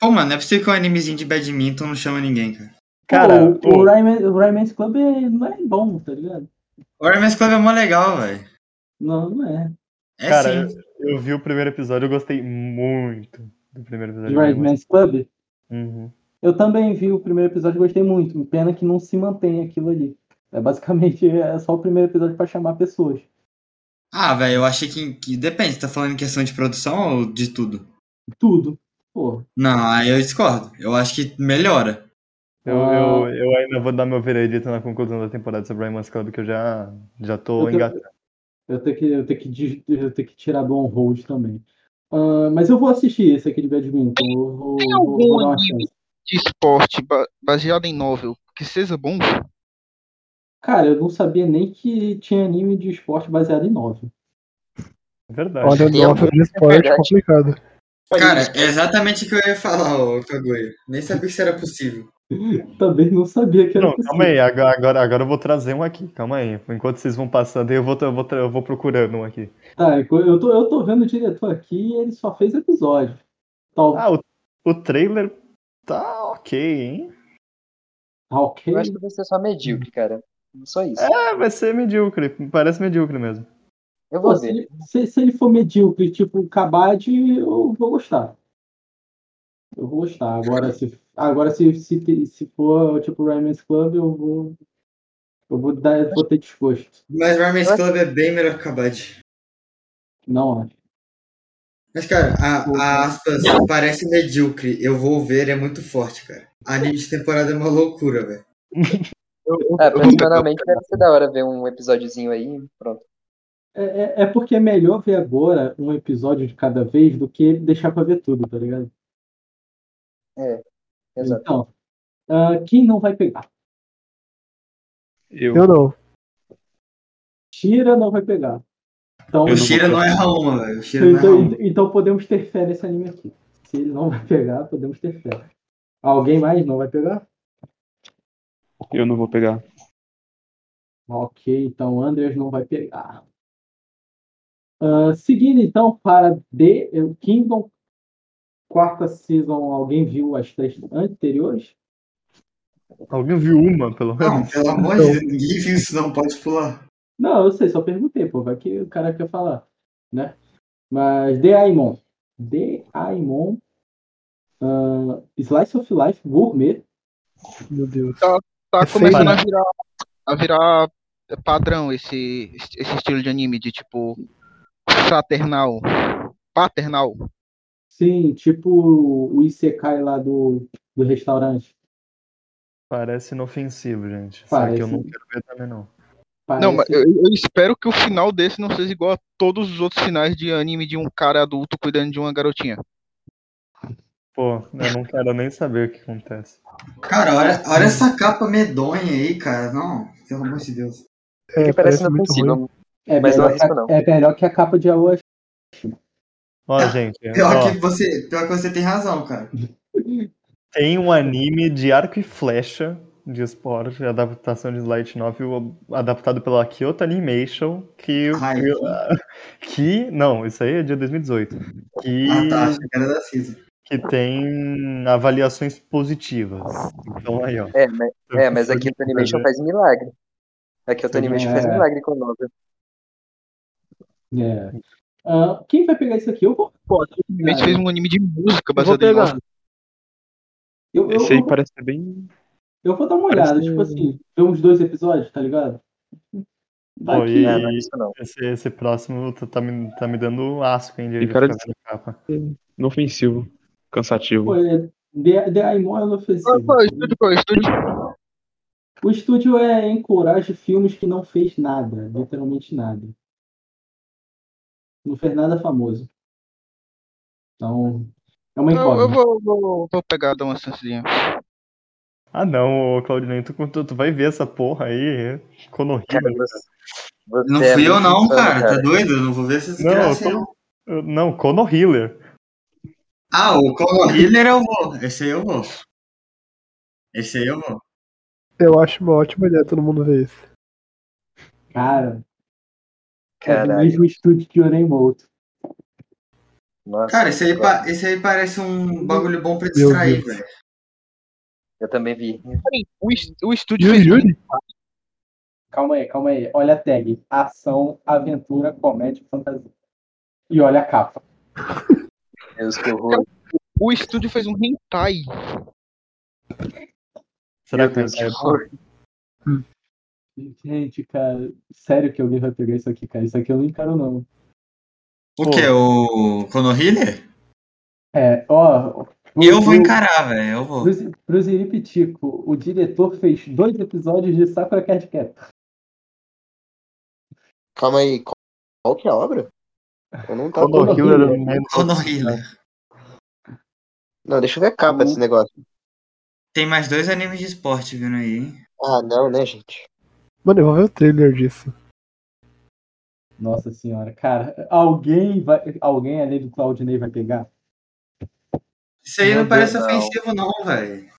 D: Pô, mano, não é possível que um animezinho de badminton não chama ninguém, cara.
C: Cara,
A: Pô, o,
C: pô.
A: o, Rayman- o Rayman's Club é- não é bom, tá ligado?
D: O Armas Club é mó legal, velho.
A: Não, não é.
D: É
C: Cara,
D: sim.
C: eu, eu vi o primeiro episódio, eu gostei muito do primeiro
A: De
C: episódio.
A: Rayman's Club?
C: Uhum.
A: Eu também vi o primeiro episódio e gostei muito. Pena que não se mantém aquilo ali. É basicamente [laughs] é só o primeiro episódio pra chamar pessoas.
D: Ah, velho, eu achei que, que. Depende, tá falando em questão de produção ou de tudo?
A: Tudo. Pô,
D: Não, aí eu discordo. Eu acho que melhora.
C: Eu,
A: Ah.
C: eu, eu ainda vou dar meu veredito na conclusão da temporada sobre Rayman's Club, que eu já, já tô
A: Eu tô-
C: engatando.
A: eu tenho que, eu tenho que, dis- eu tenho que tirar do on-hold também. Ah, mas eu vou assistir esse aqui de Badminton. Eu vou,
F: Tem
A: vou-
F: algum
A: vou dar uma
F: anime?
A: chance.
F: De esporte ba- baseado em novel. Que seja bom.
A: Cara, eu não sabia nem que tinha anime de esporte baseado em novel.
C: É Verdade.
I: Olha,
H: Tem
I: novel
H: algum-
I: de esporte é
H: verdade.
I: complicado.
D: Cara, é exatamente o que eu ia falar, ô Kaguya. Nem sabia que isso era possível.
A: Também não sabia que era
C: Não,
A: possível.
C: calma aí, agora, agora, agora eu vou trazer um aqui, calma aí. Enquanto vocês vão passando, eu vou, tra- eu vou, tra- eu vou procurando um aqui.
A: Tá, eu tô, eu tô vendo o diretor aqui e ele só fez episódio. Tal,
C: Ah, o, o trailer tá ok, hein?
A: tá ok.
E: Eu acho que vai ser só medíocre, cara. Só isso.
C: É, vai ser medíocre, parece medíocre mesmo.
E: Eu
A: Pô,
E: vou
A: se,
E: ver.
A: ele, se, se ele for medíocre, tipo Kabad, eu vou gostar. Eu vou gostar. Agora, se, agora se, se, se for tipo Rayman's Club, eu vou. Eu vou, dar, eu vou ter desgosto.
D: Mas o Armas Club é bem melhor que o Kabad.
A: Não acho.
D: Mas, cara, a, a aspas parece medíocre. Eu vou ver, é muito forte, cara. Anime de temporada é uma loucura, velho.
E: É, personalmente deve ser da hora ver um episódiozinho aí. Pronto.
A: É, é, é porque é melhor ver agora um episódio de cada vez do que deixar pra ver tudo, tá ligado?
E: É. Exato.
A: Então, ah, quem não vai pegar?
B: Eu,
I: Eu não.
A: Tira não vai pegar. Então,
D: O
B: Eu não
D: Shira
B: vou-
D: não erra uma, velho. O Shira não erra
A: Então,
D: uma.
A: então- então podemos ter fé nesse anime aqui. Se ele não vai pegar, podemos ter fé. Alguém mais não vai pegar?
B: eu não vou pegar.
A: Ok, então o Andreas não vai pegar. Ah, seguindo então para The Kingdom, quarta season. Alguém viu as três anteriores?
C: Alguém viu uma, pelo menos?
I: [laughs]
D: Não, pelo amor
I: Então-
D: de Deus, ninguém viu isso, não pode pular.
A: Não, eu sei, só perguntei, pô, vai que o cara quer falar, né? Mas The Aimon. The Aimon. ah, Slice of Life Gourmet.
I: Meu Deus.
F: Tá
I: É
F: começando a
I: feio,
F: virar, a virar padrão esse, esse estilo de anime de tipo fraternal. Paternal.
A: Sim, tipo o Isekai lá do, do restaurante.
C: Parece inofensivo, gente. Só que
A: Parece.
C: eu não quero ver também, não.
F: Não,
A: Parece-
F: mas eu, eu espero que o final desse não seja igual a todos os outros finais de anime de um cara adulto cuidando de uma garotinha.
C: Pô, eu não quero nem saber o que acontece.
D: Cara, olha, olha essa capa medonha aí, cara. Não, pelo amor de Deus.
I: É,
E: Porque parece
I: parece muito
E: inofensivo.
I: ruim.
A: É
E: Mas não
A: melhor, que a,
E: arrisco, não.
A: é melhor que a capa de Aoi. [laughs]
C: Ó, gente,
D: Pior
C: É, ó,
D: que, você, pior que você tem razão, cara.
C: tem um anime de arco e flecha de esporte, adaptação de Light Novel, adaptado pela Kyoto Animation, que.
D: Ai,
C: [laughs] que. Não, isso aí é de 2018. Que,
D: Ah, tá, achei que era da Cisa.
C: que tem avaliações positivas. Então aí, ó.
E: É, mas, é, mas aqui o Animation faz milagre.
A: É.
E: Aqui o Animation faz milagre com o novel.
A: É. Ah, quem vai pegar isso aqui? Eu vou.
F: A gente fez um anime de música
A: Eu vou
F: baseado em
A: pegar.
F: música.
A: Eu, eu-
B: Esse aí
A: eu-
B: parece ser bem.
A: eu vou dar uma
B: parece-
A: olhada, tipo assim, ver uns dois episódios, tá ligado?
C: Pô,
A: Daqui-
C: e
E: Não, não é isso não.
C: esse, esse próximo tá, tá me, tá me dando asco, hein, de,
B: Tem
C: de
B: cara
C: ficar
B: de-
C: vendo a capa.
B: inofensivo, cansativo.
A: Pô, é, The, The Aimon é inofensivo.
F: Ah, pô, estúdio, pô, estúdio.
A: O estúdio é encoraja filmes que não fez nada, literalmente nada. Não fez nada é famoso. Então, é uma
F: Eu, eu
A: incógnita.
F: vou, vou, vou pegar, dar uma chancezinha.
C: Ah não, ô, Claudinei, tu, tu, tu vai ver essa porra aí, é ficou horrível.
D: Não
J: é
D: fui eu
J: muito
D: não,
J: insano,
D: cara. Tá doido? Eu não vou ver essas
C: Não, eu
D: desgraças. aí,
C: tô-
D: não.
C: Eu- Não, Conor Hiller.
D: Ah, o Conor Hiller eu vou. Esse aí eu vou. Esse aí eu vou.
I: Eu acho uma ótima ideia todo mundo ver isso.
A: Cara, é do
E: Caralho.
A: mesmo estúdio que o Neymouto.
E: Nossa,
D: Cara, esse aí,
E: eu-
D: pa- esse aí parece um bagulho bom pra
I: Meu
D: distrair,
I: Deus.
D: velho.
E: Eu também vi.
F: Peraí, O, es- o estúdio
I: Yuri,
F: fez
I: Yuri?
A: Calma aí, calma aí. Olha a tag. Ação, aventura, comédia, fantasia. E olha a capa.
E: Deus, que horror.
F: O estúdio fez um hentai.
C: Será
E: Meu
C: que
E: Deus, que
C: é
E: horror.
A: Gente, cara, sério que alguém vai pegar isso aqui, cara. Isso aqui eu não encaro, não.
D: O que? O Conor Hiller?
A: É, ó.
D: Eu vou
A: pro-
D: encarar, velho. Eu vou.
A: pro- Pro Ziripitico, o diretor fez dois episódios de Sakura Card Captor.
H: Calma aí, qual- qual que é a obra? Eu não tava.
C: Conor
A: Conor
C: Hiller
A: Hiller.
C: é o mesmo.
D: Conor Hiller.
H: Não, deixa eu ver a capa desse negócio.
D: Tem mais dois animes de esporte vindo aí, hein?
H: Ah, não, né, gente?
I: Mano, eu vou ver o trailer disso.
A: Nossa senhora, cara, alguém vai, alguém além do Claudinei vai pegar?
D: Isso aí
E: Meu
D: não parece
E: Deus, não.
D: ofensivo, não, velho.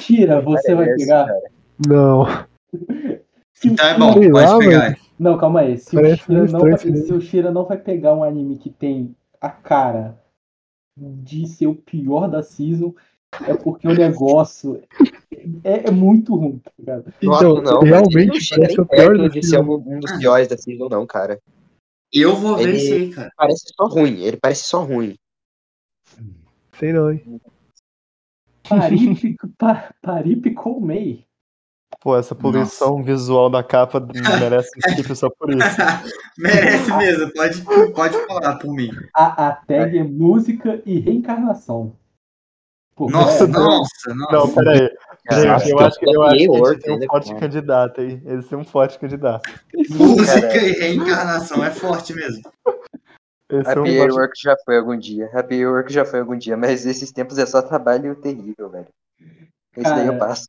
A: Tira, você vai
E: Parece,
A: pegar?
I: Não.
A: Se o
D: [laughs] Então é
A: Shira-
D: bom,
I: Sei
D: pode
I: lá,
D: pegar.
A: Não, calma aí. Se o,
I: Parece
A: Shira
I: meio
A: não vai,
I: estranho esse
A: se o Shira não vai pegar um anime que tem a cara de ser o pior da season, é porque
D: [laughs]
A: o negócio é, é muito ruim, tá ligado?
I: Então,
H: não, um
I: realmente
H: não chega
I: parece
H: nem
I: o pior
H: perto
I: da
H: de ser
I: season.
H: um, um dos piores da season, não, cara.
D: Eu vou ver
H: Ele-
D: esse aí, cara.
H: Parece só ruim, ele parece só ruim.
I: Sei não, hein? [laughs]
A: Paripe, pa, Paripe com Mei.
C: [laughs] Pô, essa poluição visual da
D: [laughs]
C: capa merece um skip só por isso.
D: Merece mesmo, pode, pode falar por mim.
A: A, a tag é música e reencarnação. Pô,
D: Nossa,
A: é-
D: nossa, nossa.
C: Não, peraí.
E: Cara,
C: Gente, eu acho
A: tá
C: que, eu acho que
H: Meio
C: eles têm um
H: orc,
C: forte
H: né?
C: candidato, hein? Eles têm um forte candidato.
D: Música e reencarnação é forte mesmo.
C: Esse é um
E: Happy
C: forte
E: Work já foi algum dia. Happy Work já foi algum dia, mas esses tempos é só trabalho terrível, velho. Esse daí
A: Cara,
E: eu passo.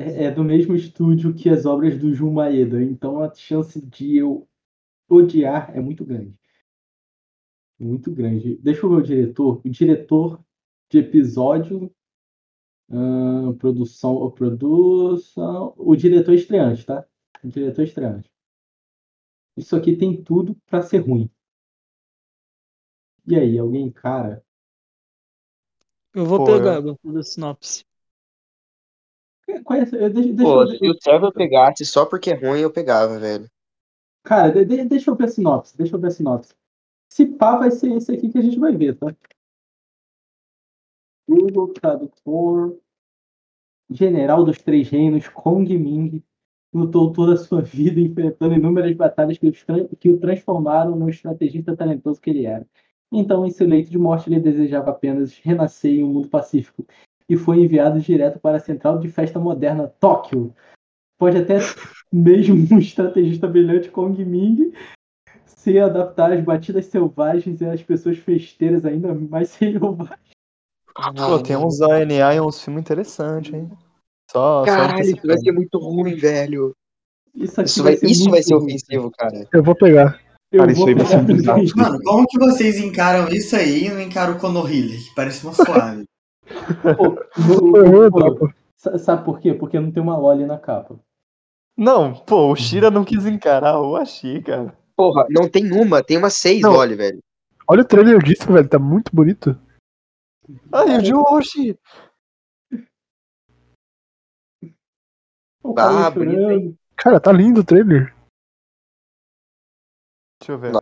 A: É, é do mesmo estúdio que as obras do Jun Maeda, então a chance de eu odiar é muito grande. Muito grande. Deixa eu ver o diretor. O diretor de episódio, ahn, produção, ou produção, o diretor estreante, tá? O diretor estreante. Isso aqui tem tudo pra ser ruim. E aí, alguém, cara?
G: Eu vou
C: Pô,
G: pegar
C: eu-
G: agora pela sinopse.
A: é, Qual é, essa- eu- deixa, deixa
H: Pô,
A: eu,
H: se o Trevor pegasse só porque é ruim, eu pegava, velho.
A: cara, de- de- deixa eu ver a sinopse. Deixa eu ver a sinopse. Se pá, vai ser esse aqui que a gente vai ver, tá? Google tá Tradutor, general dos três reinos, Kong Ming, lutou toda a sua vida enfrentando inúmeras batalhas que o, tran- que o transformaram no estrategista talentoso que ele era. Então, em seu leito de morte, ele desejava apenas renascer em um mundo pacífico e foi enviado direto para a central de festa moderna Tóquio. Pode até [laughs] mesmo um estrategista brilhante Kong Ming se adaptar às batidas selvagens e às pessoas festeiras ainda mais [laughs] selvagens.
C: Pô, tem uns ANA e uns filmes interessantes, hein? Só, só
H: Caralho, isso vai
C: antecipando.
H: ser muito ruim, velho.
A: Isso aqui
H: Isso vai, isso
A: muito
H: vai ser
A: ruim.
H: ofensivo, cara.
I: Eu vou pegar.
A: Eu
B: Cara, isso
A: vou
B: aí vai ser um
A: pegar
I: [laughs]
B: desastre.
A: também.
D: Mano, como que vocês encaram isso aí e não encaram o Conor Hiller? Que parece uma suave.
A: Pô, no-
I: Eu vou
A: pô,
I: dar, pô.
A: sa- sabe por quê? Porque não tem uma Loli na capa.
C: Não, pô, o Shira não quis encarar o Ashi, cara.
H: Porra, não tem uma, tem umas seis,
I: Não.
H: olha, velho.
I: Olha o trailer disso, velho. Tá muito bonito.
C: Aí Ah, o de Oshi.
A: O cara tá
H: Ah, bonito,
A: chorando.
I: Cara, tá lindo o trailer.
C: Deixa eu ver.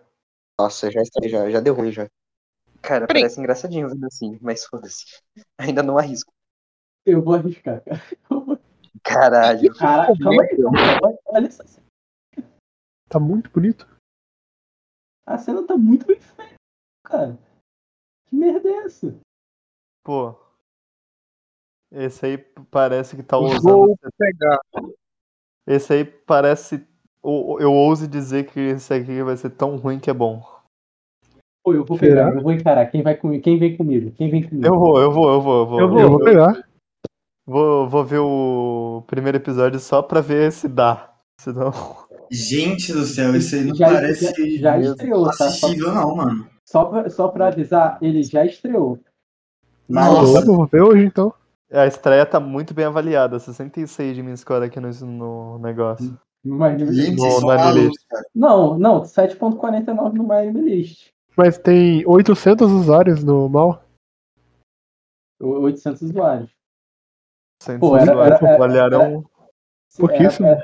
H: Nossa, já, estrei- já, já deu ruim já.
E: Cara, parece engraçadinho vendo assim, mas foda-se. [laughs] Ainda não arrisco.
A: Eu vou arriscar, cara.
E: Caralho.
A: Caraca, calma aí, calma aí, olha- Olha essa cena.
I: Tá muito bonito.
A: A cena tá muito bem feita, cara. Que merda é essa?
F: Tá
C: Pô. Esse aí p- parece que tá
A: Vou
C: ousando.
F: pegar.
C: Esse aí parece. ou- Eu ouso dizer que esse aqui vai ser tão ruim que é bom.
A: Pô, eu vou
C: Será?
A: pegar, eu vou encarar. Quem, vai comigo, quem vem comigo? Quem vem comigo?
C: Eu vou, eu vou, eu vou. Eu vou,
A: Eu vou, eu vou
I: pegar.
C: Vou, vou ver o primeiro episódio só pra ver se dá. Se não.
D: Gente do céu, isso aí não
A: Já-
D: parece
A: já- já estreou, tá?
D: assistível, não, mano.
A: Só pra, só pra avisar, ele já estreou.
C: Nossa.
I: Eu vou ver hoje então.
C: A estreia tá muito bem avaliada, 66 de minha score aqui no, no negócio.
A: Mas,
C: Gente, vocês são malucos,
A: Não, não, 7.49 no MyMList.
I: Mas tem 800 usuários no mal.
A: 800 usuários.
C: Pô, era, era, avaliaram.
A: Sim, era-
I: Pouquíssimo.
A: Era,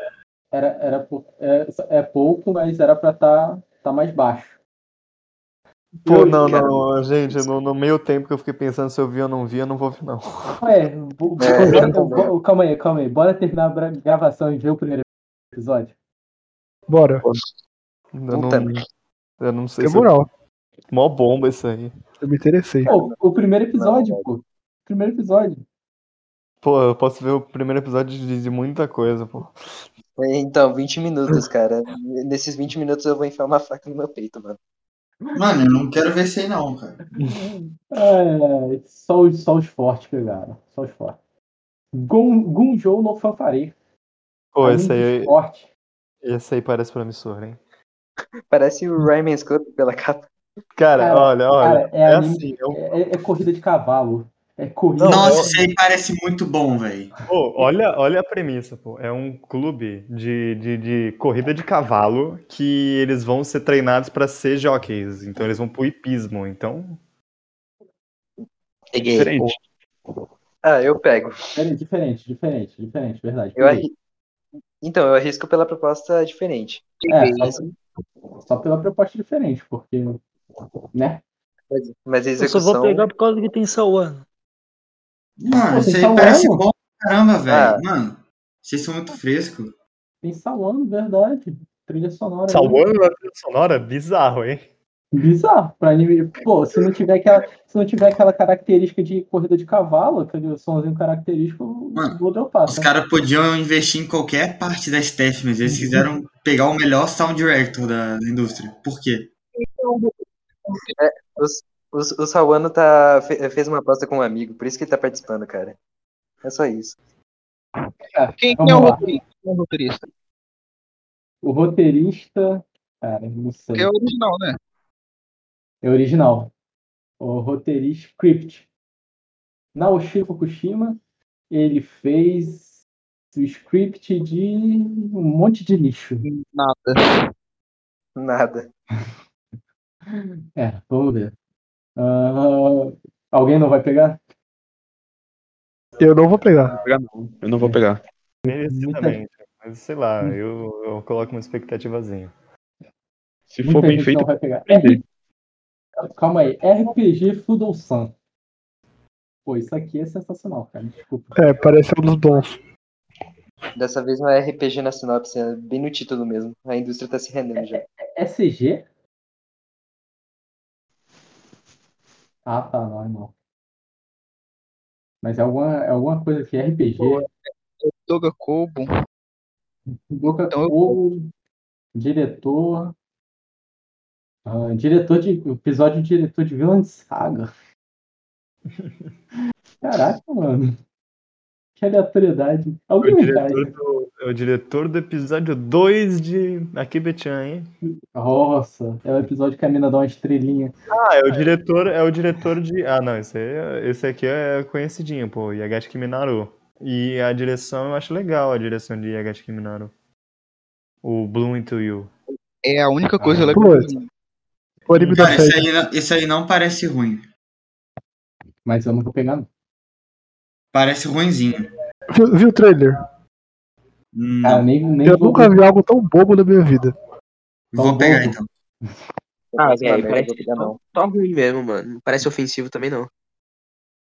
A: era, era pou- é, é pouco, mas era pra tá, tá mais baixo.
C: Pô,
A: Eu-
C: não,
A: cara,
C: não, gente, no, no meio tempo que eu fiquei pensando se eu vi ou não vi, eu não vou ver, não.
A: Ué, bo-
C: É,
A: bo-
C: eu
A: bo- bo- calma aí, calma aí. Bora terminar a bra- gravação e ver o primeiro episódio.
I: Bora.
C: Eu não, eu não sei
I: Tem
C: se. eu-
I: moral.
C: Mó bomba isso aí.
I: Eu me interessei.
A: Pô, o primeiro episódio, pô. Primeiro episódio.
C: Pô, eu posso ver o primeiro episódio de, de muita coisa, pô.
E: Então, 20 minutos, cara. Nesses 20 minutos eu vou enfiar uma faca no meu peito, mano.
D: Mano, eu não quero ver isso aí, não, cara.
A: É, só, os, só os fortes pegaram. Só os fortes. Gun- Gunjou no fanfare.
C: Pô,
A: Além
C: esse aí.
A: dos fortes.
C: Esse aí parece promissor, hein?
E: Parece o Ryan's Club pela capa.
C: Cara, olha, olha.
A: Cara, é,
C: é
A: anime-
C: assim,
A: é- é corrida de cavalo. É corrida.
D: Nossa, isso aí parece muito bom, velho.
C: Pô, olha, olha a premissa, pô. É um clube de, de, de corrida de cavalo que eles vão ser treinados pra ser jockeys. Então eles vão pro hipismo. Então.
H: Peguei.
B: Diferente.
E: Ah, eu pego.
A: Diferente, diferente, diferente, diferente, verdade.
E: Eu arri... Então, eu arrisco pela proposta diferente.
A: É, só, só pela proposta diferente, porque. Né?
E: Mas- Mas a
G: Eu só
E: execução.
G: vou pegar por causa que tem Sawan.
D: Mano,
A: Pô,
D: isso
A: tem um
D: aí
A: Sauano?
D: parece bom pra caramba, velho.
E: Ah.
D: Mano, vocês são muito frescos.
A: Tem Sawano, verdade. Trilha sonora. né?
C: Salvando a trilha sonora? Bizarro, hein?
A: Bizarro pra anime. Pô, se não tiver aquela, se não tiver aquela característica de corrida de cavalo, aquele somzinho característico,
D: Mano,
A: eu vou dropar.
D: Os
A: tá?
D: caras podiam investir em qualquer parte da staff, mas eles quiseram pegar o melhor sound director da, da indústria. Por quê?
E: Os, os, É, o Sawano tá, fe- fez uma aposta com um amigo, por isso que ele tá participando, cara. É só isso.
F: Quem
A: Vamos
F: é o
A: lá.
F: roteirista? Quem é o roteirista?
A: O roteirista. Cara, não sei.
F: É o original, né?
A: É original. O roteirista script. Naoshi Fukushima, ele fez o script de um monte de lixo.
F: Nada.
E: Nada.
A: É, vamos ver. Ah, alguém não vai pegar?
I: Eu não vou pegar.
B: Pegar não. Eu não vou pegar.
C: Merecidamente. É. Mas sei lá, eu, eu coloco uma expectativazinha.
B: Se
A: Muita
B: for bem
A: gente
B: feito,
A: não então vai pegar.
B: aprender.
A: Calma aí. RPG Fudousan. Pô, isso aqui é sensacional, cara. Desculpa.
I: É, parece um dos bons.
E: Dessa vez não é RPG na sinopse, é bem no título mesmo. A indústria tá se rendendo já.
A: É CG? Ah, tá, não, não. Mas é alguma, é alguma coisa que RPG,
F: É Doga Kobo.
A: Boca
F: Então eu-
A: ou diretor. ah, diretor de. Episódio de diretor de Villain
J: [laughs]
A: Saga. Caraca, mano. Que aleatoriedade.
C: É
A: Alguém
C: o
A: me traz.
C: diretor do, é o diretor do episódio 2 de Akibechan, hein?
A: Nossa, é o episódio que a mina dá uma estrelinha.
C: Ah, é o diretor, é o diretor de. Ah, não, esse, aí- esse aqui é conhecidinho, pô, Yagashi Kiminaru. E a direção eu acho legal, a direção de Yagashi Kiminaru. O Bloom Into You.
F: É a única coisa
C: Ah,
F: legal.
I: Pô, o anime da
D: Cara, isso
I: série.
D: aí, não- isso aí não parece ruim.
A: Mas eu não vou pegar, não.
D: Parece ruinzinho. Hum.
I: Viu, viu o trailer?
A: Cara,
D: Não,
A: nem, nem
I: Eu
A: vou
I: nunca
A: ver.
I: vi algo tão bobo na minha vida.
A: tão
D: vou pegar
A: bobo.
D: então.
J: Ah,
A: Essa
J: velho,
A: merda
J: parece
A: eu vou pegar, não.
J: só ruim mesmo, mano. Não parece ofensivo também, não.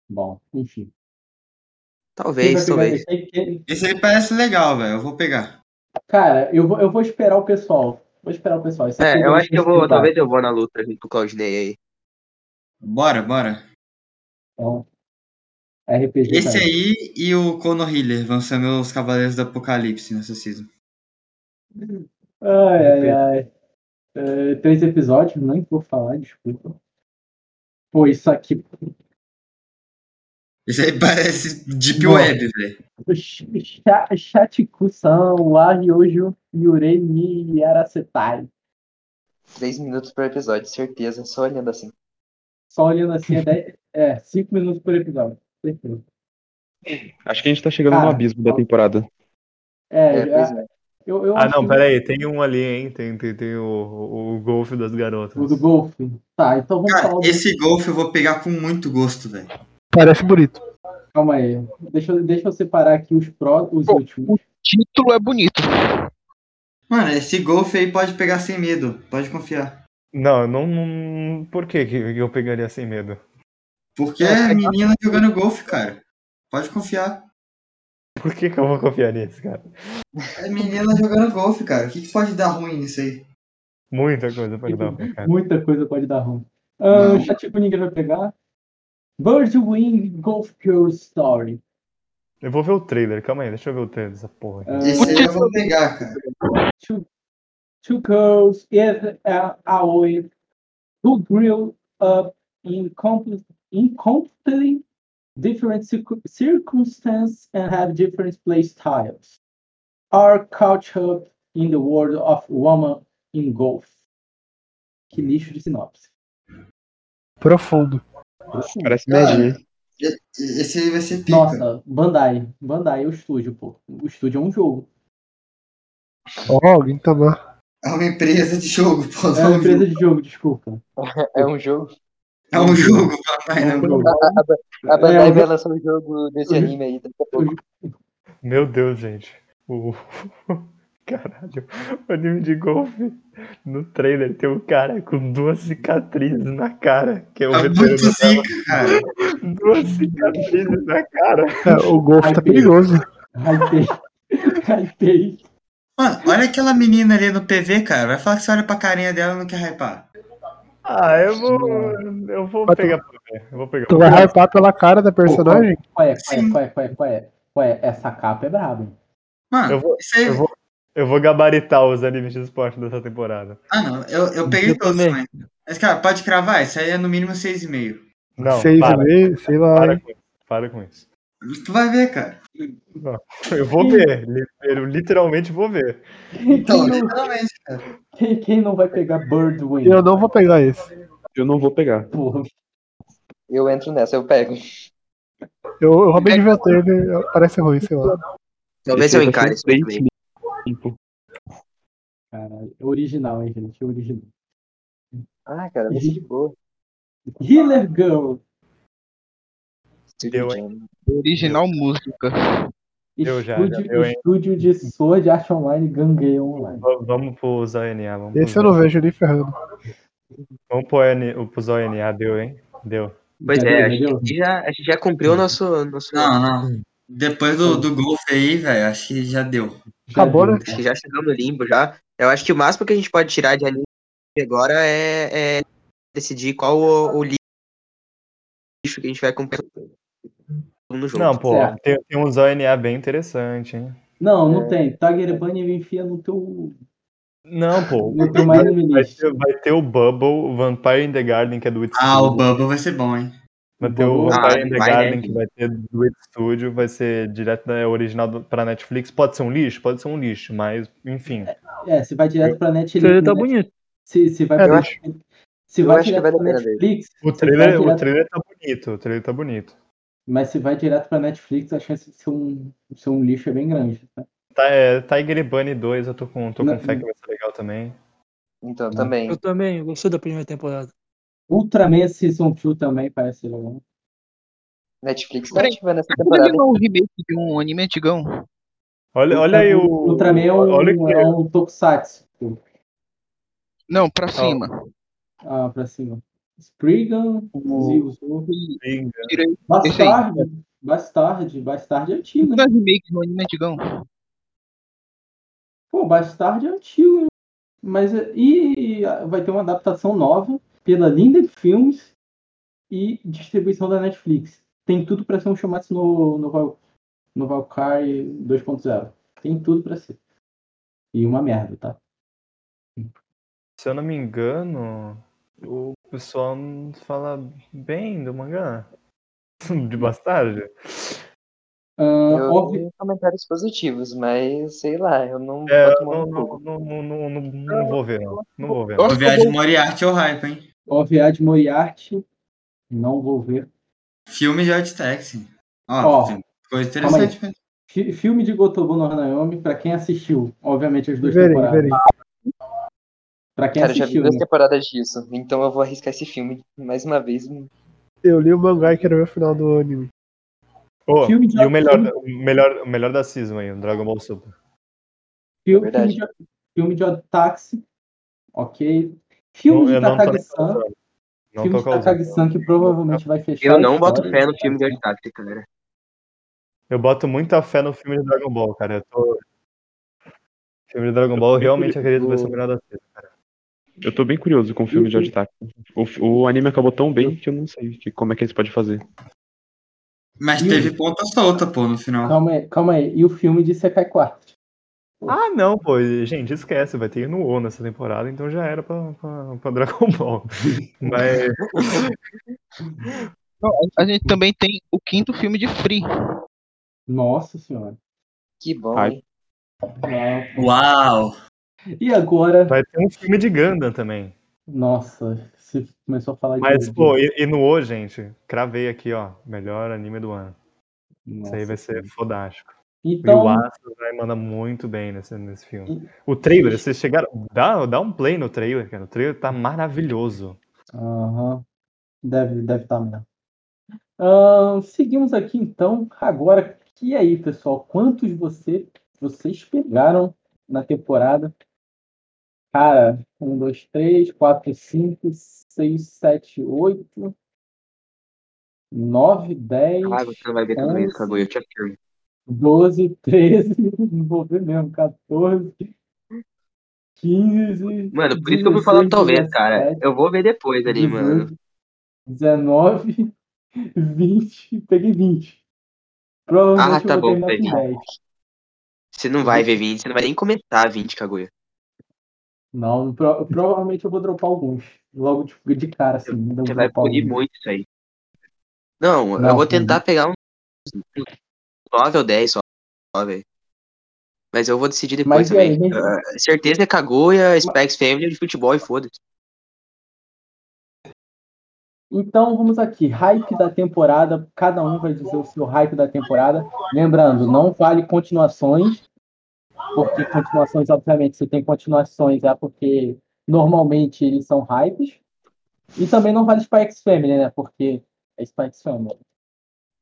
A: Bom, enfim. Quem vai
J: Talvez,
A: pegar
J: talvez.
A: esse aí? Quem-
D: Esse aí parece legal, velho. Eu vou pegar.
A: Cara, eu vou, eu vou esperar o pessoal. Vou esperar o pessoal. Esse aqui
J: É, eu acho que eu vou.
A: pesquisar.
J: Talvez eu vou na luta junto com o Claudinei aí.
D: Bora, bora.
A: Então, RPG
D: Esse
A: também.
D: aí e o Conor Healer vão ser meus Cavaleiros do Apocalipse nessa season.
A: Ai, ai, ai. É, três episódios, nem vou falar, desculpa. Pô, isso aqui.
D: Esse aí parece Deep
A: Boa.
D: Web, velho.
A: Chatikusan, Wariojo, Yurei, Ni Aracetai.
E: Três minutos por episódio, certeza. Só olhando assim. [laughs]
A: Só olhando assim, é, dez- é cinco minutos por episódio. Perfeito.
B: Acho que a gente tá chegando
A: Cara,
B: no abismo da temporada.
A: É,
E: É,
A: já-
E: pois é.
A: eu, eu
C: Ah,
A: acho
C: não,
A: que
C: pera aí, tem um ali, hein? Tem, tem, tem o, o, o golfe das garotas.
A: o do golfe. Tá, então vamos
D: Cara,
A: falar. do-
D: esse golfe eu vou pegar com muito gosto, velho.
I: Parece bonito.
A: Calma aí. Deixa, eu- deixa eu separar aqui os pró, os
F: Pô,
A: últimos.
F: Título é bonito.
D: Mano, esse golfe aí pode pegar sem medo. Pode confiar.
C: Não, não, não- Por que que eu pegaria sem medo?
D: Porque
F: É,
D: é
F: pegar-
D: menina jogando golfe, cara. Pode confiar.
C: Por que que eu vou confiar nisso, cara?
D: É menina jogando golfe, cara. O que, que pode dar ruim nisso aí?
C: Muita coisa pra dar, pra cara.
A: Muita coisa pode dar ruim. Ah, [laughs]
D: Não.
A: o Chat ninguém vai pegar. Birdwing Golf Girl Story.
C: Eu vou ver o trailer, calma aí, deixa eu ver o trailer dessa porra. aqui.
A: Ah,
D: Esse aí eu vou pegar, cara.
A: two, two girls in an alley who grew up in compl- in completely different circu- circumstances and have different play styles are caught up in the world of woman in golf. Que lixo de sinopse.
I: Profundo.
B: Parece
D: Cara,
B: medinha.
D: E- e- Esse aí vai ser pica.
A: Nossa, Bandai. Bandai é o estúdio, pô. O estúdio é um jogo.
I: Ó, alguém tá lá.
D: [laughs] É uma empresa de um jogo, pô.
A: É
D: não
A: uma empresa de jogo, desculpa.
E: É um jogo.
D: É um jogo, papai.
A: É um
D: não.
A: jogo.
E: A Bandai
A: É,
E: vai lançar um jogo desse anime aí daqui a pouco.
C: Meu Deus, gente. O... [laughs] Caralho, o anime de golfe. No trailer tem um cara com duas cicatrizes na cara. Que é o
D: É
C: veterano.
D: muito zica, cara.
C: Duas cicatrizes na cara.
I: Cara, o golfe tá
A: Ai,
I: perigoso.
A: Hypei. Hypei.
D: Mano, olha aquela menina ali no PV, cara. Vai falar que você olha pra carinha dela e não quer hypar.
C: Ah, eu vou. Eu vou
I: Mas tu-
C: pegar pra ver. Eu vou pegar
I: Tu
C: pra
I: vai
C: ver.
I: hypar pela cara da personagem?
A: Qual é, qual é,
D: Sim.
A: qual é, qual é, qual é? Qual é? Essa capa é braba, hein?
D: Mano,
C: Eu vou-
D: isso aí.
C: eu vou- Eu vou gabaritar os animes de esporte dessa temporada.
D: Ah, não. Eu, eu peguei
G: Eu
D: todos,
G: também.
D: mas. Mas, cara, pode cravar. Isso aí é no mínimo 6,5.
C: Não,
I: seis e
C: para,
I: meio, sei lá.
C: para
I: hein?
C: com isso. Para com isso.
D: Tu vai ver, cara.
C: Eu vou ver. li- Eu literalmente vou ver.
D: Então, literalmente, cara.
A: Quem, quem não vai pegar Birdwing?
I: Eu não vou pegar esse.
B: Eu não vou pegar.
A: Porra,
E: Eu entro nessa, eu pego.
I: Eu, eu roubei de ver ele, eu- parece ruim, sei lá.
J: Talvez
B: Esse
J: eu
B: aí vai ser
J: encare isso muito bem.
B: tempo.
A: caralho. É original, hein, gente? É original.
E: Ah, cara, vai ser de boa.
A: Healer Girl.
E: Studio
C: Deu,
E: Jam.
F: Original música.
C: Eu já, já
A: Estúdio,
C: deu, hein?
A: estúdio de Sword Art Online Gangue Online.
C: V- Vamos pros ONA. Vamos pros,
I: Esse eu não vejo nem ferrando.
C: vamos pro ONA, pros ONA, deu, hein? Deu.
J: Pois
A: Já
J: é,
A: deu,
J: a
A: já deu?
J: gente já, a gente já cumpriu o nosso. nosso...
D: Não, não. Depois do, do golfe aí, velho, acho que já deu.
A: Já
I: Acabou,
A: deu.
I: né?
J: Acho que já chegamos no limbo já. Eu acho que o máximo que a gente pode tirar de anime agora é, é decidir qual o, o li- lixo que a gente vai comprar no jogo.
C: Não, pô,
A: Certo.
C: tem, tem uns ONA bem interessante, hein?
A: É. Não,
J: É.
E: É.
A: não tem. Tagerbunny me enfia no teu.
C: Não, pô.
A: no teu mais
C: Vai
A: list.
C: ter, vai ter o Bubble, o Vampire in the Garden, que é do It
D: Ah, o
C: Studio.
D: Bubble vai ser bom, hein?
C: Vai ter o
A: Bubble.
C: Vampire
J: Ah,
C: in the
J: vai, né?
C: Garden, que vai ter do It Studio, vai ser direto da original do, pra Netflix. Pode ser um lixo? Pode ser um lixo, mas, enfim.
A: É, se vai direto pra
G: O trailer
A: Netflix.
G: tá
A: né?
G: bonito.
A: Se, se vai
I: É,
A: pra...
I: deixa.
A: se
J: Eu
A: vai
J: acho que
A: direto
J: vale a
A: pra
J: pena ver.
A: Netflix.
C: O
A: se vai
C: trailer, o
A: direto-
C: trailer tá bonito, o trailer tá bonito.
A: Mas se vai direto pra Netflix, a chance de ser um, de ser um lixo é bem grande. Tá?
C: Tá, é, Tiger Bunny 2, eu tô com, tô com
A: Não-
C: fé que vai ser legal também.
E: Então, também.
G: Eu também gostei da primeira temporada.
A: Ultraman Season 2 também parece legal.
E: Netflix tá
F: Peraí.
E: ativando essa temporada.
F: Ele não é um remake de um anime antigão.
C: Olha, olha aí o.
A: Ultraman é um,
C: Olha o
A: é
C: trailer.
A: um tokusatsu.
F: Não, pra cima.
A: Ah, pra cima. Spriggan, Zio
F: Tirei. Esse aí.
A: Bastard. Bastard. Bastard é antigo, né?
F: Não é remake, não é anime antigão.
A: Pô, Bastard é antigo, né? Mas é- e vai ter uma adaptação nova pela Linden Films e distribuição da Netflix. Tem tudo pra ser um chamado no, no, Val- no Valkyrie 2.0. Tem tudo pra ser. E uma merda, tá?
C: Se eu não me engano, o pessoal não fala bem do mangá. [laughs] De Bastard.
A: Ah,
E: Eu
A: óbvio-
E: vi comentários positivos, mas sei lá, eu não
C: É,
E: boto
C: eu
E: mão
C: não,
E: no
C: não,
E: fogo.
C: não, não, não, não, não vou ver, não. Não vou ver.
F: Eu
C: não.
F: acho que eu
D: Viagem de
F: vou-
D: Moriarty é o hype, hein?
A: OVA de Moriarty. Não vou ver.
D: Filme de Art Taxi.
A: Ó,
D: Ó, tem coisa
A: calma aí.
D: interessante.
A: Fi- filme de Gotobu no Hanayomi, pra quem assistiu, obviamente as duas
I: Verei,
A: temporadas.
I: verei.
A: Pra quem
E: Cara, eu já vi
A: assistiu,
E: duas
A: né?
E: temporadas disso, então eu vou arriscar esse filme mais uma vez.
I: Eu li o mangá e quero ver o final do anime.
C: Ô,
A: filme de-
C: e o melhor, o melhor, o melhor da Season aí, o Dragon Ball Super.
A: Filme,
E: é verdade.
A: filme de, filme de táxi, ok. Filme
C: Não,
A: de
C: eu não tô nem
A: Takagi-san,
C: causando. Não
A: filme
C: tô
A: de
C: causando.
A: Takagi-san que Ah, provavelmente vai fechar.
J: Eu
A: a
J: não boto
A: história.
J: fé no filme de Oitaki, cara.
C: Eu boto muita fé no filme de Dragon Ball, cara. Eu tô... Filme de Dragon Ball, eu realmente acredito que vai ser o melhor da Season.
B: Eu tô bem curioso com o filme de Art Attack. O, fi- o anime acabou tão bem que eu não sei que- como é que eles podem fazer.
D: Mas
A: E o-
D: teve ponta solta, pô, no final.
A: Calma aí, calma aí. E o filme de Sekai 4.
C: Ah, não, pô, gente, esquece, vai ter Inuo nessa temporada, então já era pra, pra, pra Dragon
A: [laughs]
C: Ball.
F: É.
C: Mas,
F: A gente também tem o quinto filme de Free.
A: Nossa senhora.
E: Que bom,
B: Ai.
E: hein?
A: Nossa.
D: Uau!
A: E agora?
C: vai ter um filme de Gundam também.
A: Nossa, você começou a falar
C: Mas,
A: de.
C: pô, I- Inuo, gente, cravei aqui, ó, melhor anime do ano. Isso
A: Nossa,
C: aí vai ser fodástico. e
A: Então,
C: o Astro vai mandar muito bem nesse, nesse filme. O trailer, vocês chegaram, dá, dá um play no trailer, cara, o trailer tá maravilhoso.
A: Aham. Deve, deve estar mesmo. Ahn, seguimos aqui então. Agora, e aí, pessoal? Quantos você, vocês pegaram na temporada? Cara, um, dois, três, quatro, cinco, seis, sete, oito, nove, dez,
J: Ah, você não vai ver tudo isso, Kaguya, eu te afirmo.
A: 12, 13, [laughs] não vou ver mesmo, 14, 15,
J: Mano, por isso que eu fui
A: 16,
J: falando talvez, cara.
A: 17,
J: Eu vou ver depois ali, mano.
A: 18, 19, 20, peguei 20. Provavelmente
J: Ah, tá
A: eu vou
J: bom,
A: terminar com
J: peguei.
A: 10.
J: Você não vai ver 20, você não vai nem começar 20, Kaguya.
A: Não, pro- provavelmente eu vou dropar alguns. Logo de, de cara, assim, não
J: Você
A: vou
J: vai
A: dropar
J: punir
A: alguns.
J: muito isso aí. Não, eu
A: Não,
J: vou
A: pô,
J: tentar pegar uns 9 ou 10 só, só, velho. Mas eu vou decidir
A: Mas
J: depois
A: e aí,
J: também.
A: gente?
J: Ah, certeza é Kaguya, Spikes Family de futebol e foda-se.
A: Então vamos aqui. Hype da temporada. Cada um vai dizer o seu hype da temporada. Lembrando, não vale continuações. Porque continuações, obviamente, se tem continuações é porque normalmente eles são hypes. E também não vale Spikes Family, né? Porque é Spikes Family.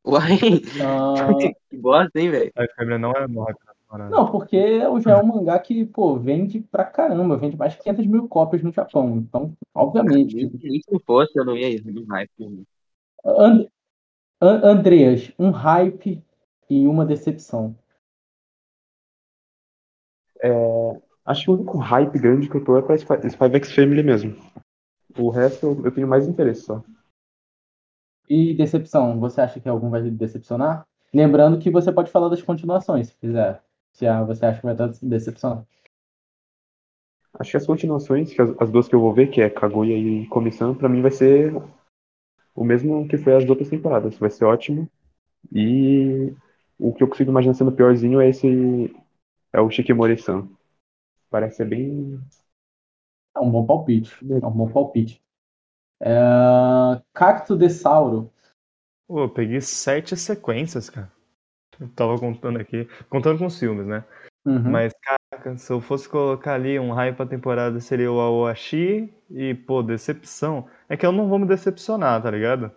J: Uai, [laughs] Tipo,
A: Ah,
J: que bosta, hein, velho?
C: A família não é morra, cara.
A: Não, porque já é um mangá que, pô, vende pra caramba, vende mais de 500 mil cópias no Japão. Então, obviamente.
J: Nem
A: tipo,
J: nem se eu fosse, eu não ia ir no hype. mano.
A: And- An- Andreas, um hype e uma decepção.
B: É, Acho que o único hype grande que eu tô é pra Spy, Spyvex Family mesmo. O resto eu, eu tenho mais interesse só.
A: E decepção, você acha que algum vai decepcionar? Lembrando que você pode falar das continuações, se quiser. Se ah, você acha que vai dar decepção.
B: Acho que as continuações, que as, as duas que eu vou ver, que é Kaguya e Komi-san, pra mim vai ser o mesmo que foi as outras temporadas. Vai ser ótimo. E o que eu consigo imaginar sendo piorzinho é esse. É o Shikimori-san. Parece ser bem.
A: É um bom palpite. É um bom palpite. É... Cacto de Sauro.
C: Pô, eu peguei sete sequências, cara. Eu tava contando aqui, contando com os filmes, né?
A: Uhum.
C: Mas, caraca, se eu fosse colocar ali um raio pra temporada, seria o Aoashi e, pô, decepção. É que eu não vou me decepcionar, tá ligado?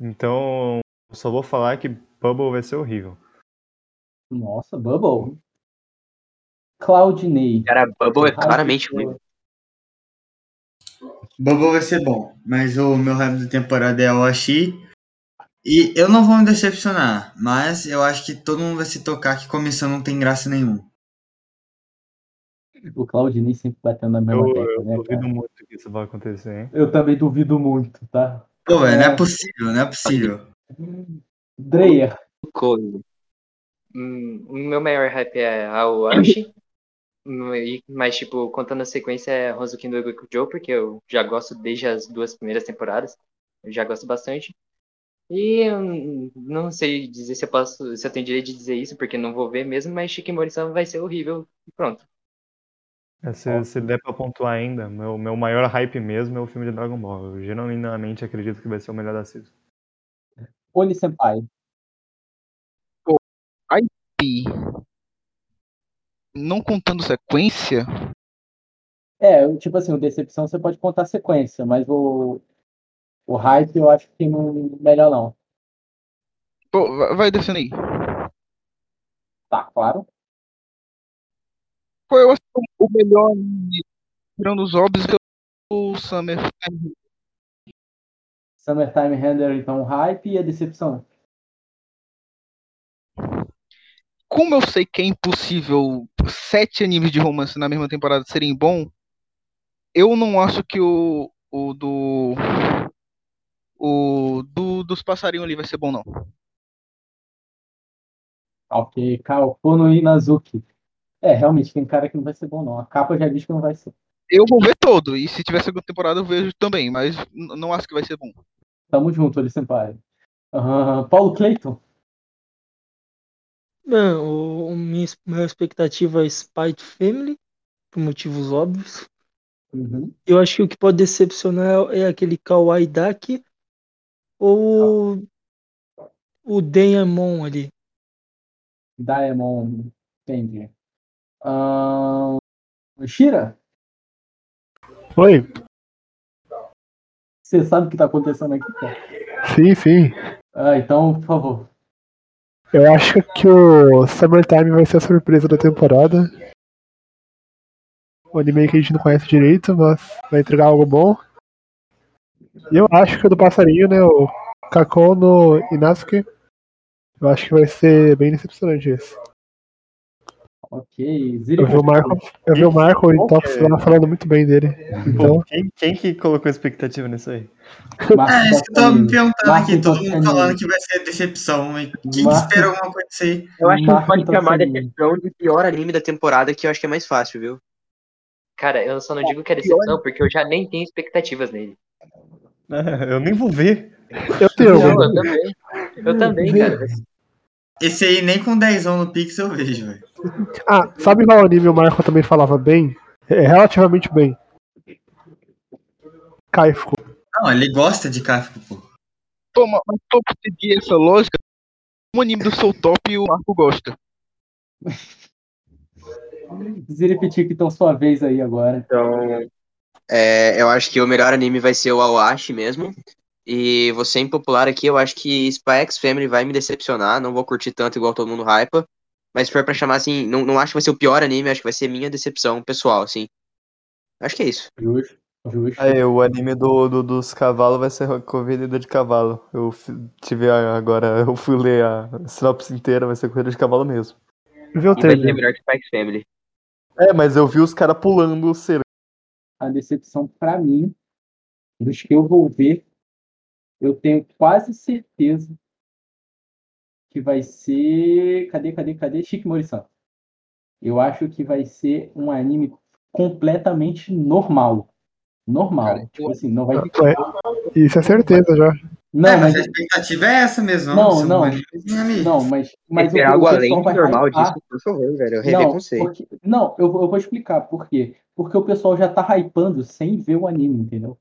C: Então, eu só vou falar que Bubble vai ser horrível.
A: Nossa, Bubble. Claudinei.
J: Cara, Bubble é
A: Hype
J: claramente
A: pela-
J: ruim.
D: Bobo vai ser é bom, mas o meu rap da temporada é o Ashi. E eu não vou me decepcionar, mas eu acho que todo mundo vai se tocar que começando não tem graça nenhuma.
A: O Claudinei sempre batendo na mesma
C: Eu-
A: tecla,
C: eu
A: né,
C: duvido
A: cara?
C: muito que isso vai acontecer, hein?
A: Eu também duvido muito, tá?
D: Pô, velho, não é possível, não é possível.
A: Dreyer,
E: Coisa. Hum, o meu maior hype é ao Ashi. Hum, e- Mas, tipo, contando a sequência é Hozuki no Goku Joe, porque eu já gosto desde as duas primeiras temporadas. Eu já gosto bastante. E hum, não sei dizer se eu posso, se eu tenho direito de dizer isso, porque não vou ver mesmo, mas Shikimori-san vai ser horrível e pronto.
C: É, Se, se der pra pontuar ainda, meu, meu maior hype mesmo é o filme de Dragon Ball. Eu genuinamente acredito que vai ser o melhor da season.
A: Oni Senpai.
F: Pi. Não contando sequência,
A: É, eu, tipo assim, o Decepção você pode contar a sequência, mas o, o hype eu acho que não melhor não.
F: pô, va- vai descendo aí.
A: Tá, claro.
F: Pô, eu acho que o melhor anime, tirando os óbvios é o Summer. Time.
A: Summertime Render, então, hype e a decepção.
F: Como eu sei que é impossível sete animes de romance na mesma temporada serem bom, eu não acho que o, o do o do, dos passarinhos ali vai ser bom não.
A: Ok, Kaopuno Inazuki. É, realmente, tem cara que não vai ser bom, não. A capa já diz que não vai ser.
F: Eu vou ver todo, e se tiver segunda temporada eu vejo também, mas n- não acho que vai ser bom.
A: Tamo junto, Oli Senpai. Ahn, Paulo Clayton.
G: Bem, o, o minha, es- minha expectativa é Spite Family, por motivos óbvios.
A: Uhum.
G: Eu acho que o que pode decepcionar é aquele Kawaii Daki ou
A: Ah.
G: o o Denhamon ali.
A: Diamond, entendi. Ahn, Shira,
I: Oi?
A: você sabe o que tá acontecendo aqui, cara?
I: Sim, sim.
A: Ah, então, por favor.
I: Eu acho que o Summertime vai ser a surpresa da temporada. Um anime que a gente não conhece direito, mas vai entregar algo bom. E eu acho que o do passarinho, né? O Kakon no Inasuke. Eu acho que vai ser bem decepcionante esse.
A: Ok,
I: Eu vi o
A: Ziricon.
I: Marco, eu vi o Marco ele tava
C: é.
I: falando muito bem dele. Então,
C: Pô, quem, quem que colocou expectativa nisso aí?
D: É, isso que eu tava me perguntando aqui, todo mundo falando
A: Marco
D: que vai ser decepção. E quem que
A: Marco-
D: espera alguma coisa disso aí?
J: Eu acho que a gente
A: Marco
J: pode chamar de
A: Antonini.
J: decepção de pior anime da temporada, que eu acho que é mais fácil, viu?
E: Cara, eu só não digo que é decepção, porque eu já nem tenho expectativas nele.
C: É, [laughs] eu nem vou ver.
I: eu tenho
E: Não,
I: alguma.
E: eu também. Eu também, cara.
D: Esse aí nem com 10 no Pixel eu vejo, velho.
I: Ah, sabe qual anime o Marco também falava bem? É, relativamente bem. Kaifuku.
D: Não, ele gosta de Kafka, pô.
F: Pô, ma- mas tô pra seguir essa lógica, um anime do Soul Top e o Marco gosta.
A: Ziripitic, então, sua vez aí agora.
J: Então. É, eu acho que o melhor anime vai ser o Awashi mesmo. E vou ser impopular aqui, eu acho que Spy X Family vai me decepcionar, não vou curtir tanto igual todo mundo hypa. Mas se for pra chamar assim, não, não acho que vai ser o pior anime, acho que vai ser minha decepção pessoal, assim. Acho que é isso.
A: Justo, justo.
C: Aí, o anime do, do- dos cavalos vai ser Corrida de Cavalo. Eu fi- tive a- agora, eu fui ler a sinopse inteira, vai ser Corrida de Cavalo mesmo.
I: Vê o
J: E vai ser
I: trailer.
J: melhor que Spy X Family.
C: É, mas eu vi os caras pulando o cerco.
A: A decepção pra mim, dos que eu vou ver, eu tenho quase certeza que vai ser. Cadê, cadê, cadê? Chique Morição. Eu acho que vai ser um anime completamente normal. Normal. Tipo assim, não vai.
J: é
I: Ué, Isso é certeza já.
A: Não,
D: é, mas
A: mas.
D: a expectativa é essa mesmo,
A: Não,
D: ser um
A: não.
D: animezinho ali.
A: Não, mas, mas o,
J: É
A: o
J: algo além
A: pessoal
J: do
A: vai
J: normal
A: hypar.
J: disso, por favor, velho. Rever
A: Não,
J: conceito.
A: porque, não eu, vou- eu vou explicar por quê. Porque o pessoal já tá hypando sem ver o anime, entendeu?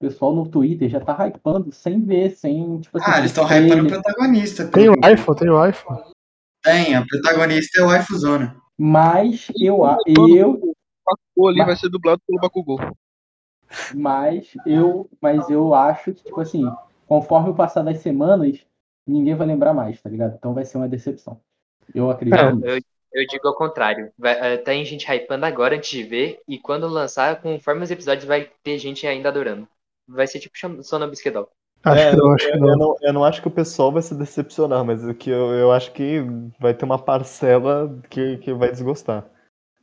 A: O pessoal no Twitter já tá hypando sem ver, sem, tipo assim,
D: Ah, eles
A: sem
D: estão hypando o
A: trailer.
D: protagonista. tá
I: Tem
D: Pelo
C: um-
I: o
D: que eu vi.
I: iPhone, tem o iPhone.
D: Tem, a protagonista é o Waifuzona.
A: Mas eu, a-
F: Mano,
A: eu,
F: o Bakugou ali
A: Mas-
F: vai ser dublado pelo Bakugou.
A: mas eu, mas eu acho que, tipo assim, conforme o passar das semanas, ninguém vai lembrar mais, tá ligado? Então vai ser uma decepção. Eu acredito
I: É.
E: Eu,
A: nisso.
E: Eu digo ao contrário. Vai, eh, tem gente hypando agora antes de ver, e quando lançar, conforme os episódios, vai ter gente ainda adorando. Vai ser tipo cham- Sono Bisquedol.
I: Acho
C: É,
I: que não,
C: eu-
I: acho que
C: eu-
I: não.
C: Eu, não, eu não acho que o pessoal vai se decepcionar, mas o que eu, eu acho que vai ter uma parcela que, que vai desgostar.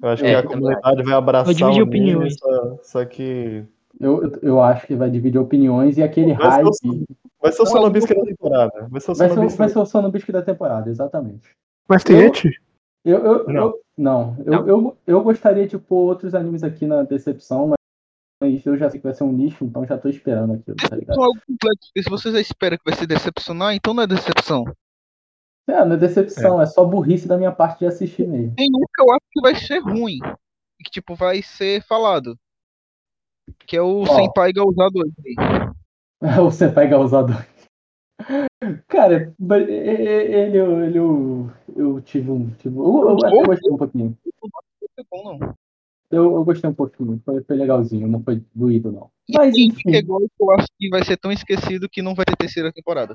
C: Eu acho
E: É,
C: que a
E: também
C: comunidade vai
G: Vai
C: abraçar
G: dividir
C: o anime,
G: opiniões.
C: só, só que.
A: Eu, eu acho que vai dividir opiniões e aquele
C: Vai ser,
A: hype.
C: o- vai
I: É
C: ser o
A: Não,
C: Sonobisque é da temporada. Vai ser o
A: Vai ser, o-
C: Sonobisque
A: vai ser o Sonobisque é da temporada, exatamente.
I: Mas tem
A: Eu-
I: gente?
A: Eu, eu,
C: Não.
A: eu- não. Eu,
E: Não.
A: Eu, eu gostaria de pôr outros animes aqui na decepção, mas, mas eu já sei que vai ser um lixo, então já tô esperando aquilo, tá ligado?
F: Então, é Algo complexo, porque se você já espera que vai se decepcionar, então não é decepção.
A: É, não é decepção, é só burrice da minha parte de assistir mesmo. [laughs]
F: Tem um que eu acho que vai ser ruim. E que, tipo, vai ser falado. Que é o
A: Qual?
F: Senpai Gausado aí.
A: o Senpai Gausador. Cara, mas e- e- ele, eu, ele, eu, eu tive um. Tive, eu, eu até gostei um pouquinho.
F: Não é bom, não.
A: Eu, eu gostei um pouquinho. Foi, foi legalzinho, não foi doído, não. Mas
F: Tem que é
A: enfim,
F: igual que eu acho que vai ser tão esquecido que não vai ter terceira temporada.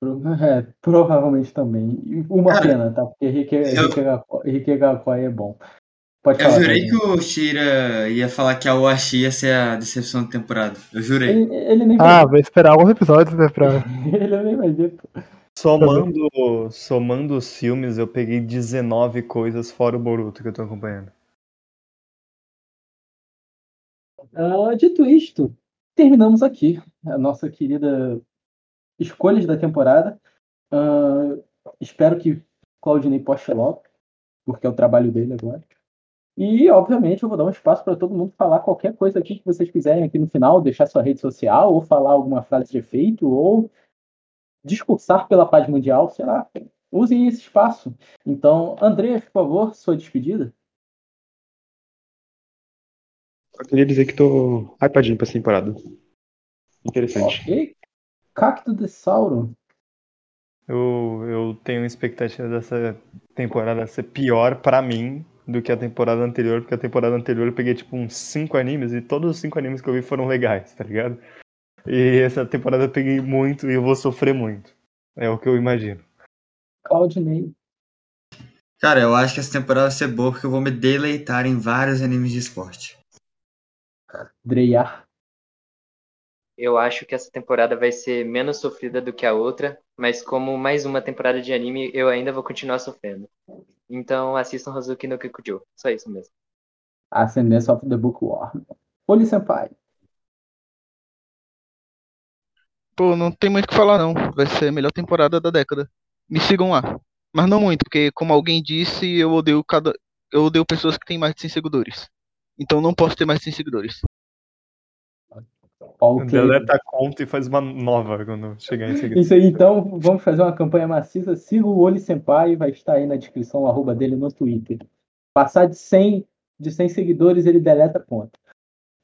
A: pro- [laughs] é, provavelmente também. E Uma
D: Cara,
A: pena, tá? Porque Henrique
D: eu-
A: Henrique Gakoi é bom. Pode
D: Eu
A: falar,
D: jurei que
A: Fernando.
D: o Shira ia falar que a Oashi ia ser a decepção da temporada. Eu jurei.
A: Ele, ele nem vai
I: Ah, vai esperar alguns episódios, né, pra...
A: ver. Ele nem vai ver. pô.
C: Somando, somando os filmes, eu peguei 19 coisas fora o Boruto que eu tô acompanhando.
A: Ah, dito isto, terminamos aqui a nossa querida escolhas da temporada. Ah, espero que Claudinei poste logo, porque é o trabalho dele agora. E, obviamente, eu vou dar um espaço para todo mundo falar qualquer coisa aqui que vocês quiserem aqui no final, deixar sua rede social, ou falar alguma frase de efeito, ou discursar pela paz mundial, sei lá. Usem esse espaço. Então, Andreas, por favor, sua despedida.
B: Só queria dizer que tô hypadinho pra essa temporada. Interessante.
A: Ok. Cacto de Sauro.
C: Eu, eu tenho expectativa dessa temporada ser pior pra mim do que a temporada anterior, porque a temporada anterior eu peguei tipo uns 5 animes e todos os 5 animes que eu vi foram legais, tá ligado? E essa temporada eu peguei muito e eu vou sofrer muito. É o que eu imagino.
A: Claudinei.
D: Cara, eu acho que essa temporada vai ser boa porque eu vou me deleitar em vários animes de esporte.
A: Dreyar.
E: Eu acho que essa temporada vai ser menos sofrida do que a outra, mas como mais uma temporada de anime, eu ainda vou continuar sofrendo. Então assistam Hazuki no Kikujo. Só isso mesmo.
A: Ascendance of the Bookworm. Oli Senpai.
F: Pô, não tem muito o que falar, não. Vai ser a melhor temporada da década. Me sigam lá. Mas não muito, porque como alguém disse, eu odeio cada. Eu odeio pessoas que têm mais de 100 seguidores. Então não posso ter mais de 100 seguidores.
A: Ok.
C: Deleta a conta tá e faz uma nova quando chegar em seguida.
A: Isso aí, então, vamos fazer uma campanha maciça. Siga o Oli Senpai, vai estar aí na descrição o arroba dele no Twitter. Passar de 100, de 100 seguidores, ele deleta a conta.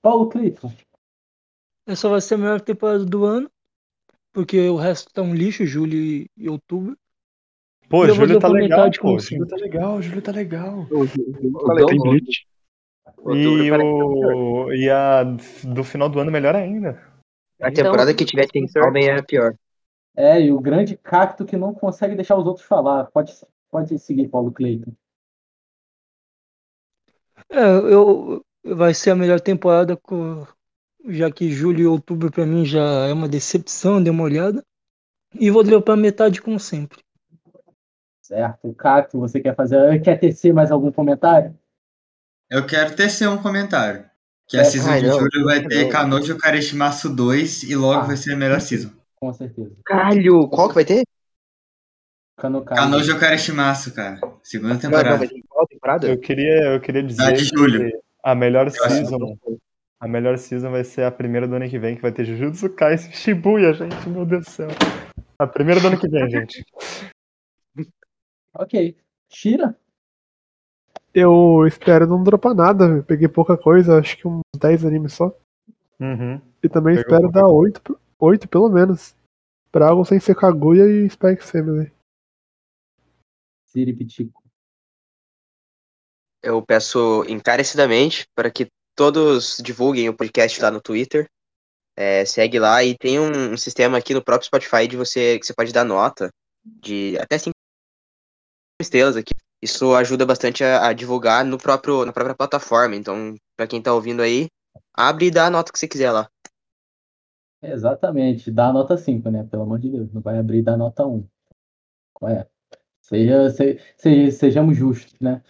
A: Paulo Cleiton,
G: Essa É, vai ser a melhor temporada do ano, porque o resto tá um lixo, julho e e outubro.
C: Pô,
G: E eu vou
C: Júlio tá
G: devolver
C: legal,
G: metade, como
C: pô. Júlio
G: sempre.
C: tá legal, Júlio tá legal.
A: Então,
B: Tem Bleach.
E: Outubro
C: E,
E: parece que é o pior.
C: o, e a do final do ano, melhor ainda.
H: A
E: Então,
H: temporada que tiver tem salvem é a pior.
A: é e o grande cacto que não consegue deixar os outros falar. Pode, pode seguir, Paulo Cleiton.
G: É, eu, vai ser a melhor temporada, co- já que julho e outubro pra mim já é uma decepção, dei uma olhada. E vou dropar metade, como sempre.
A: Certo, cacto, você quer fazer. Quer tecer mais algum comentário?
D: Eu quero tecer um comentário. Que
A: É,
D: a season
H: ai,
D: de
H: não,
D: julho vai ter
H: não.
D: Kanojo Kareshimasu 2 e logo
A: Ah.
D: vai ser a melhor season.
A: Com certeza.
H: Caralho, qual que vai ter?
A: Kanokai.
D: Kanojo Kareshimasu, cara. Segunda
H: Não, não,
D: é temporada.
H: vai ter qual temporada?
C: Eu queria, eu queria
D: Na de
C: dizer
D: julho.
C: que a melhor
D: Eu acho.
C: season, a melhor season vai ser a primeira do ano que vem, que vai ter Jujutsu Kaisen e Shibuya, gente, meu Deus do céu. A primeira do ano que vem, gente.
A: Ok. Tira?
I: Eu espero não dropar nada, eu peguei pouca coisa, acho que uns 10 animes só.
C: Uhum.
I: E também
C: Pegou
I: espero
C: pouca
I: dar 8, pro- 8 pelo menos. Pra algo sem ser Kaguya e Spike Family.
A: Siripitico.
J: Eu peço encarecidamente para que todos divulguem o podcast lá no Twitter. É, segue lá e tem um, um sistema aqui no próprio Spotify de você que você pode dar nota de até cinco estrelas aqui. Isso ajuda bastante a, a divulgar no próprio, na própria plataforma. Então, para quem tá ouvindo aí, abre e dá a nota que você quiser lá.
A: Exatamente, dá a nota 5, né? Pelo amor de Deus, não vai abrir e dar nota 1. Qual é? Seja, se, se- sejamos justos, né?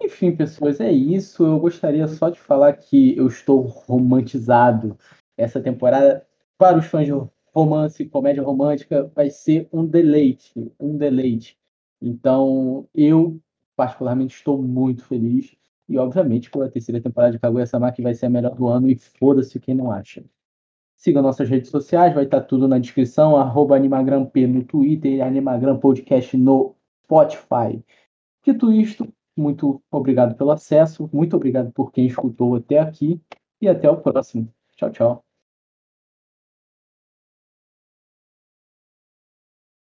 A: Enfim, pessoas, é isso. Eu gostaria só de falar que eu estou romantizado. Essa temporada, para os fãs de romance, comédia romântica, vai ser um deleite, um deleite. Então, eu particularmente estou muito feliz. E, obviamente, pela terceira temporada de Kaguya-sama, que vai ser a melhor do ano, e foda-se quem não acha. Siga nossas redes sociais, vai estar tudo na descrição, arroba AnimaGramP no Twitter e Animagram Podcast no Spotify. Dito isto, muito obrigado pelo acesso, muito obrigado por quem escutou até aqui e até o próximo. Tchau, tchau.